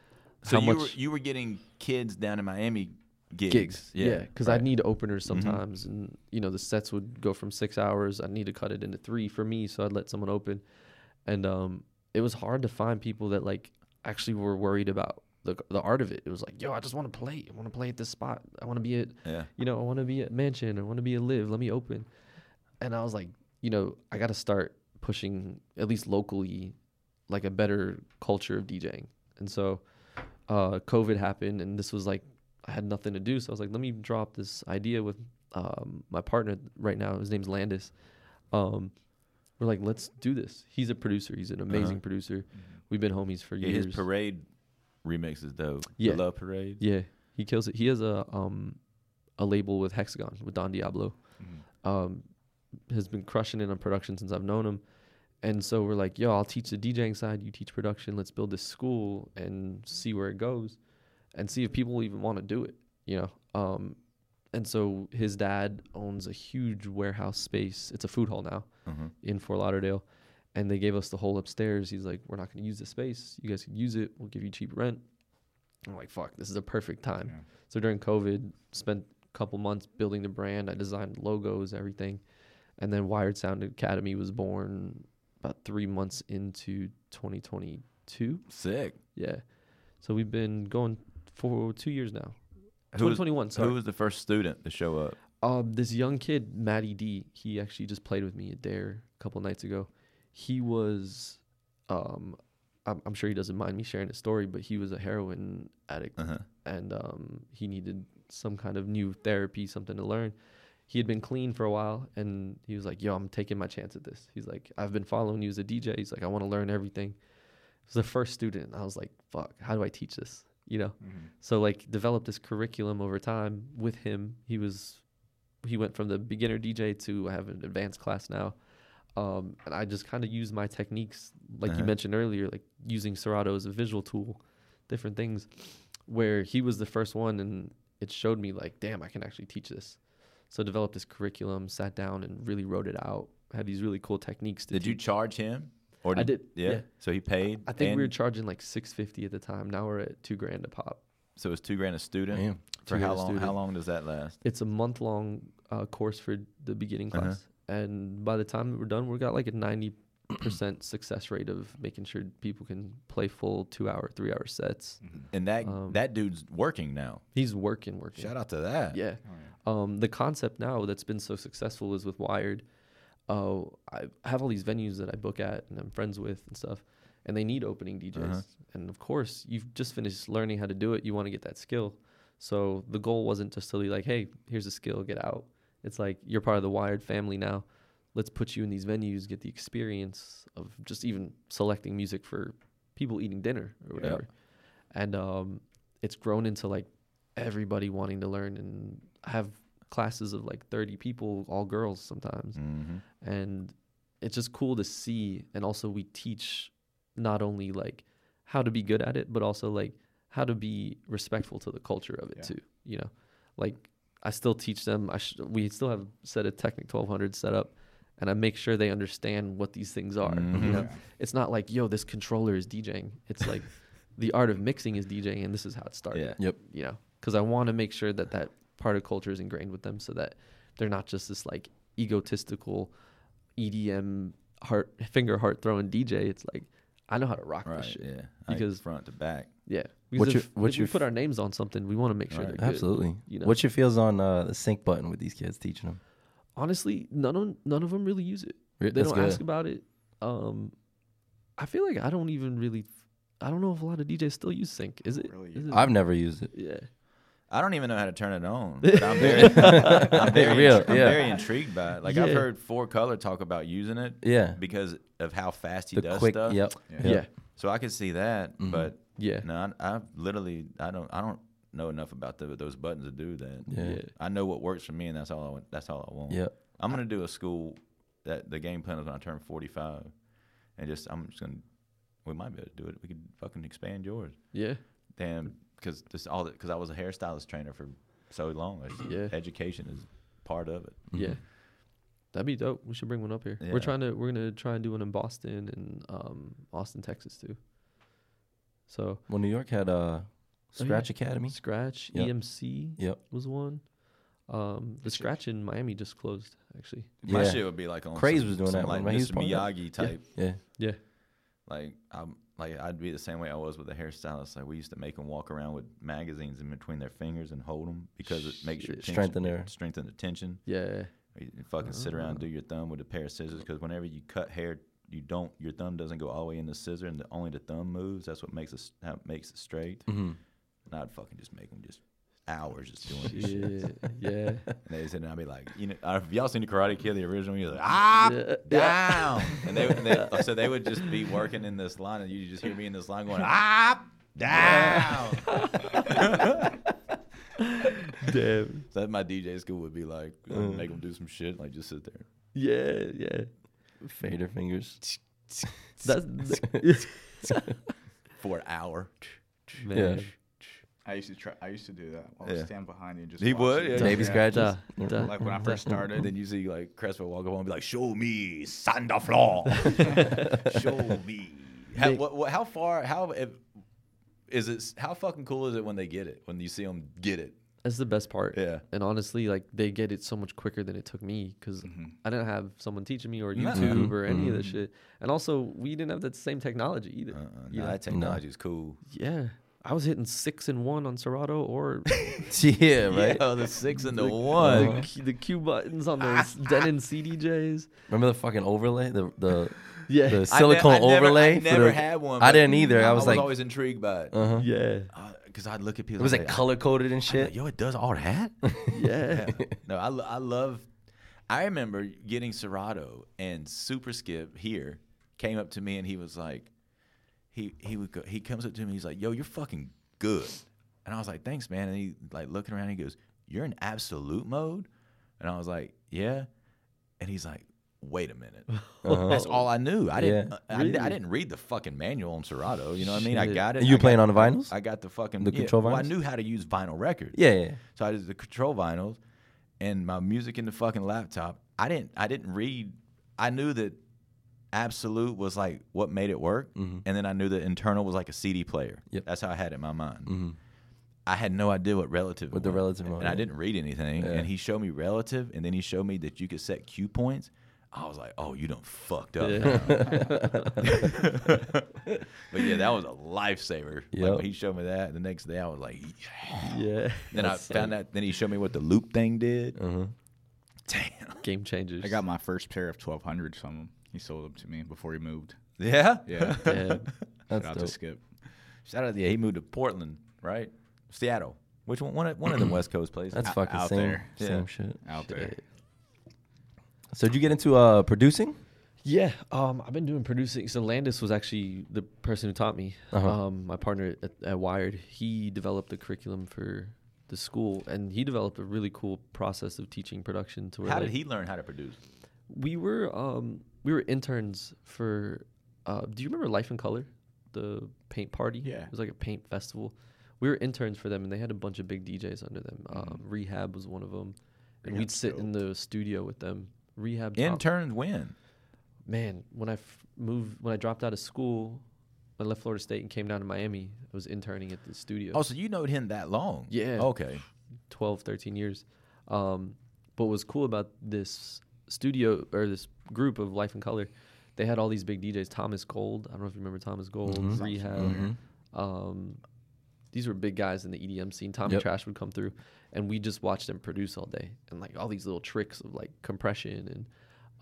S2: So
S5: how
S2: you
S5: much
S2: were, you were getting kids down in Miami gigs.
S5: gigs, yeah, Mm-hmm. because
S2: right.
S5: I need openers sometimes, and you know the sets would go from six hours. I need to cut it into three for me, so I'd let someone open, and um, it was hard to find people that like actually were worried about the the art of it. It was like, yo, I just want to play. I want to play at this spot. I want to be at
S2: Yeah.
S5: you know, I want to be a mansion. I want to be a live. Let me open. And I was like, you know, I got to start pushing at least locally, like a better culture of DJing. And so, uh, COVID happened, and this was like I had nothing to do, so I was like, let me drop this idea with um, my partner right now. His name's Landis. um, we're like, let's do this. He's a producer. He's an amazing producer. We've been homies for
S2: Uh-huh. Mm-hmm. Yeah,
S5: years.
S2: his parade remix is dope.
S5: Yeah.
S2: The Love Parade.
S5: Yeah, he kills it. He has a um a label with Hexagon with Don Diablo. Um, has been crushing it on production since I've known him, and so we're like, yo, I'll teach the DJing side, you teach production. Let's build this school and see where it goes, and see if people even want to do it. You know. Um, and so his dad owns a huge warehouse space. It's a food hall now in Fort Lauderdale. And they gave us the whole upstairs. He's like, we're not going to use the space. You guys can use it. We'll give you cheap rent. I'm like, fuck, this is a perfect time. So during COVID, spent a couple months building the brand. I designed logos, everything. And then Wired Sound Academy was born about three months into 2022.
S2: Sick.
S5: Yeah. So we've been going for two years now.
S2: Who was-
S5: 2021, sorry.
S2: Who was the first student to show up?
S5: Um, this young kid, Matty D, he actually just played with me at Dare a couple nights ago. He was, um, I'm, I'm sure he doesn't mind me sharing his story, but he was a heroin addict and um, he needed some kind of new therapy, something to learn. He had been clean for a while and he was like, Yo, I'm taking my chance at this. He's like, I've been following you as a DJ. He's like, I want to learn everything. It was the first student. and I was like, fuck, how do I teach this? You know?
S2: Mm-hmm.
S5: So like developed this curriculum over time with him. He was he went from the beginner DJ to I have an advanced class now. Um, and I just kind of use my techniques, like
S2: Uh-huh.
S5: you mentioned earlier, like using Serato as a visual tool, different things, where he was the first one and it showed me like, damn, I can actually teach this. So developed this curriculum, sat down and really wrote it out. Had these really cool techniques. To
S2: Did you
S5: teach.
S2: charge him? Or
S5: I did,
S2: Yeah.
S5: yeah.
S2: So he paid.
S5: I think we were
S2: and-
S5: charging like six fifty at the time. Now we're at two grand a pop.
S2: so it's two grand a student.
S3: Damn.
S2: For
S5: Two grand
S2: how
S5: a
S2: long? How
S5: student.
S2: long does that last?
S5: It's a month long uh, course for the beginning
S2: Uh-huh.
S5: class, and by the time we're done, we got like a ninety percent success rate of making sure people can play full two hour, three hour sets.
S2: And that
S5: Um,
S2: that dude's working now.
S5: He's working, working.
S2: Shout out to that.
S5: Yeah. Um, the concept now that's been so successful is with Wired. Uh, I have all these venues that I book at and I'm friends with and stuff, and they need opening DJs. And of course, you've just finished learning how to do it. You want to get that skill. So the goal wasn't just to be like, hey, here's a skill, get out. It's like you're part of the Wired family now. Let's put you in these venues, get the experience of just even selecting music for people eating dinner or whatever and um, it's grown into like everybody wanting to learn and I have classes of like 30 people all girls sometimes
S2: Mm. Mm-hmm.
S5: and it's just cool to see and also we teach not only like how to be good at it but also like how to be respectful to the culture of it too you know like i still teach them i sh- we still have a set of technic 1200 set up and i make sure they understand what these things are you know it's not like yo this controller is djing it's like the art of mixing is djing and this is how it started
S2: Yeah.
S3: Yep.
S5: you know, because I want to make sure that that part of culture is ingrained with them so that they're not just this like egotistical EDM heart finger heart throwing DJ. It's like I know how to rock
S2: Right.
S5: this shit.
S2: Yeah. Like
S5: Because-
S2: front to back.
S5: Yeah, because
S3: What's
S5: if,
S3: your- what's
S5: if we
S3: your
S5: put
S3: f-
S5: our names on something, we want to make sure they're good.
S3: Absolutely.
S5: you know.
S3: What's your feels on uh, the sync button with these kids teaching them?
S5: Honestly, none of none of them really use it.
S3: Re-
S5: They
S3: that's
S5: don't
S3: good.
S5: ask about it. Um, I feel like I don't even really. I don't know if a lot of DJs still use sync. Is it?
S4: really
S5: is it-
S3: I've never used it.
S5: yeah.
S2: I don't even know how to turn it on. But I'm very, I'm, very,
S3: Real,
S2: I'm
S3: yeah.
S2: very intrigued by it. Like I've
S5: Yeah.
S2: heard Four Color talk about using it.
S3: Yeah.
S2: Because of how fast he
S3: The
S2: does
S3: quick.
S2: stuff.
S3: Yep. Mm-hmm.
S4: Yeah.
S5: yeah,
S2: So I could see that, but
S5: yeah,
S2: no, I, I literally I don't I don't know enough about the, those buttons to do that.
S3: Yeah.
S5: yeah.
S2: I know what works for me, and that's all I want. That's all I want.
S3: Yep.
S2: I'm gonna do a school that the game plan is when I turn 45, and just I'm just gonna we might be able to do it. We could fucking expand yours,
S5: yeah.
S2: damn, because this all because I was a hairstylist trainer for so long. It's-
S5: Yeah.
S2: Education is part of it.
S5: Yeah. That'd be dope. We should bring one up here.
S2: Yeah.
S5: We're trying to we're gonna try and do one in Boston and um Austin, Texas too. So
S3: Well, New York had
S5: Oh,
S3: uh, Scratch Academy.
S5: Scratch,
S3: Yep.
S5: EMC
S3: Yep.
S5: was one. Um the Scratch in Miami just closed, actually.
S2: My
S3: Yeah.
S2: shit would be like on
S3: Craze
S2: some-
S3: was doing
S2: some
S3: that
S2: like
S3: one, right? He was
S2: Mr.
S3: part of that.
S2: Miyagi type.
S3: Yeah.
S5: Yeah.
S2: Like I'm like I'd be the same way I was with the hairstylist. Like we used to make them walk around with magazines in between their fingers and hold them because it makes your
S5: Shit.
S2: tension-
S3: Strengthen their- Oh.
S2: strengthen the tension.
S5: Yeah.
S2: You fucking sit around and do your thumb with a pair of scissors because whenever you cut hair, you don't your thumb doesn't go all the way in the scissor and the,
S3: Mm-hmm.
S2: only the thumb moves. That's what makes us how it makes it straight. And I'd fucking just make them just hours just doing this shit.
S5: Shit, yeah.
S2: And they said, and I'd be like, you know, if y'all seen the Karate Kid, the original, you're like, ah,
S5: Yeah.
S2: down. And they, and they, oh, so they would just be working in this line, and you just hear me in this line going, ah, down.
S5: Damn.
S2: so that my DJ school would be like, uh, make them do some shit, like just sit there.
S5: Yeah, yeah.
S3: Fader fingers.
S5: That's
S2: for an hour.
S3: Yeah.
S5: man.
S4: I used to try. I used to do that. I would
S2: Yeah.
S4: stand behind you and just.
S2: He
S4: watch
S2: would,
S4: you.
S2: yeah.
S3: Baby scratches.
S5: Duh, duh.
S4: Like when I first started,
S2: And then you see like Crespo walk up and be like, "Show me Santa Floor. Show me." How, what, what, how far? How if, is it? How fucking cool is it when they get it? When you see them get it?
S5: That's the best part.
S2: Yeah.
S5: And honestly, like they get it so much quicker than it took me because I didn't have someone teaching me or
S2: No.
S5: YouTube or any of this shit. And also, we didn't have that same technology either.
S2: Uh-uh,
S5: you know?
S2: technology is cool.
S5: yeah. I was hitting six and one on Serato or
S3: Yeah, right.
S2: Yeah, the six and the one.
S5: the, Q- the Q buttons on those Denon CDJs.
S3: Remember the fucking overlay, the the
S5: Yeah.
S3: the
S2: I ne- I
S3: silicone
S2: never-
S3: overlay.
S2: I
S3: for
S2: never
S3: the-
S2: had one.
S3: I
S2: but mm,
S3: didn't either. I
S2: I
S3: was
S2: was
S3: like,
S2: always intrigued by it
S3: uh-huh.
S5: yeah.
S2: because I'd look at people.
S3: it was
S2: and
S3: like
S2: be
S3: color coded and shit.
S2: Yo, it does all that.
S5: Yeah.
S2: no, I, lo- I love. I remember getting Serato and Super Skip here came up to me and he was like, he he would go, he comes up to me he's like, yo, you're fucking good, and I was like, thanks, man. And he like looking around, he goes, you're in absolute mode, and I was like, yeah, and he's like. Wait a minute. That's all I knew. I didn't.
S3: Uh-huh. Yeah.
S2: I, I didn't- I didn't read the fucking manual on Serato. You know what I mean? I
S5: Shit.
S2: got it.
S3: And
S2: I
S3: you were playing
S2: got-
S3: on the vinyls?
S2: I got the fucking
S3: The
S2: yeah,
S3: control
S2: Well, I
S3: vinyls?
S2: knew how to use vinyl records.
S3: Yeah, yeah.
S2: So I did the control vinyls and my music in the fucking laptop. I didn't I didn't read I knew that absolute was like what made it work and then I knew that internal was like a CD player.
S3: Mm-hmm. Yep. Mm.
S2: That's how I had it in my mind.
S3: Mm-hmm.
S2: I had no idea what relative
S3: What the
S2: was.
S3: relative
S2: and,
S3: was,
S2: and I
S3: yeah.
S2: didn't read anything and he showed me relative and then he showed me that you could set cue points. I was like, "Oh, you done fucked up." now. but yeah, that was a lifesaver. Like,
S3: Yep.
S2: when he showed me that. The next day, I was like,
S5: Yeah.
S2: then I found out. Then he showed me what the loop thing did. Damn.
S5: Game changers.
S4: I got my first pair of 1200s from him. He sold them to me before he moved.
S2: Yeah.
S4: Yeah,
S5: Yeah.
S3: That's
S4: shout out to
S3: dope.
S4: Skip.
S2: Shout out. Yeah, he moved to Portland, right? Seattle. Which one? One of, one of them West Coast places.
S3: That's
S4: Out-
S3: fucking
S4: out
S3: same
S4: there.
S3: same
S2: Yeah.
S3: shit.
S4: Out there,
S3: So did you get into uh producing?
S5: Yeah, um, I've been doing producing. So Landis was actually the person who taught me.
S3: Uh-huh.
S5: Um, my partner at, at Wired, he developed the curriculum for the school, and he developed a really cool process of teaching production. To where
S2: how
S5: like,
S2: did he learn how to produce?
S5: We were um, we were interns for. Uh, do you remember Life in Color, the paint party?
S4: Yeah.
S5: it was like a paint festival. We were interns for them, and they had a bunch of big DJs under them.
S2: Mm-hmm.
S5: Um, Rehab was one of them, and we'd
S4: Rehab's
S5: sit in the studio with them. Rehab taught-
S2: Intern when?
S5: man, when I f- moved, when I dropped out of school, I left Florida State and came down to Miami. I was interning at the studio,
S2: Oh, so you know him that long?
S5: Yeah.
S2: Okay.
S5: 12, 13 years. Um, but what's cool about this studio or this group of Life and Color, they had all these big DJs. Thomas Gold, I don't know if you remember Thomas Gold, Rehab.
S3: Mm-hmm.
S5: Um, these were big guys in the EDM scene. Tommy
S3: Yep.
S5: Trash would come through, and we just watched them produce all day, and like all these little tricks of like compression and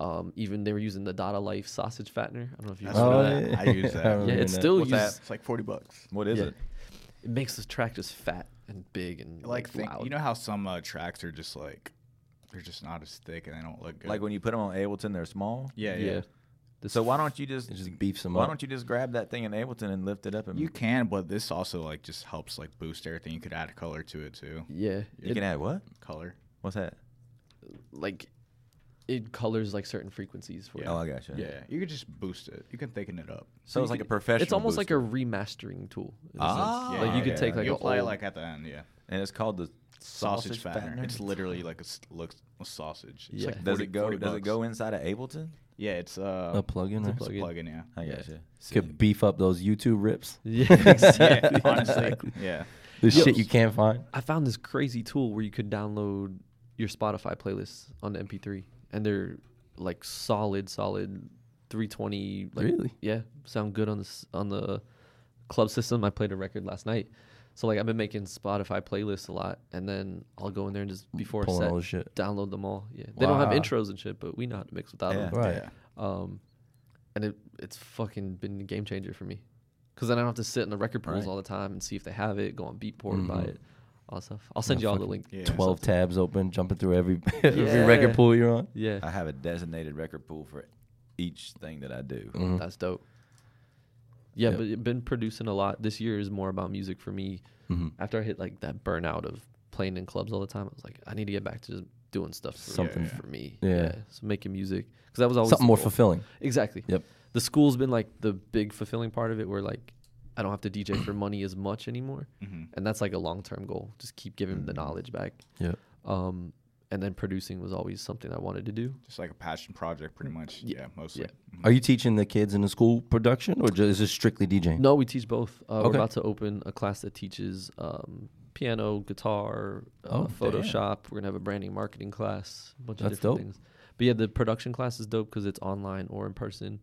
S5: um, even they were using the Dada Life sausage fattener. I don't know if you
S4: That's
S5: remember
S4: what
S5: that.
S4: I- I use that. Yeah,
S5: Yeah,
S3: Oh, remember
S5: it's
S3: that.
S5: still
S2: What's
S5: used.
S2: that?
S4: it's like forty bucks.
S2: What is
S5: Yeah.
S2: it?
S5: It makes the track just fat and big and
S4: Like,
S5: like,
S4: think,
S5: loud.
S4: you know how some uh, tracks are just like they're just not as thick and they don't look good.
S2: Like when you put them on Ableton, they're small.
S4: yeah, yeah.
S5: yeah.
S2: So why don't you just
S3: It just beefs them
S2: why
S3: up.
S2: don't you just grab that thing in Ableton and lift it up and
S4: You can, but this also like just helps like boost everything. You could add color to it too.
S5: yeah,
S2: you
S5: it,
S2: can add what?
S4: Color.
S2: What's that?
S5: like it colors like certain frequencies for
S2: Oh,
S5: you.
S2: I gotcha.
S4: Yeah, you could just boost it. You can thicken it up.
S2: So it's like a professional.
S5: It's almost
S2: booster.
S5: like a remastering tool. in a sense.
S2: Ah,
S5: like you could
S4: yeah.
S5: take like
S4: you
S5: a
S4: apply
S5: old,
S4: like at the end. Yeah,
S2: and it's called the
S4: sausage, fattener. It's literally like a s- looks a sausage. It's
S5: Yeah.
S4: like
S2: Does
S4: 40
S2: it go?
S4: 40
S2: Does it
S4: bucks.
S2: go inside of Ableton?
S4: Yeah, it's uh,
S3: a plug-in? Right?
S4: it's a
S5: plug-in.
S4: plug-in. Yeah.
S2: I
S5: Yeah.
S2: gotcha. Sick.
S3: Could beef up those YouTube rips.
S5: yeah.
S4: yeah, honestly, yeah.
S3: The shit you can't find.
S5: I found this crazy tool where you could download your Spotify playlists on MP3, and they're like solid, solid 320. Like,
S3: Really?
S5: Yeah, sound good on the s- on the club system. I played a record last night, so like I've been making Spotify playlists a lot, and then I'll go in there and
S2: Mm,
S5: just before a
S3: Pulling
S5: set,
S3: all the shit.
S5: download them all. Yeah, they don't have
S3: Wow.
S5: intros and shit, but we know how to mix without
S2: Yeah.
S5: them.
S3: Right.
S4: Yeah.
S5: Um, and it it's fucking been a game changer for me, because then I don't have to sit in the record pools
S2: Right.
S3: Mm-hmm.
S5: all the time and see if they have it, go on Beatport and buy it. all stuff. I'll send you all the link.
S4: Yeah.
S3: Twelve tabs open, jumping through every every
S5: Yeah.
S3: record pool you're on.
S5: Yeah,
S2: I have a designated record pool for each thing that I do.
S3: Mm-hmm.
S5: that's dope. Yeah,
S3: Yep.
S5: but you've been producing a lot. This year is more about music for me.
S3: Mm-hmm.
S5: After I hit like that burnout of playing in clubs all the time, I was like, I need to get back to just doing stuff for,
S3: Something.
S5: for me.
S3: Yeah.
S5: so making music because that was always
S3: Something more
S5: the goal.
S3: fulfilling.
S5: Exactly.
S3: Yep.
S5: The school's been like the big fulfilling part of it where like I don't have to DJ for money as much anymore.
S4: mm-hmm.
S5: And that's like a long term goal. Just keep giving
S3: Mm.
S5: the knowledge back.
S3: Yeah.
S5: Um and then producing was always something I wanted to do.
S4: Just like a passion project, pretty much. Yeah, mostly. Mm-hmm.
S3: Are you teaching the kids in the school production, or just, is this strictly DJing?
S5: No, we teach both. Uh, We're
S3: Okay.
S5: about to open a class that teaches um, piano, guitar, uh,
S3: Oh,
S5: Photoshop. We're gonna have a branding marketing class, a bunch of
S3: That's
S5: different
S3: dope.
S5: things. But yeah, the production class is dope because it's online or in person,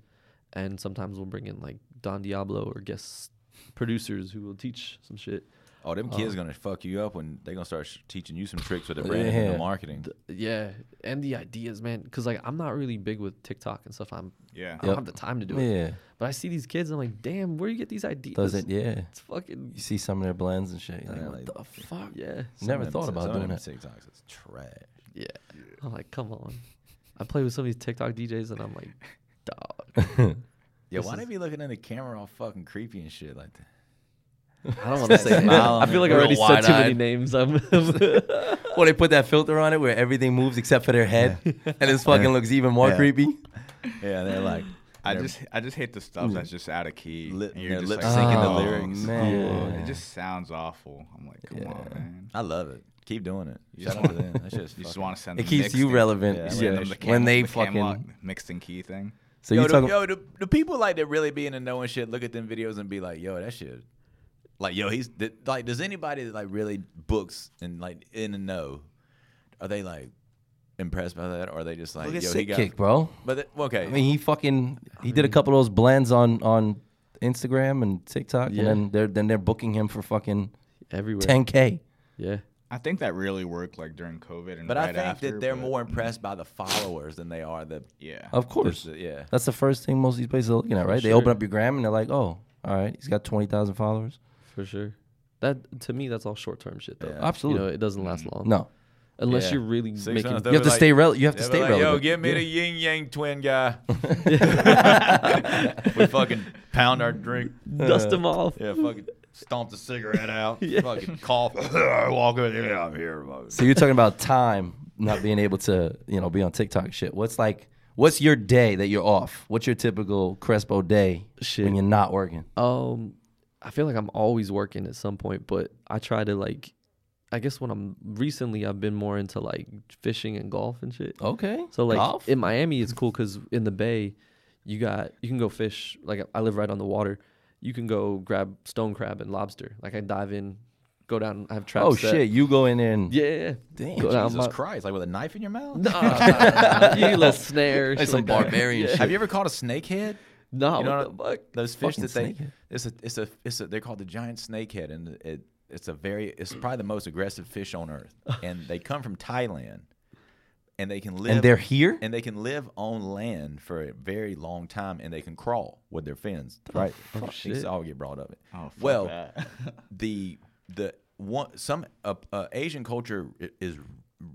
S5: and sometimes we'll bring in like Don Diablo or guest producers who will teach some shit.
S2: Oh, them kids gonna fuck you up when they gonna start sh- teaching you some tricks with the branding and
S3: Yeah.
S2: the marketing.
S5: Yeah, and the ideas, man. Because like I'm not really big with TikTok and stuff. I'm
S4: Yeah.
S5: I don't
S3: Yep.
S5: have the time to do it.
S3: Yeah.
S5: But I see these kids, I'm like, damn, where do you get these ideas?
S3: Does it? Yeah.
S5: It's fucking
S3: You see some of their blends and shit. You're
S2: Yeah,
S3: like, what
S2: like-
S3: the fuck?
S5: yeah.
S2: Some
S3: Never
S2: of them-
S3: thought
S2: some
S3: about
S2: of
S3: doing
S2: them
S3: it.
S2: TikToks, it's trash.
S5: Yeah. I'm like, come on. I play with some of these TikTok DJs and I'm like, dog.
S2: Yeah, why they be looking in the camera all fucking creepy and shit like that?
S5: I don't want to say
S3: Smile
S5: I feel like I
S3: and
S5: already
S3: real
S5: said too many
S3: wide-eyed.
S5: names. I'm, I'm-
S3: Well, they put that filter on it where everything moves except for their head, and this fucking looks even more
S2: Yeah.
S3: creepy.
S2: Yeah, they're like,
S4: I
S2: they're-
S4: just I just hate the stuff that's just out of key.
S2: Lip-
S4: and you're
S2: they're
S4: just
S2: lip
S4: like,
S2: syncing the
S4: Mm. "Oh,
S2: lyrics."
S4: man,
S3: Yeah.
S4: It just sounds awful. I'm like, come on, man.
S2: I love it. Keep doing it.
S4: You
S2: Shout
S4: just
S2: out to
S4: wanna-
S2: them. That shit's
S4: You just
S2: fucking-
S4: want to send.
S3: It
S4: them
S3: keeps
S4: mixed
S3: you
S4: in-
S3: relevant.
S2: Yeah,
S3: Yeah,
S4: Send them the
S3: when
S4: Cam-
S3: they
S4: the
S3: fucking
S4: Camelot mixed in key thing.
S3: so
S2: yo,
S3: you
S2: the,
S3: talking
S2: yo the, the people like that really be in the knowing shit look at them videos and be like, yo, that shit. Like, yo, he's th- like, does anybody that like really books and like in the know, are they like impressed by that? Or are they just like,
S3: look at
S2: yo, he
S3: sick
S2: got.
S3: kick, bro.
S2: But th- okay.
S3: I mean, he fucking he did a couple of those blends on on Instagram and TikTok,
S5: Yeah.
S3: and then they're then they're booking him for fucking
S5: everywhere.
S3: 10k.
S5: Yeah.
S4: I think that really worked like during COVID and
S2: but
S4: right
S2: I think
S4: after,
S2: that they're
S4: but-
S2: more impressed by the followers than they are the.
S4: Yeah.
S3: Of course,
S2: the- yeah.
S3: that's the first thing most of these places are looking at, right? They open
S5: sure.
S3: up your gram and they're like, oh, all right, he's got twenty thousand followers.
S5: For sure. That to me, that's all short term shit though.
S2: Yeah.
S3: Absolutely.
S5: You know, it doesn't last long.
S3: No,
S5: Unless
S2: Yeah.
S5: you're really
S2: Six
S5: making
S2: months,
S3: you
S2: They'll
S3: have to
S2: be
S3: stay
S2: like-
S3: relevant. You have to
S2: They'll
S3: stay
S2: be like,
S3: relevant.
S2: Yo, give me the yin yang twin guy. we fucking pound our drink.
S5: dust them off.
S2: Yeah, fucking stomp the cigarette out. Fucking cough. walk over there. Yeah, I'm here. fucking.
S3: So you're talking about time not being able to, you know, be on TikTok and shit. What's like what's your day that you're off? What's your typical Crespo day
S5: Shit.
S3: when you're not working?
S5: Um, I feel like I'm always working at some point, but I try to like, I guess when I'm recently, I've been more into like fishing and golf and shit.
S3: Okay.
S5: So like
S3: Golf?
S5: in Miami, it's cool because in the bay, you got you can go fish. Like I live right on the water. You can go grab stone crab and lobster. Like I dive in, go down. I have traps.
S3: oh
S5: set.
S3: shit, you go in there and
S5: Yeah, yeah. yeah.
S3: Damn,
S5: Go down
S2: Jesus
S5: my-
S2: Christ! Like with a knife in your mouth?
S5: Nah, you need a little snare. shit
S3: Like some
S5: like that.
S3: barbarian shit.
S2: Have you ever caught a snakehead?
S5: Nah,
S2: You know
S5: what the fuck?
S2: Those fish
S3: Fucking
S2: that they
S3: snakehead.
S2: it's a it's a it's a they're called the giant snakehead, and it it's a very it's probably the most aggressive fish on earth, and they come from Thailand, and they can live
S3: and they're here?
S2: and they can live on land for a very long time, and they can crawl with their fins. Right? Oh,
S5: shit.
S2: all get brought up.
S4: Oh, fuck
S2: well,
S4: that.
S2: the the one some uh, uh, Asian culture i- is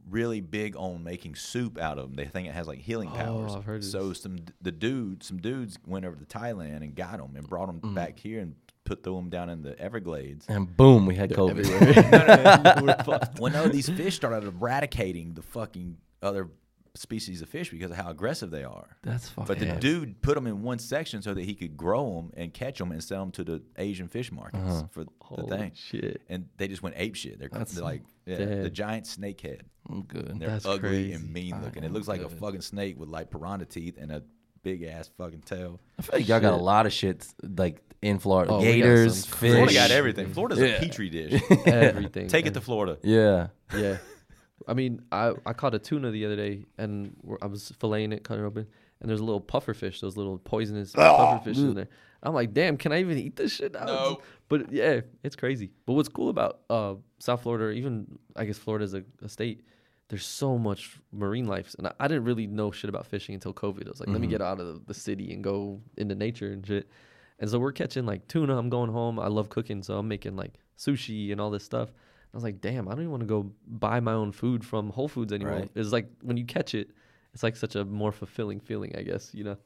S2: really big on making soup out of them. They think it has like healing powers.
S5: I've heard of
S2: so some d- the dude some dudes went over to Thailand and got them and brought them back here and put threw them down in the Everglades.
S3: And boom, we had COVID.
S2: well, no, these fish started eradicating the fucking other species of fish because of how aggressive they are.
S3: That's fucking
S2: But the dude put them in one section so that he could grow them and catch them and sell them to the Asian fish markets for the
S5: Holy
S2: thing.
S5: shit.
S2: And they just went ape shit. They're, cr-
S3: That's
S2: they're like yeah, the
S5: dead.
S2: giant snakehead.
S3: I'm good.
S2: And they're
S5: That's
S2: ugly
S5: crazy.
S2: and mean looking. It looks like a fucking snake with like piranha teeth and a big ass fucking tail.
S3: I feel like y'all got a
S5: Shit.
S3: lot of shit like in Florida.
S5: Oh, we got
S3: Gators,
S5: some
S3: fish.
S2: Florida
S5: crazy
S2: got everything. Florida's
S3: Yeah.
S2: a petri dish.
S5: Everything.
S2: Take it to Florida.
S3: Yeah.
S5: Yeah. I mean, I, I caught a tuna the other day and we're- I was filleting it, cutting it open, and there's a little puffer fish, those little poisonous puffer fish in there. I'm like, damn, can I even eat this shit? now?
S2: No.
S5: But yeah, it's crazy. But what's cool about uh, South Florida, or even I guess Florida as a, a state, there's so much marine life. And I, I didn't really know shit about fishing until COVID. I was like, let me get out of the city and go into nature and shit. And so we're catching like tuna. I'm going home. I love cooking, so I'm making like sushi and all this stuff. I was like, damn, I don't even want to go buy my own food from Whole Foods anymore.
S3: Right.
S5: It's like when you catch it, it's like such a more fulfilling feeling, I guess. You know,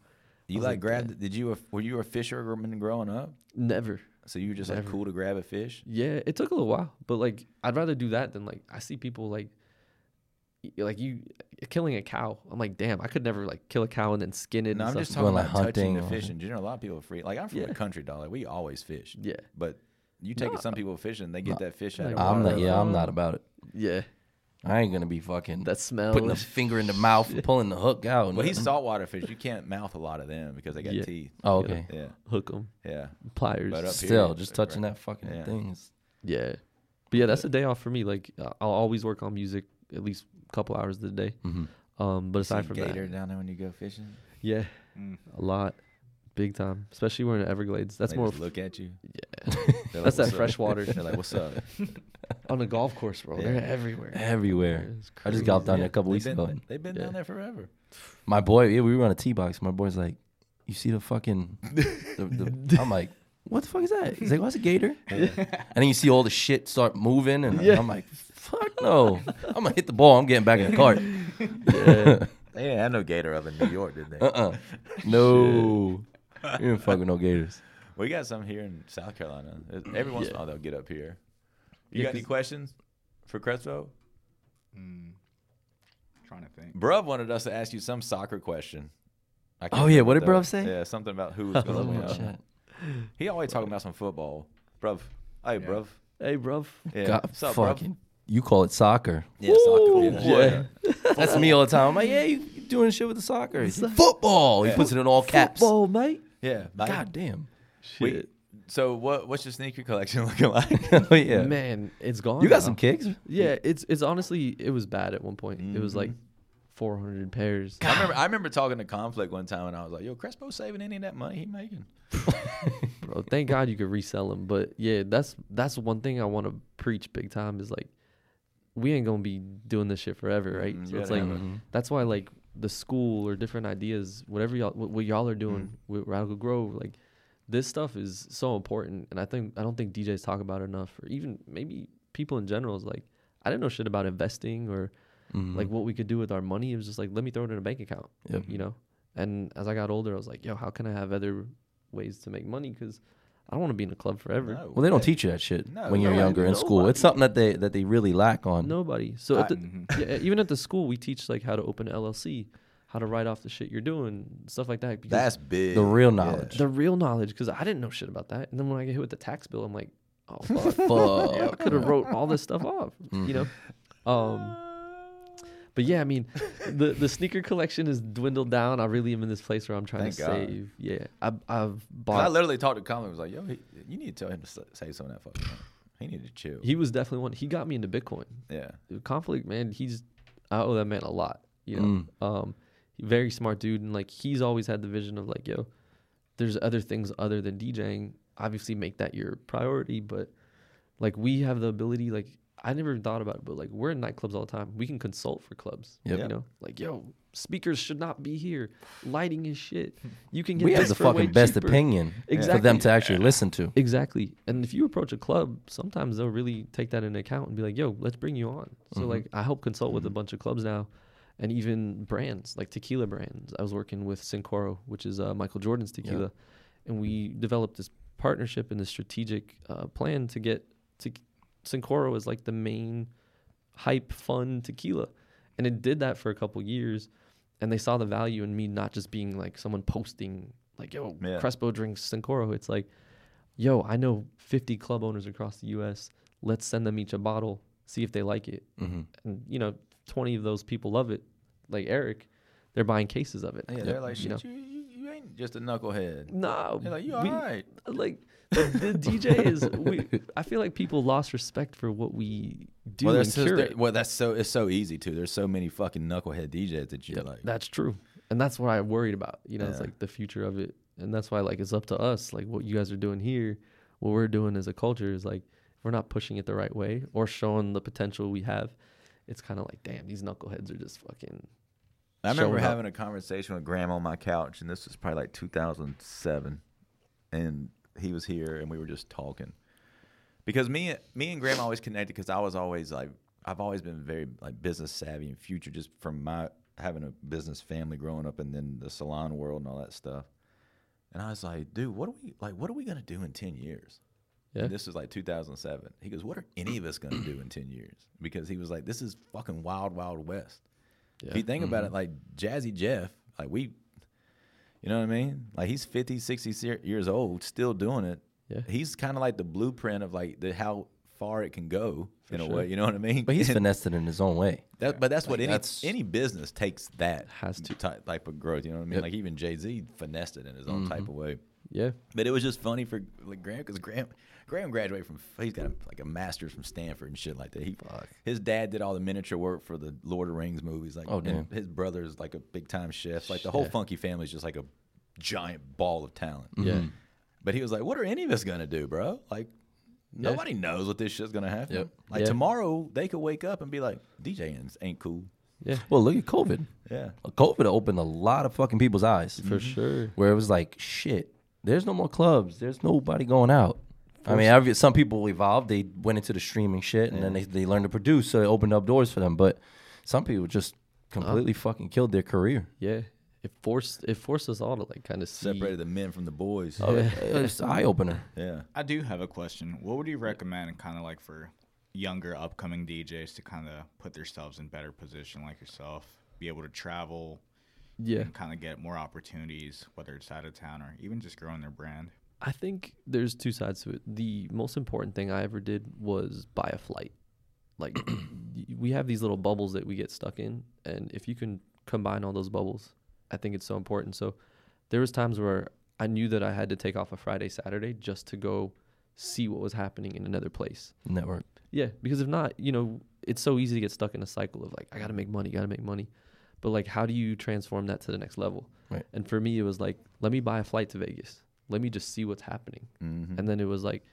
S2: You
S5: was
S2: like
S5: like,
S2: grabbed? Did you a, were you a fisherman growing up?
S5: never.
S2: So you were just like
S5: Never.
S2: cool to grab a fish?
S5: Yeah, it took a little while, but like I'd rather do that than like I see people like y- like you killing a cow. I'm like, damn, I could never like kill a cow and then skin it.
S2: No,
S5: and
S2: I'm
S5: stuff.
S2: just talking
S3: Going,
S2: about
S3: like,
S2: touching the
S3: hunting or-
S2: fish in general. A lot of people free. Like I'm from
S5: Yeah.
S2: the country, dog. Like, we always fish.
S5: Yeah.
S2: But you take it some people fishing, they get that fish out.
S5: like,
S2: of
S3: I'm
S2: water.
S3: not. Yeah, I'm not about it.
S5: yeah,
S3: I ain't gonna be fucking
S5: that smell.
S3: putting a finger in the mouth and pulling the hook out.
S2: Well, he's saltwater fish. You can't mouth a lot of them because they got
S5: Yeah.
S2: teeth.
S3: Oh, okay.
S2: Yeah,
S5: hook them,
S2: yeah.
S5: pliers.
S2: But up here,
S3: Still, just touching that fucking
S2: Yeah.
S3: thing. is-
S5: Yeah, but yeah, that's a day off for me. Like uh, I'll always work on music at least a couple hours of the day. Um, but aside
S2: See
S5: from
S2: gator
S5: that,
S2: down there when you go fishing.
S5: yeah,
S3: Mm.
S5: a lot, big time. Especially we're in the Everglades. That's
S2: They
S5: more
S2: just look at you.
S5: yeah.
S2: They're
S5: That's that
S2: "What's up?"
S5: freshwater.
S2: They're like, "What's up?"
S5: on a golf course, bro.
S2: Yeah.
S5: They're everywhere.
S3: everywhere.
S5: It's
S3: I just got
S5: crazy.
S3: down there a couple
S2: They've
S3: weeks
S2: been-
S3: ago.
S2: They've been
S5: Yeah.
S2: down there forever.
S3: My boy, yeah, we were on a tee box. My boy's like, "You see the fucking," the, the, I'm like, "What the fuck is that?" He's like, "What's a gator?" And then you see all the shit start moving, and
S5: Yeah.
S3: I'm like, "Fuck no!" I'm gonna hit the ball. I'm getting back in the cart.
S2: They didn't have no gator up in New York, did they?
S3: Uh-uh. No, you didn't fuck with no gators.
S2: We got some here in South Carolina. Every once in a while, they'll get up here. You
S5: Yeah,
S2: got any
S5: 'cause-
S2: questions for Crespo?
S4: Hmm. trying to think.
S2: Bruv wanted us to ask you some soccer question. I can't
S3: Oh, yeah,
S2: remember
S3: what did
S2: though.
S3: Bruv say?
S2: Yeah, something about who was going to win.
S3: Shit.
S2: He always talking about some football. Bruv. Hey, bruv.
S5: Hey, bruv.
S2: Yeah.
S3: God,
S2: What's up, bruv?
S3: fucking, you call it soccer.
S2: Yeah, soccer. Yeah,
S5: yeah.
S3: That's me all the time. I'm like, yeah, you doing shit with the soccer. He's like, football. He puts it in all caps.
S5: Football, mate.
S2: Yeah, mate.
S3: God damn.
S2: We-
S5: Shit.
S2: so what? What's your sneaker collection looking like?
S3: oh yeah.
S5: Man, it's gone.
S3: You got
S5: now.
S3: some kicks?
S5: Yeah, it's it's honestly it was bad at one point. It was like
S3: Mm-hmm.
S5: 400 pairs.
S2: I remember. I remember talking to Conflict one time, and I was like, "Yo, Crespo saving any of that money he making?"
S5: bro. Thank God you could resell them. But yeah, that's that's one thing I want to preach big time is like, we ain't gonna be doing this shit forever, right?
S3: Mm-hmm.
S2: Mhm,
S5: so
S2: you
S5: it's
S2: gotta
S5: like
S2: have
S5: that's why like the school or different ideas, whatever y'all what, what y'all are doing
S4: Mm.
S5: with Radical Grove, like this stuff is so important, and I think I don't think DJs talk about it enough, or even maybe people in general is like, I didn't know shit about investing or
S4: Mm.
S5: like what we could do with our money. It was just like let me throw it in a bank account,
S3: Yep.
S5: you know. And as I got older, I was like, yo, how can I have other ways to make money? Because I don't want to be in a club forever.
S2: No.
S3: Well, they don't teach you that shit
S2: No,
S3: when you're
S2: nobody-
S3: younger in school. It's something that they that they really lack on.
S5: Nobody. So at
S4: I-
S5: the,
S4: mhm.
S5: yeah, even at the school, we teach like how to open an LLC, how to write off the shit you're doing, stuff like that. because
S2: That's big.
S3: The real
S2: Yeah.
S3: knowledge.
S5: the real knowledge. Because I didn't know shit about that. And then when I get hit with the tax bill, I'm like, oh fuck, I
S3: Fuck.
S5: could have wrote all this stuff off.
S2: Mm-hmm.
S5: You know. Um. But yeah, I mean, the the sneaker collection is dwindled down. I really am in this place where I'm trying
S2: Thank
S5: to
S2: God.
S5: save. Yeah, I, I've
S2: And
S5: bought.
S2: I literally talked to Conflict. Was like, "Yo, he, you need to tell him to sa- save some of that fucking money. He need to chill."
S5: he was definitely one. He got me into Bitcoin.
S2: yeah.
S5: Conflict, man. He's I owe that man a lot. You know,
S3: Mm.
S5: um, very smart dude, and like he's always had the vision of like, yo, there's other things other than DJing. Obviously, make that your priority, but like we have the ability. Like I never even thought about it, but like we're in nightclubs all the time. We can consult for clubs.
S3: Yep.
S5: You know, like yo, speakers should not be here. Lighting is shit. You can get
S3: We have
S5: this
S3: the
S5: for way
S3: fucking best
S5: cheaper.
S3: opinion for them
S5: Exactly.
S3: to actually listen to.
S5: Exactly. And if you approach a club, sometimes they'll really take that into account and be like, yo, let's bring you on. So, like, I help consult with a bunch of clubs now and even brands, like tequila brands. I was working with Sincoro, which is uh, Michael Jordan's tequila. And we developed this partnership and this strategic uh, plan to get te- Sincoro as like the main hype, fun tequila. And it did that for a couple years. And they saw the value in me not just being like someone posting, like, yo,
S2: Yeah.
S5: Crespo drinks Sincoro. It's like, yo, I know 50 club owners across the US. Let's send them each a bottle, see if they like it.
S3: Mm-hmm.
S5: And, you know, 20 of those people love it. Like Eric, they're buying cases of it.
S2: Yeah, they're like,
S5: you know?
S2: shit, you, you, you ain't just a knucklehead.
S5: No.
S2: They're like, you
S5: we-
S2: alright.
S5: Like, the, the DJ is, we, I feel like people lost respect for what we do
S2: Well,
S5: and
S2: there's so,
S5: curate.
S2: well, that's so it's so easy too. There's so many fucking knucklehead DJs that you're like,
S5: That's true. And that's what I worried about. You know, it's
S2: Yeah.
S5: like the future of it. And that's why like it's up to us. Like what you guys are doing here, what we're doing as a culture is like if we're not pushing it the right way or showing the potential we have. It's kind of like, damn, these knuckleheads are just fucking.
S2: I
S5: showing
S2: remember
S5: up.
S2: having a conversation with Graham on my couch, and this was probably like 2007, and he was here, and we were just talking, because me me and Graham always connected because I was always like I've always been very like business savvy and future just from my having a business family growing up and then the salon world and all that stuff. And I was like, dude, what are we like? What are we gonna do in ten years?
S5: Yeah.
S2: And this was like 2007. He goes, what are any of us gonna do in ten years? Because he was like, this is fucking wild, wild west. If
S5: Yeah. Mm-hmm.
S2: you think about it, like Jazzy Jeff, like we, you know what I mean? Like he's 50, 60 se- years old, still doing it.
S5: Yeah.
S2: He's kind of like the blueprint of like the how far it can go in a
S5: sure.
S2: way. You know what I mean?
S3: But he's
S2: And
S3: finessed it in his own way.
S2: that, but that's what any
S3: that's-
S2: any business takes that
S5: Has to.
S2: ty- type of growth. You know what I mean?
S3: Yep.
S2: Like even Jay Z finessed it in his own type
S5: Mm-hmm.
S2: of way.
S5: Yeah.
S2: But it was just funny for like Graham because Graham Graham graduated from he's got a, like a master's from Stanford and shit like that. He his dad did all the miniature work for the Lord of the Rings movies. Like
S3: Oh,
S2: and
S3: damn.
S2: his brother's like a big time chef. Like the whole
S5: Shit.
S2: funky family's just like a giant ball of talent.
S5: Yeah.
S2: But he was like, "What are any of us gonna do, bro? Like nobody knows what this shit's gonna happen.
S3: Yep.
S2: Like
S5: Yeah.
S2: tomorrow they could wake up and be like, DJing ain't cool.
S5: Yeah.
S3: Well, look at COVID.
S2: Yeah,
S3: COVID opened a lot of fucking people's eyes.
S2: Mm-hmm.
S5: For sure.
S3: where it was like, shit, there's no more clubs. There's nobody going out. I mean, obvi- some people evolved. They went into the streaming shit and then they, they learned to produce. So they opened up doors for them. But some people just
S5: Uh-huh.
S3: completely fucking killed their career.
S5: Yeah. It forced it forced us all to like kind of
S2: separated the men from the boys.
S3: Oh, it- It's eye opener.
S2: Yeah,
S4: I do have a question. What would you recommend, kind of like for younger upcoming DJs to kind of put themselves in better position, like yourself, be able to travel
S5: Yeah.
S4: and kind of get more opportunities, whether it's out of town or even just growing their brand?
S5: I think there's two sides to it. The most important thing I ever did was buy a flight. Like y- we have these little bubbles that we get stuck in, and if you can combine all those bubbles, I think it's so important. So there was times where I knew that I had to take off a Friday, Saturday just to go see what was happening in another place.
S3: Network.
S5: Yeah, because if not, you know, it's so easy to get stuck in a cycle of like, I gotta make money, gotta make money. But like, how do you transform that to the next level?
S3: Right.
S5: And for me, it was like, let me buy a flight to Vegas. Let me just see what's happening.
S2: Mm-hmm.
S5: And then it was like,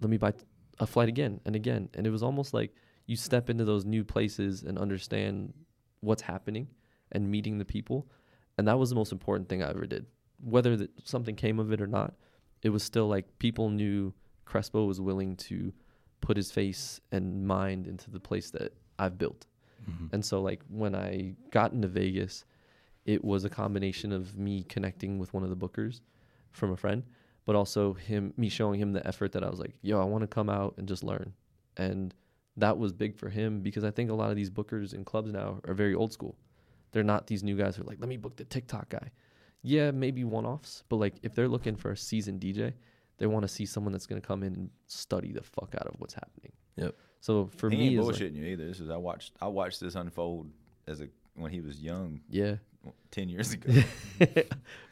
S5: let me buy a flight again and again. And it was almost like you step into those new places and understand what's happening and meeting the people. And that was the most important thing I ever did. Whether that something came of it or not, it was still like people knew Crespo was willing to put his face and mind into the place that I've built. And so, like, when I got into Vegas, it was a combination of me connecting with one of the bookers from a friend, but also him, me showing him the effort that I was like, yo, I want to come out and just learn. And that was big for him because I think a lot of these bookers in clubs now are very old school. They're not these new guys who are like, let me book the TikTok guy. Yeah, maybe one offs, but like if they're looking for a seasoned DJ, they want to see someone that's going to come in and study the fuck out of what's happening.
S3: Yep.
S5: So for
S2: he
S5: me,
S2: ain't
S5: it's like-
S2: bullshitting you either. This is I watched I watched this unfold as a when he was young
S5: yeah,
S2: ten years ago.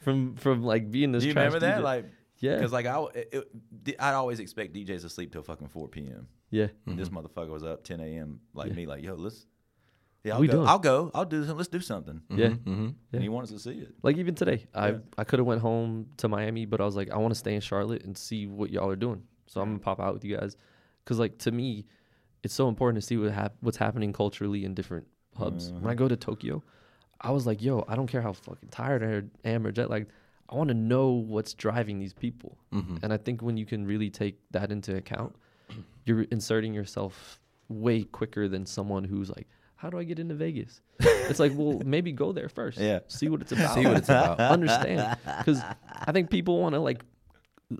S5: from from like being this.
S2: Do you
S5: trash
S2: remember that?
S5: DJ.
S2: Like,
S5: yeah,
S2: because like I, w- it, it- d- I'd always expect DJs to sleep till fucking four p.m.
S5: yeah,
S2: And This motherfucker was up ten a.m. Like me, like yo, let's. Yeah, I'll
S5: We
S2: go.
S5: doing?
S2: I'll go. I'll do something. Let's do something.
S5: yeah.
S2: And he wants to see it.
S5: Like even today, I I could have went home to Miami, but I was like, I want to stay in Charlotte and see what y'all are doing. So I'm gonna pop out with you guys, because like to me, it's so important to see what hap- what's happening culturally in different hubs. When I go to Tokyo, I was like, yo, I don't care how fucking tired I am or jet lagged. I want to know what's driving these people. And I think when you can really take that into account, you're inserting yourself way quicker than someone who's like, how do I get into Vegas? it's like, well, maybe go there first.
S2: Yeah.
S5: See what it's about.
S3: See what it's about.
S5: Understand. Because I think people want to like,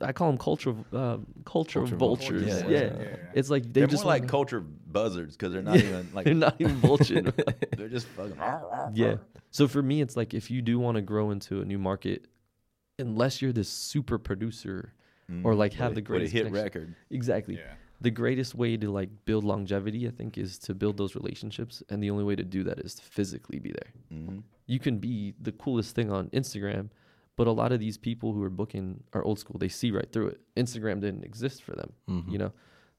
S5: I call them culture, uh, culture, vultures.
S2: vultures.
S5: Yeah,
S2: Yeah,
S4: yeah, yeah.
S5: It's like they
S2: They are
S5: just
S2: more like
S5: wanna-
S2: culture buzzards because they're not even like
S5: they're not even vultures.
S2: they're just fucking.
S5: yeah. So for me, it's like if you do want to grow into a new market, unless you're this super producer or like have
S2: With
S5: the
S2: a
S5: greatest
S2: hit
S5: connection-
S2: record.
S5: Exactly.
S4: Yeah.
S5: The greatest way to like build longevity, I think, is to build those relationships, and the only way to do that is to physically be there.
S2: Mm-hmm.
S5: You can be the coolest thing on Instagram, but a lot of these people who are booking are old school. They see right through it. Instagram didn't exist for them. You know,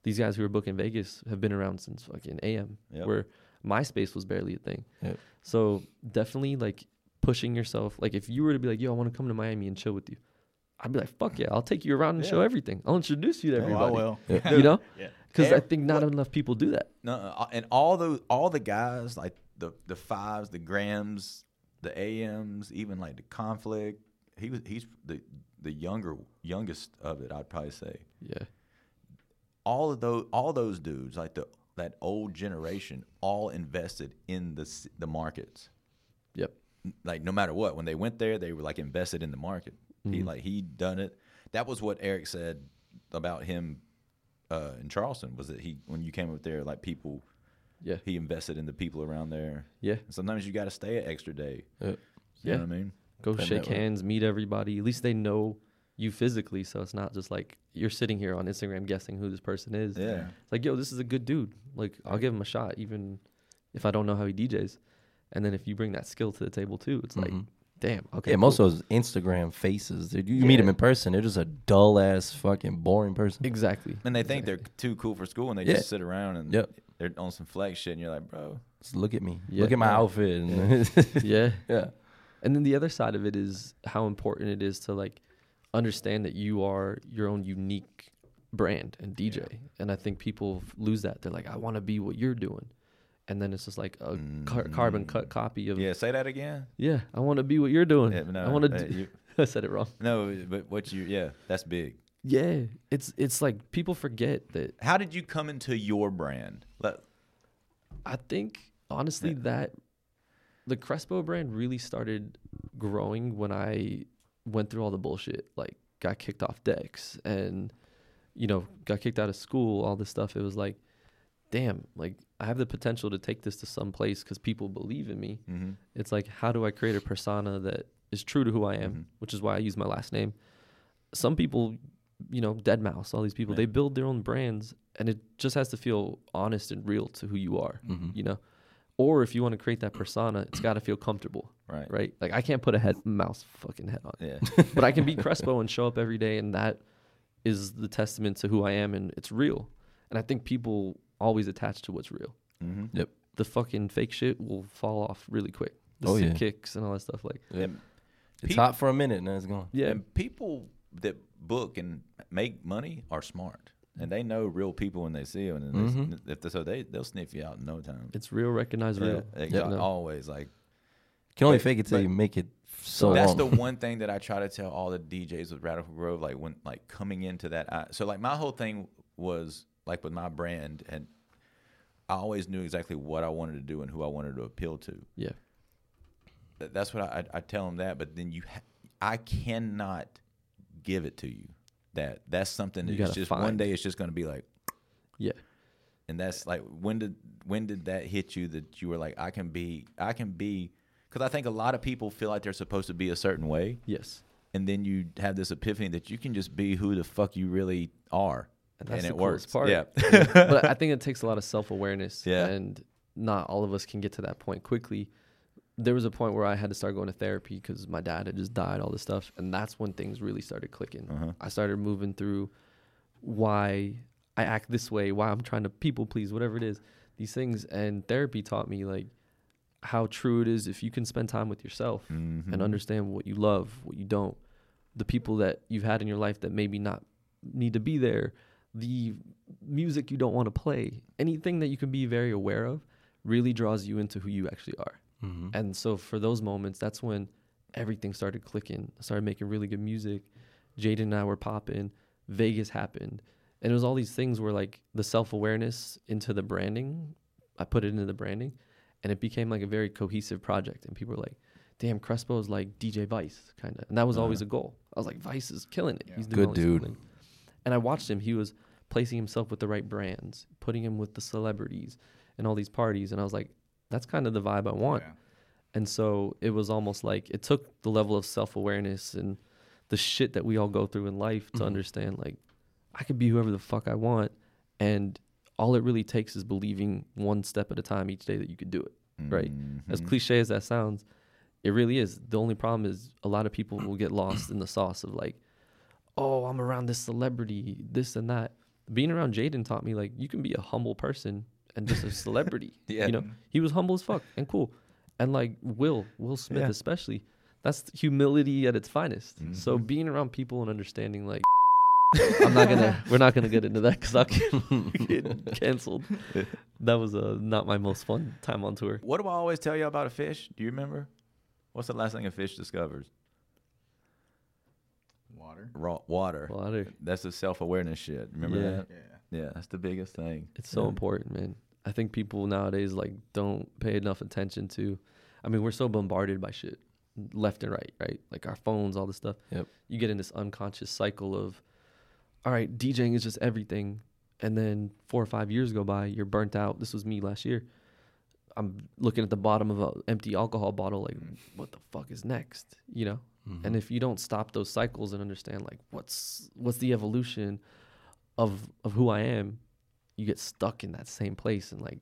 S5: these guys who are booking Vegas have been around since fucking AM,
S2: Yep.
S5: where MySpace was barely a thing.
S3: Yep.
S5: So definitely like pushing yourself. Like if you were to be like, "Yo, I want to come to Miami and chill with you," I'd be like, "Fuck yeah, I'll take you around and show everything. I'll introduce you to
S4: Oh,
S5: everybody."
S4: I will.
S5: you know? Because I
S2: Ev-
S5: think not enough people do that.
S2: No, uh, and all those, all the guys like the the fives, the grams, the AMs, even like the conflict. He was he's the the younger youngest of it. I'd probably say
S5: Yeah.
S2: all of those all those dudes, like the that old generation, all invested in the s- the markets.
S5: Yep.
S2: Like no matter what, when they went there, they were like invested in the market. He like he done it. That was what Eric said about him uh, in Charleston was that he when you came up there, like people
S5: Yeah.
S2: he invested in the people around there.
S5: Yeah.
S2: And sometimes you got to stay an extra day.
S3: Yeah.
S2: You
S5: Yeah.
S2: know what I mean?
S5: Go
S3: Been
S5: shake
S3: that way.
S5: hands, meet everybody. At least they know you physically, so it's not just like you're sitting here on Instagram guessing who this person is.
S2: Yeah.
S5: It's like, yo, this is a good dude. Like, I'll give him a shot, even if I don't know how he DJs. And then if you bring that skill to the table too, it's like, damn, okay.
S3: Mm-hmm. yeah, most
S5: cool.
S3: of those Instagram faces, dude. You meet them in person, they're just a dull ass, fucking boring person.
S5: exactly.
S2: And they think they're too cool for school and they
S3: Yeah.
S2: just sit around and
S3: Yep.
S2: they're on some flex shit and you're like, bro.
S3: Just look at me.
S5: Yeah.
S3: Look at my
S5: Yeah. Mm-hmm.
S3: outfit. And yeah.
S5: yeah. And then the other side of it is how important it is to like understand that you are your own unique brand and DJ. And I think people f- lose that. They're like, I want to be what you're doing. And then it's just like a car- carbon cut copy of, Mm. yeah,
S2: Yeah, say that again.
S5: I want to be what you're doing.
S2: Yeah, but no,
S5: I want
S2: uh,
S5: to.
S2: you-
S5: I said it wrong.
S2: No, but what you yeah, that's big.
S5: Yeah, it's it's like people forget that.
S2: How did you come into your brand? Let,
S5: I think honestly that the Crespo brand really started growing when I went through all the bullshit, like got kicked off decks and you know, got kicked out of school, all this stuff. It was like, damn, like I have the potential to take this to some place cuz people believe in me.
S2: mm-hmm,
S5: It's like how do I create a persona that is true to who I
S2: Mm-hmm.
S5: am, which is why I use my last name. Some people, you know, Dead Mouse, all these people, they build their own brands and it just has to feel honest and real to who you are,
S2: Mm-hmm.
S5: you know. Or if you want to create that persona, it's got to feel comfortable
S2: Right.
S5: right? Like I can't put a head mouse fucking head on,
S2: Yeah.
S5: but I can be Crespo and show up every day, and that is the testament to who I am, and it's real. And I think people always attach to what's real.
S3: Yep.
S5: The fucking fake shit will fall off really quick. The
S3: Oh,
S5: sick
S3: yeah.
S5: kicks and all that stuff. Like,
S2: And,
S3: It's hot for a minute and then it's gone.
S5: yeah,
S2: and people that book and make money are smart. And they know real people when they see them. And they, if they, so they, they'll sniff you out in no time.
S5: Mm-hmm. it's real, recognize real.
S2: Yeah,
S5: you
S2: exactly.
S5: know?
S2: Always like
S3: can only
S2: But-
S3: fake it till
S2: but-
S3: you make it so
S2: that's
S3: long.
S2: the one thing that I try to tell all the DJs with Radical Grove, like when like coming into that. I, so like my whole thing was like with my brand, and I always knew exactly what I wanted to do and who I wanted to appeal to.
S5: yeah,
S2: That- That's what I, I I tell them that. But then you, ha- I cannot give it to you. That that's something
S5: You
S2: that it's
S5: gotta
S2: just one
S5: find.
S2: day it's just going to be like,
S5: yeah.
S2: and that's like when did when did that hit you that you were like I can be I can be because I think a lot of people feel like they're supposed to be a certain way.
S5: Yes,
S2: and then you have this epiphany that you can just be who the fuck you really are,
S5: And that's
S2: and
S5: the
S2: it works.
S5: coolest part.
S2: Yeah,
S5: but I think it takes a lot of self awareness.
S2: Yeah.
S5: And not all of us can get to that point quickly. There was a point where I had to start going to therapy because my dad had just died, all this stuff. And that's when things really started clicking.
S2: Uh-huh.
S5: I started moving through why I act this way, why I'm trying to people please, whatever it is, these things. And therapy taught me like how true it is if you can spend time with yourself and understand what you love, what you don't, the people that you've had in your life that maybe not need to be there, the music you don't want to play, anything that you can be very aware of really draws you into who you actually are.
S3: Mm-hmm.
S5: And so for those moments, that's when everything started clicking. I started making really good music. Jaden and I were popping. Vegas happened. And it was all these things where like the self awareness into the branding, I put it into the branding and it became like a very cohesive project. And people were like, damn, Crespo is like DJ Vice kind of. And that was always a goal. I was like, Vice is killing it. He's doing
S3: Good
S5: all these cool
S3: dude.
S5: things." And I watched him. He was placing himself with the right brands, putting him with the celebrities and all these parties. And I was like, that's kind of the vibe I want.
S4: Yeah.
S5: And so it was almost like it took the level of self awareness and the shit that we all go through in life
S3: Mm-hmm.
S5: to understand like I could be whoever the fuck I want. And all it really takes is believing one step at a time each day that you could do it. Right. As cliche as that sounds, it really is. The only problem is a lot of people will get lost in the sauce of like, oh, I'm around this celebrity, this and that. Being around Jaden taught me like you can be a humble person and just a celebrity.
S2: Yeah.
S5: You know, he was humble as fuck and cool. And like Will, Will Smith especially, that's humility at its finest. So being around people and understanding like I'm not gonna we're not gonna get into that because I'll get, get canceled. That was uh, not my most fun time on tour.
S2: what do I always tell you about a fish? Do you remember? What's the last thing a fish discovers?
S4: Water.
S2: Raw water.
S5: Water.
S2: That's the self awareness shit. Remember
S5: Yeah.
S2: that?
S4: Yeah.
S2: Yeah, that's the biggest thing.
S5: It's so
S2: Yeah.
S5: important, man. I think people nowadays like don't pay enough attention to. I mean, we're so bombarded by shit left and right, right? Like our phones, all this stuff.
S3: Yep.
S5: You get in this unconscious cycle of, all right, DJing is just everything, and then four or five years go by, you're burnt out. This was me last year. I'm looking at the bottom of an empty alcohol bottle, like, what the fuck is next? You know.
S2: Mm-hmm.
S5: And if you don't stop those cycles and understand like what's what's the evolution of of who I am, you get stuck in that same place and like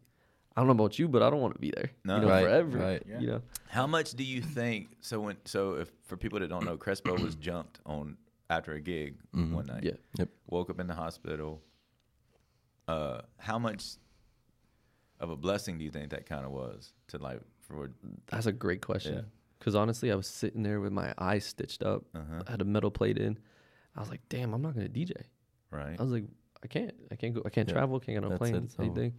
S5: I don't know about you, but I don't want to be there.
S2: No.
S5: you know,
S3: Right,
S5: forever.
S3: right.
S5: You know,
S2: How much do you think? So when so if for people that don't know, Crespo was jumped on after a gig one night.
S5: Yeah.
S3: Yep.
S2: Woke up in the hospital. Uh, how much of a blessing do you think that kind of was to like for?
S5: that's a great
S2: Yeah.
S5: question. Because honestly, I was sitting there with my eyes stitched up.
S2: Uh-huh.
S5: I had a metal plate in. I was like, damn, I'm not gonna DJ.
S2: Right.
S5: I was like, I can't, I can't go, I can't
S3: Yeah,
S5: travel, can't get on a
S3: that's it,
S5: plane,
S3: it's over.
S5: anything.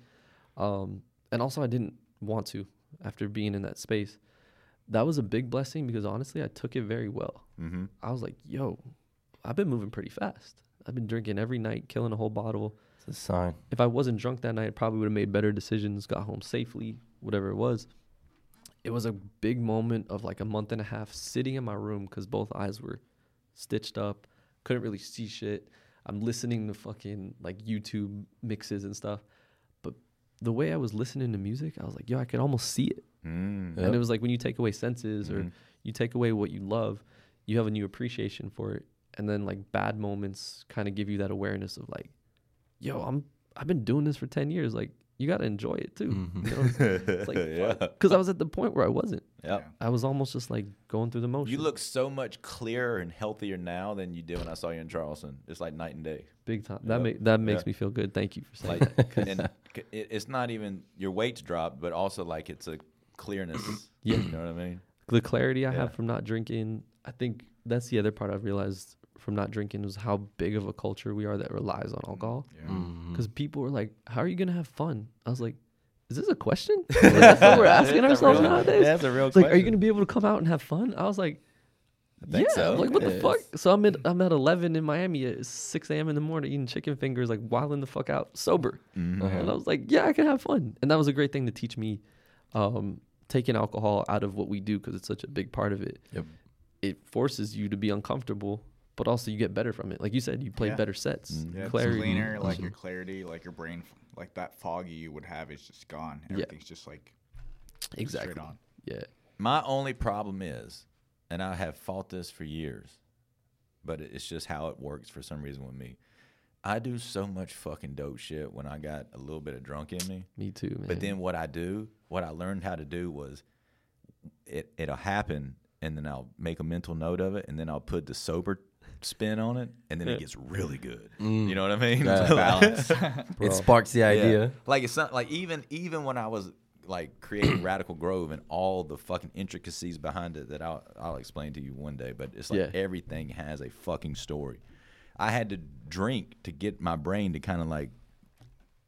S5: Um, and also, I didn't want to after being in that space. That was a big blessing because honestly, I took it very well.
S2: Mhm.
S5: I was like, yo, I've been moving pretty fast. I've been drinking every night, killing a whole bottle.
S3: It's a sign.
S5: If I wasn't drunk that night, I probably would have made better decisions, got home safely, whatever it was. It was a big moment of like a month and a half sitting in my room because both eyes were stitched up, couldn't really see shit. I'm listening to fucking like YouTube mixes and stuff. But the way I was listening to music, I was like, yo, I could almost see it.
S3: Hmm.
S2: Mm.
S5: And it was like when you take away senses
S2: Mm-hmm.
S5: or you take away what you love, you have a new appreciation for it. And then like bad moments kind of give you that awareness of like, yo, I'm I've been doing this for ten years. Like you gotta enjoy it too.
S2: Mm-hmm.
S5: You know? It's like because I was at the point where I wasn't.
S2: Yep.
S5: I was almost just like going through the motions.
S2: You look so much clearer and healthier now than you did when I saw you in Charleston. It's like night and day.
S5: big time. That
S2: Yeah.
S5: make that makes
S2: Yeah.
S5: me feel good. Thank you for saying
S2: Like,
S5: that.
S2: and then c- it, it's not even your weight's dropped, but also like it's a clearness.
S5: Yeah.
S2: You know what I mean?
S5: the clarity I
S2: Yeah.
S5: have from not drinking, I think that's the other part I've realized from not drinking was how big of a culture we are that relies on alcohol.
S2: Mm-hmm.
S5: Because people were like, "How are you gonna have fun?" I was like, "Is this a question? Like, that's what we're asking ourselves nowadays."
S2: That's a real
S5: It's like, are you gonna be able to come out and have fun? I was like,
S2: think
S5: "Yeah."
S2: so.
S5: Like, what the
S2: Yes.
S5: fuck? So I'm at I'm at 11 in Miami at 6 a.m. in the morning eating chicken fingers, like wilding the fuck out, sober.
S3: Uh-huh.
S5: And I was like, "Yeah, I can have fun." And that was a great thing to teach me, um, taking alcohol out of what we do because it's such a big part of it.
S3: Yep.
S5: It forces you to be uncomfortable, but also you get better from it. Like you said, you play
S4: Yeah.
S5: better sets,
S2: Mm-hmm.
S4: Yeah, it's
S5: clarity.
S4: cleaner, like your clarity, like your brain, f- like that foggy you would have is just gone. Everything's just like
S2: Mm-hmm.
S5: exactly.
S4: straight on.
S5: Yeah.
S2: My only problem is, and I have fought this for years, but it- it's just how it works for some reason with me. I do so much fucking dope shit when I got a little bit of drunk in me.
S5: Me too, man.
S2: But then what I do, what I learned how to do was it it'll happen and then I'll make a mental note of it and then I'll put the sober spin on it and then it gets really good.
S5: Mm.
S2: You know what I mean? So, like,
S3: It sparks the
S2: yeah.
S3: idea.
S2: Like it's not like even even when I was like creating Radical Grove and all the fucking intricacies behind it that I'll I'll explain to you one day, but it's like
S5: Yeah.
S2: everything has a fucking story. I had to drink to get my brain to kind of like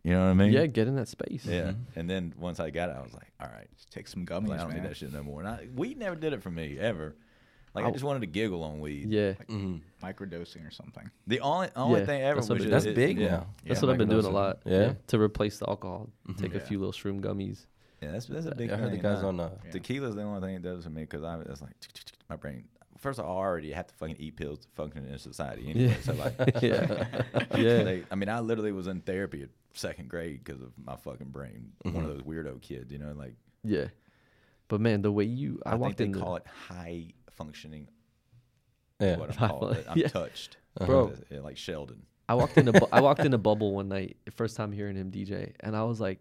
S2: you know what I mean?
S5: yeah, get in that space.
S2: Yeah. And then once I got it, I was like, all right,
S4: Just take some gummies,
S2: like, I don't
S4: man.
S2: need that shit no more. And I, weed never did it for me ever. Like I, just wanted to giggle on weed.
S5: Yeah.
S4: Microdosing or something.
S2: The only only
S5: Yeah,
S2: thing ever
S5: that's what
S2: was
S5: it
S2: just-
S5: is.
S2: it-
S3: That's big
S2: yeah.
S3: now.
S5: That's
S2: Yeah, Mm-hmm.
S5: what I've been doing a
S3: microdosing.
S5: lot.
S3: Yeah.
S5: To replace the alcohol, take a
S4: Yeah.
S5: few little shroom gummies.
S2: Yeah, that's that's a big.
S3: I heard the
S2: thing
S3: guys
S2: now.
S3: on uh,
S2: Tequila's the only thing that does for me because I it's like my brain. First of all, I already have to fucking eat pills to function in society anyway. So like,
S5: yeah.
S2: yeah.
S5: yeah.
S2: They, I mean, I literally was in therapy at second grade because of my fucking brain.
S5: Mm-hmm.
S2: One of those weirdo kids, you know, like
S5: Yeah. But man, the way you I,
S2: I, think
S5: walked
S2: they
S5: in the-
S2: call it high functioning.
S3: yeah.
S2: What I'm called. I'm
S5: Yeah.
S2: touched,
S5: Bro.
S2: Yeah, like Sheldon.
S5: I walked in a bu- I walked in a bubble one night, the first time hearing him DJ, and I was like,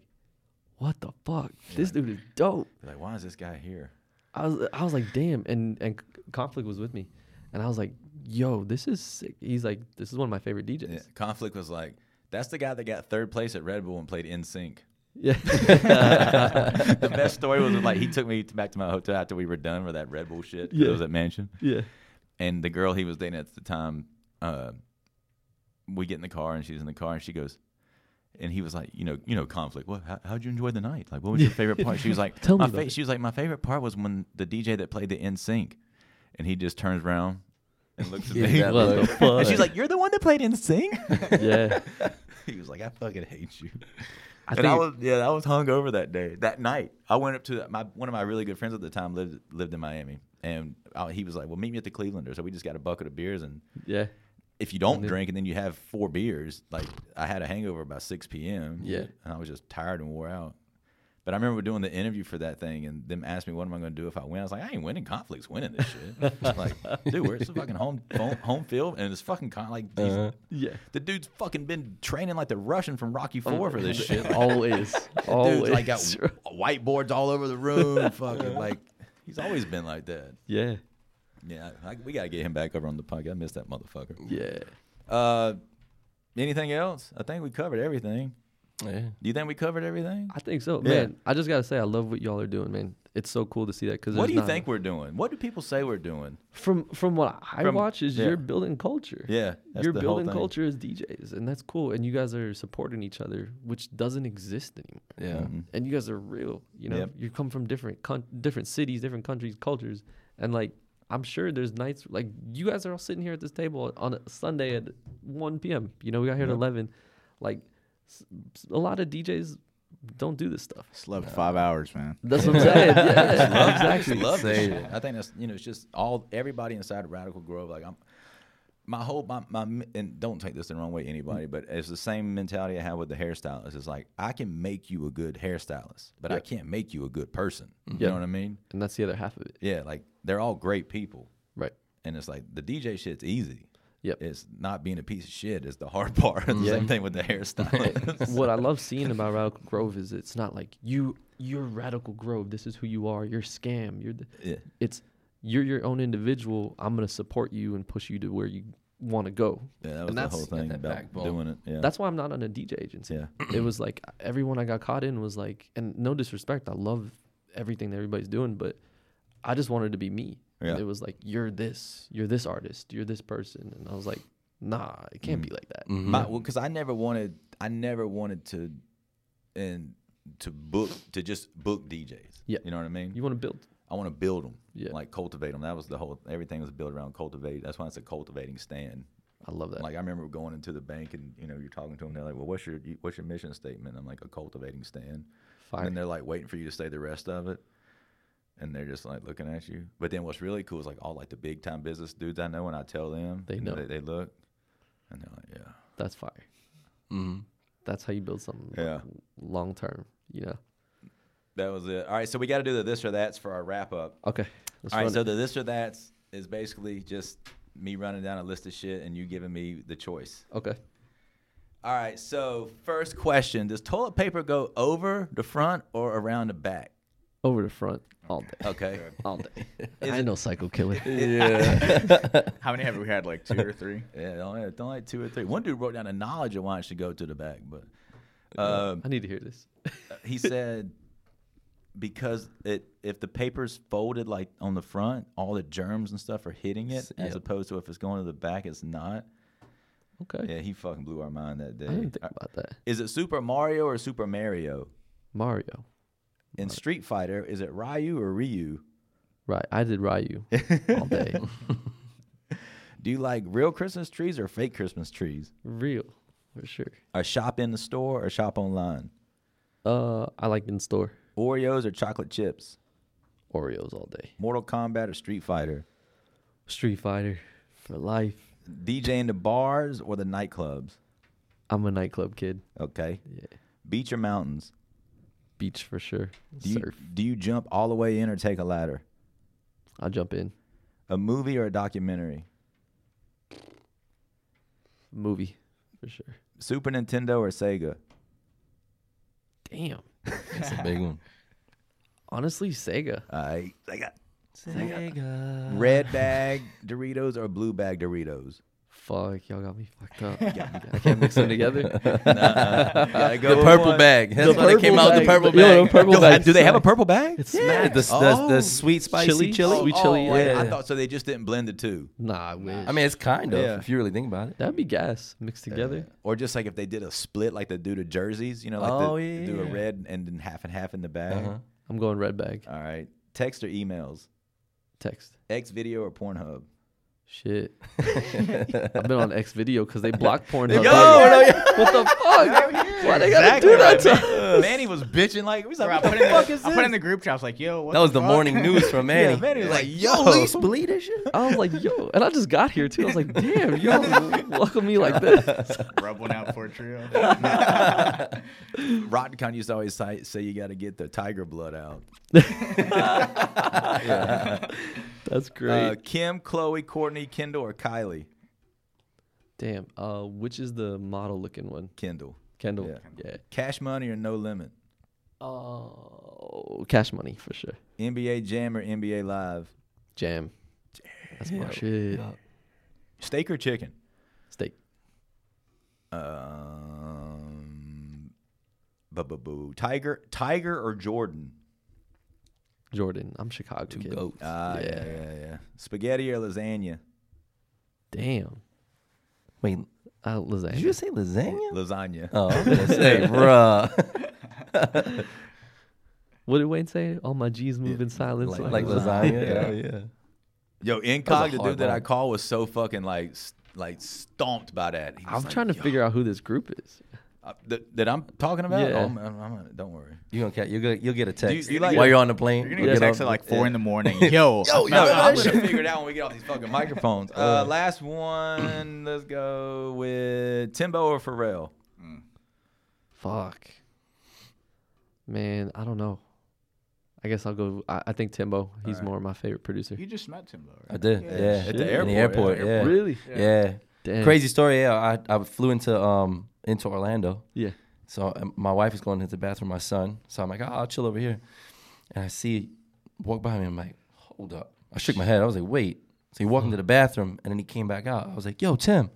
S5: "What the fuck? This dude is dope."
S2: Like, why is this guy here?
S5: I was I was like, "Damn!" And and C- conflict was with me, and I was like, "Yo, this is sick." He's like, "This is one of my favorite
S2: Yeah.
S5: DJs."
S2: Conflict was like, that's the guy that got third place at Red Bull and played in sync.
S5: Yeah.
S2: the best story was like he took me back to my hotel after we were done with that Red Bull shit. 'cause
S5: Yeah.
S2: It was at mansion,
S5: yeah.
S2: and the girl he was dating at the time, uh, we get in the car and she's in the car and she goes. And he was like, you know, you know, conflict. What? How, how'd you enjoy the night? Like, what was your favorite part? She was like,
S5: Tell me
S2: my
S5: about it.
S2: She was like, my favorite part was when the DJ that played the in sync, and he just turns around and looks at
S3: Yeah,
S2: me.
S3: that
S5: What
S3: look.
S5: the fuck?
S2: And she's like, "You're the one that played in sync."
S5: "Yeah."
S2: he was like, I fucking hate you.
S5: I
S2: and I
S5: think-
S2: was yeah, I was hungover that day. That night, I went up to my one of my really good friends at the time lived lived in Miami, and I, he was like, "Well, meet me at the Clevelander." So we just got a bucket of beers, and
S5: Yeah.
S2: if you don't
S5: And then-
S2: drink and then you have four beers, like I had a hangover by six p.m.
S5: Yeah.
S2: and I was just tired and wore out. But I remember doing the interview for that thing, and them asked me, "What am I going to do if I win?" I was like, "I ain't winning conflicts, winning this shit." like, dude, where's the fucking home home, home field? And it's fucking con- like these,
S5: Yeah.
S2: the dude's fucking been training like the Russian from Rocky
S5: Oh,
S2: Four for this shit.
S5: Always. Always.
S2: Dude's like got whiteboards all over the room. fucking like, he's always been like that.
S5: yeah.
S2: Yeah, I, we gotta get him back over on the podcast. I miss that motherfucker.
S5: Yeah.
S2: Uh, anything else? I think we covered everything.
S3: Yeah.
S2: Do you think we covered everything?
S5: I think so,
S2: Yeah.
S5: man. I just gotta say, I love what y'all are doing, man. It's so cool to see that. Cause
S2: What
S5: there's
S2: do you
S5: not-
S2: think we're doing? What do people say we're doing?
S5: From from what I
S2: From-
S5: watch is
S2: yeah.
S5: you're building culture.
S2: Yeah, that's
S5: you're
S2: the whole
S5: building
S2: thing.
S5: culture as DJs, and that's cool. And you guys are supporting each other, which doesn't exist anymore.
S3: Yeah.
S2: Mhm.
S5: And you guys are real. You know,
S2: Yep.
S5: you come from different con- different cities, different countries, cultures, and like I'm sure there's nights like you guys are all sitting here at this table on a Sunday at 1 p.m. You know, we got here at 11. Like s- s- a lot of DJs don't do this stuff.
S4: Slept five hours, man.
S5: That's what I'm saying.
S2: Love-
S5: Yeah.
S2: I actually
S3: Exactly.
S2: love this
S3: Say
S2: shit. I think that's you know it's just all everybody inside of Radical Grove. Like I'm, my whole my my and don't take this the wrong way, anybody.
S5: Mm.
S2: But it's the same mentality I have with the hairstylist. It's like I can make you a good hairstylist, but I can't make you a good person. You know what I mean?
S5: And that's the other half of it.
S2: Yeah, like they're all great people,
S5: Right.
S2: and it's like the DJ shit's easy.
S5: Yep. Mm-hmm.
S2: It's not being a piece of shit is the hard part. It's the same thing with the hairstylist.
S5: what I love seeing about Radical Grove is it's not like you you're Radical Grove. This is who you are. You're scam. You're the,
S2: Yeah.
S5: it's you're your own individual. I'm gonna support you and push you to where you want to go.
S2: Yeah, that was
S5: And
S2: the
S5: that's-
S2: whole
S5: get
S2: thing
S3: that
S2: about
S3: backbone.
S2: doing it. Yeah.
S5: That's why I'm not on a DJ agency.
S2: Yeah.
S5: it was like everyone I got caught in was like, and no disrespect, I love everything that everybody's doing, but I just wanted to be me. And
S2: Yeah.
S5: It was like you're this, you're this artist, you're this person, and I was like, nah, it can't
S2: Mm.
S5: be like that.
S2: My, well, because I never wanted, I never wanted to, and to book to just book DJs.
S5: Yeah.
S2: you know what I mean.
S5: You want to build,
S2: I want to build them,
S5: Yeah.
S2: like cultivate them. That was the whole. Everything was built around cultivate. That's why it's a cultivating stand.
S5: I love that.
S2: Like I remember going into the bank and you know you're talking to them. They're like, "Well, what's your you- what's your mission statement?" I'm like, "A cultivating stand."
S5: Fire.
S2: And they're like waiting for you to say the rest of it, and they're just like looking at you. But then what's really cool is like all like the big time business dudes I know, and I tell them,
S5: They
S2: and
S5: know.
S2: they, they look, and they're like, "Yeah."
S5: That's fire. That's how you build something
S2: Yeah.
S5: long term, you know.
S2: That was it. All right, so we got to do the this or that's for our wrap up.
S5: Okay. Let's
S2: All right,
S5: run
S2: so
S5: it.
S2: the this or that's is basically just me running down a list of shit and you giving me the choice.
S5: okay.
S2: All right, so first question: Does toilet paper go over the front or around the back?
S5: Over the front all day.
S2: Okay,
S5: All day. I know psycho killer.
S4: How many have we had? Like two or three?
S2: yeah, only, only like two or three. One dude wrote down a knowledge of why it should go to the back, but uh,
S5: I need to hear this.
S2: he said because it if the paper's folded like on the front, all the germs and stuff are hitting it, as
S5: Yep.
S2: opposed to if it's going to the back, it's not.
S5: Okay.
S2: Yeah, he fucking blew our mind that day.
S5: I didn't think
S2: Uh,
S5: about that.
S2: Is it Super Mario or Super Mario?
S5: Mario.
S2: In Street Fighter, is it Ryu or Ryu?
S5: Right. I did Ryu all day.
S2: Do you like real Christmas trees or fake Christmas trees?
S5: Real, for sure.
S2: Or shop in the store or shop online?
S5: Uh I like in store
S2: Oreos or chocolate chips?
S5: Oreos all day.
S2: Mortal Kombat or Street Fighter?
S5: Street Fighter for life.
S2: DJing the bars or the nightclubs?
S5: I'm a nightclub kid.
S2: Okay.
S5: Yeah.
S2: Beach or mountains?
S5: Beach for sure.
S2: Do you,
S5: Surf.
S2: do you jump all the way in or take a ladder?
S5: I'll jump in.
S2: A movie or a documentary?
S5: Movie for sure.
S2: Super Nintendo or Sega?
S5: Damn.
S3: That's a big one.
S5: Honestly, Sega.
S2: I Sega. Sega. Red bag Doritos or blue bag Doritos?
S5: Fuck, y'all got me fucked up. I can't mix them together.
S2: Gotta go
S3: The
S2: with
S3: purple
S2: one.
S3: bag. That's why they
S5: purple
S3: came out with the
S5: bag.
S3: purple
S5: Yo, the
S3: bag.
S5: purple
S2: Yo,
S5: bag
S2: do they have a
S5: sucks.
S2: purple bag?
S5: It's smacked.
S3: The, the,
S2: Oh.
S3: the sweet spicy Oh,
S5: Chili?
S3: chili.
S5: Sweet chili,
S2: I-
S5: yeah.
S2: I thought so. They just didn't blend the two,
S5: Nah, I wish.
S3: I mean, it's kind of,
S2: Yeah.
S3: if you really think about it.
S5: that'd be gas mixed together.
S2: or just like if they did a split, like they do the jerseys. You know, like
S3: Oh,
S2: the,
S3: yeah,
S2: do a
S3: yeah.
S2: red and then half and half in the bag.
S3: Uh-huh.
S5: I'm going red bag.
S2: All right, text or emails,
S5: Text.
S2: X video or Pornhub.
S5: Shit. I've been on X video because they block porn. Yo, what the fuck? Why they gotta do that to us?
S2: Manny was bitching like, we was like,
S4: Bro,
S2: what
S4: I put,
S2: the
S4: in
S2: fuck
S4: the,
S2: is
S4: I
S2: this?
S4: put in the group chat. I was like, yo, what
S3: That was the
S4: fuck?
S3: morning news from Manny.
S2: Yeah, Manny was like,
S3: yo,
S2: yo.
S3: Leafs believe this shit.
S5: I was like, yo, and I just got here too. I was like, damn, you don't welcome me like this.
S4: Rub one out for a trio.
S2: Rotten County used to always say, say you got to get the tiger blood out.
S5: That's great.
S2: Uh, Kim, Chloe, Courtney, Kendall, or Kylie?
S5: damn. Uh, which is the model looking one?
S2: Kendall.
S5: Kendall.
S2: Yeah.
S5: yeah.
S2: Cash Money or No Limit?
S5: Oh, Cash Money for sure.
S2: NBA Jam or NBA Live?
S5: Jam. That's my shit.
S2: Steak or chicken?
S5: Steak.
S2: Um, bu- bu- boo. Tiger, Tiger or Jordan?
S5: Jordan. I'm Chicago. Two kid.
S2: Ah, yeah. yeah, yeah, Spaghetti or lasagna?
S5: Damn.
S3: Wait,
S5: I
S3: did
S5: lasagna.
S3: you just say lasagna?
S2: Lasagna.
S3: Oh, I was gonna say, bruh.
S5: what did Wayne say? All my G's move in silence.
S3: like, like lasagna. Yeah, yeah.
S2: Yo, Incog, the dude
S5: hard
S2: that
S5: one.
S2: I call was so fucking like s- like stomped by that. He was
S5: I'm
S2: like,
S5: trying to
S2: "Yo,
S5: figure out who this group is.
S2: uh, th- that I'm talking about.
S5: Yeah.
S2: Oh, I'm- I'm- I'm- don't worry.
S3: You gonna catch? You'll get, you'll get a text
S2: you like-
S3: while you're on the plane.
S4: You're
S3: You'll
S4: going to get
S3: on-
S4: text at like 4 in the morning. Yo,
S2: Oh,
S4: no,
S2: I'm gonna figure it out when we get off these fucking microphones. Uh, last one. Let's go with Timbo or Pharrell.
S5: Fuck. Man, I don't know. I guess I'll go. I, I think Timbo. He's more my favorite producer.
S4: You just met Timbo,
S3: I
S4: right?
S3: did. Yeah,
S2: At the
S3: In the
S2: airport,
S3: airport.
S2: yeah.
S3: Yeah.
S5: Really?
S3: Yeah.
S5: Damn.
S3: Crazy story. Yeah, I I flew into um into Orlando.
S5: Yeah.
S3: So uh, my wife is going to the bathroom, my son. So I'm like, oh, I'll chill over here. And I see walk by me. I'm like, hold up. I shook my head. I was like, wait. So he walked into
S5: Hmm.
S3: the bathroom and then he came back out. I was like, yo, Tim.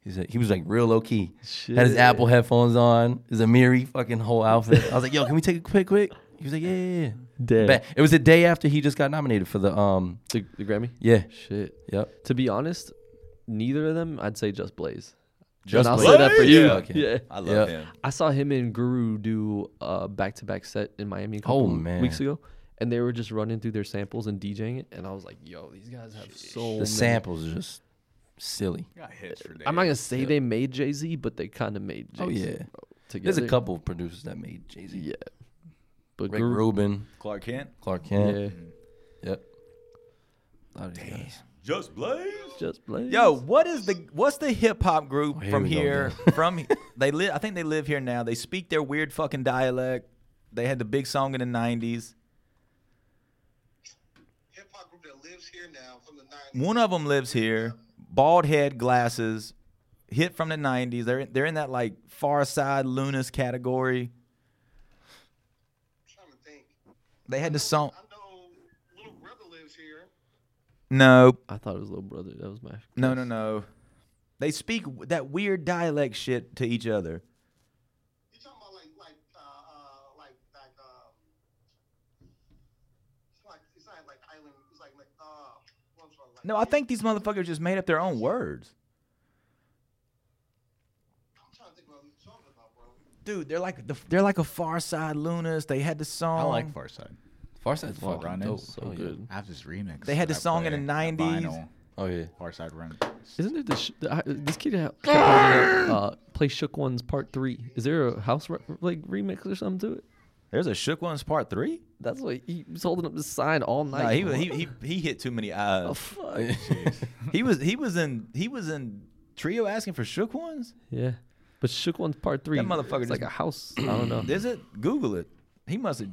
S3: He said he was like real low key. Had his
S5: Shit.
S3: Apple headphones on, his Amiri fucking whole outfit. I was like, yo, can we take a quick quick? He was like, yeah, yeah, yeah.
S5: Damn.
S3: Ba- It was the day after he just got nominated for the um
S5: The, the Grammy.
S3: yeah.
S5: Shit.
S3: Yep.
S5: To be honest, neither of them. I'd say just Blaze.
S3: Just
S5: and I'll
S3: Blaze?
S5: say that for you.
S3: Yeah. Okay.
S5: yeah.
S2: I love
S3: Yeah.
S2: him.
S5: I saw him and Guru do a back to back set in Miami a couple
S3: Oh, man.
S5: weeks ago. And they were just running through their samples and DJing it. And I was like, yo, these guys have so
S3: The
S5: many-
S3: samples are just silly.
S4: Got hits for days.
S5: I'm not going to say they made Jay Z, but they kind of made Jay Z.
S3: Oh, yeah.
S5: Together.
S3: There's a couple of producers that made Jay Z.
S5: Yeah. But
S3: Rick
S5: Guru.
S3: Rubin,
S2: Clark Kent.
S3: Clark
S5: Yeah.
S3: Kent.
S2: Mm-hmm.
S3: Yep. A lot of these guys.
S2: Just Blaze.
S5: Just Blaze.
S2: Yo, what is the what's the hip hop group
S3: Oh, here
S2: from
S3: we go
S2: here? From they live. I think they live here now. They speak their weird fucking dialect. They had the big song in the '90s.
S6: Hip hop group that lives here now from the 90s.
S2: One of them lives here. Bald head, glasses, hit from the '90s. They're they're in that like Far Side Lunas category.
S6: trying to think.
S2: They had the song.
S6: I know little brother lives here.
S2: No,
S5: I thought it was Little Brother. That was my.
S2: no, no, no. They speak that weird dialect shit to each other.
S6: You talking about like like uh, uh like like um it's like it's not like island. It's like like uh. what I'm trying to like-
S2: No, I think these motherfuckers just made up their own words.
S6: I'm trying to think what you're talking about, bro.
S2: Dude, they're like the, they're like a Far Side Lunas. They had the song.
S4: I like Far Side.
S3: Farside's
S4: Well,
S3: fucking
S4: Ron
S3: dope.
S4: is
S5: So
S3: oh, yeah.
S5: good.
S4: I have this remix.
S2: They had
S4: that
S2: the
S4: I
S2: song in
S4: play,
S2: the
S4: that
S2: 90s.
S4: vinyl,
S3: Oh yeah.
S4: Far Side Run.
S5: Isn't there this? Sh- the, I, this kid ha- kept calling it, uh, play Shook Ones Part Three. Is there a house re- like remix or something to it?
S2: There's a Shook Ones Part Three.
S5: That's what he was holding up the sign all night.
S2: Nah, he was,
S5: What
S2: he,
S5: the
S2: he he hit too many eyes.
S5: fuck?
S2: he was he was in he was in trio asking for Shook Ones.
S5: Yeah, but Shook One's Part Three.
S2: motherfucker
S5: it's like a
S2: just-
S5: house. I don't know.
S2: Is it? Google it. He must have.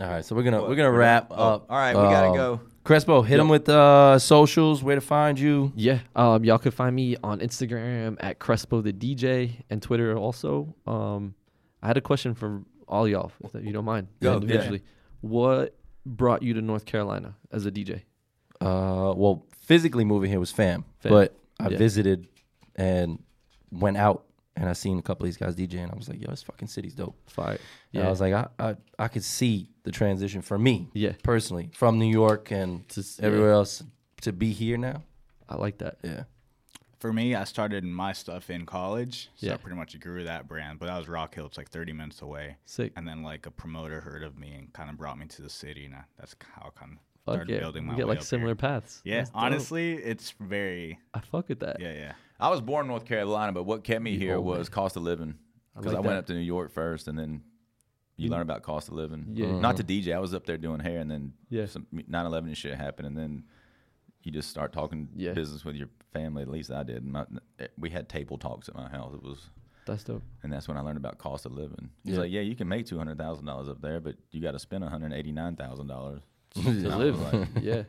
S3: All right, so we're gonna we're gonna Oh, wrap up.
S2: all right, we gotta
S3: Um,
S2: go.
S3: Crespo, hit him with uh, socials, where to find you.
S5: Yeah, um, y'all can find me on Instagram at Crespo the DJ and Twitter also. Um, I had a question for all y'all, if you don't mind,
S2: Go, yeah.
S5: individually. What brought you to North Carolina as a DJ?
S3: Uh, well, physically moving here was fam,
S5: Fam,
S3: but I
S5: yeah.
S3: visited and went out, and I seen a couple of these guys DJ, and I was like, yo, this fucking city's dope.
S5: Fire.
S3: Yeah. I was like, I, I I could see the transition for me,
S5: Yeah.
S3: personally, from New York and
S5: Just-
S3: everywhere else to be here now.
S5: I like that.
S3: Yeah,
S4: For me, I started my stuff in college, so
S5: Yeah.
S4: I pretty much grew that brand. But that was Rock Hill; it's like 30 minutes away.
S5: Sick.
S4: And then like a promoter heard of me and kind of brought me to the city, and I, that's how I kind of
S5: Fuck
S4: started
S5: yeah.
S4: building
S5: We
S4: my
S5: get
S4: way
S5: like
S4: up here.
S5: similar paths.
S4: Yeah,
S5: That's dope.
S4: honestly, it's very
S5: I fuck with that.
S4: yeah, yeah.
S2: I was born in North Carolina, but what kept me here
S5: old
S2: was cost of living. Because I,
S5: like
S2: went
S5: that.
S2: up to New York first, and then you learn about cost of living.
S5: Yeah.
S2: Not to DJ. I was up there doing hair, and then
S5: Yeah.
S2: some 9/11 and shit happened, and then you just start talking
S5: Yeah.
S2: business with your family. At least I did. My, we had table talks at my house. It was,
S5: That's dope.
S2: and that's when I learned about cost of living. He's
S3: Yeah.
S2: like, yeah, you can make two hundred thousand dollars up there, but you got to spend one hundred eighty nine thousand dollars.
S5: To live. yeah.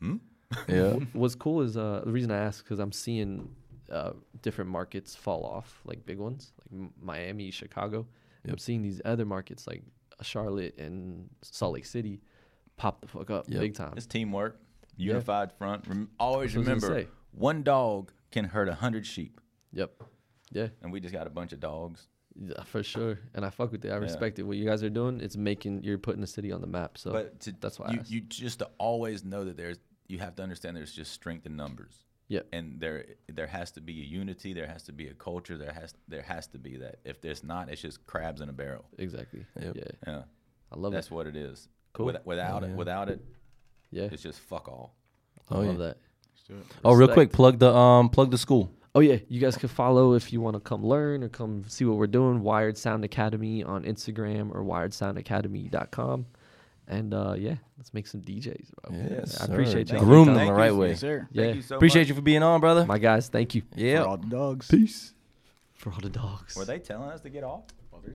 S3: Yeah.
S5: What's cool is uh, the reason I ask because I'm seeing uh, different markets fall off, like big ones, like M- Miami, Chicago. I'm seeing these other markets like Charlotte and Salt Lake City pop the fuck up
S3: Yep.
S5: big time.
S2: It's teamwork, unified front. Rem- always
S5: That's what I was gonna
S2: remember,
S5: say.
S2: one dog can hurt a hundred sheep,
S5: Yep. Yeah,
S2: and we just got a bunch of dogs.
S5: yeah, for sure. And I fuck with it. I respect it. What you guys are doing, it's making you're putting the city on the map. So
S2: But to,
S5: Oh, that's why I
S2: you,
S5: asked.
S2: you just to always know that there's you have to understand there's just strength in numbers.
S5: Yep.
S2: And there there has to be a unity, there has to be a culture, there has there has to be that. If there's not, it's just crabs in a barrel.
S5: exactly.
S3: Yep.
S5: Yeah,
S2: Yeah.
S5: I love
S2: That's
S5: it.
S2: what it is.
S5: Cool. Oh,
S2: With- without it without it,
S5: Yeah,
S2: it's just fuck all.
S5: I
S3: Oh,
S5: love
S3: yeah.
S5: that.
S3: Oh, real
S5: Respect.
S3: quick, plug the um, plug the school.
S5: Oh yeah, you guys can follow if you want to come learn or come see what we're doing. Wired Sound Academy on Instagram or wiredsoundacademy.com. And uh, yeah, let's make some DJs. Bro.
S3: Yes,
S5: I
S3: sir.
S5: appreciate y'all.
S3: Groom them
S4: Thank
S3: the
S4: you,
S3: right
S4: yes,
S3: way.
S4: sir.
S5: Yeah,
S2: Thank you so
S3: Appreciate
S2: much.
S3: you for being on, brother.
S5: my guys, thank you
S4: For
S3: Yeah.
S4: all the dogs.
S3: Peace.
S5: for all the dogs.
S2: Were they telling us to get off?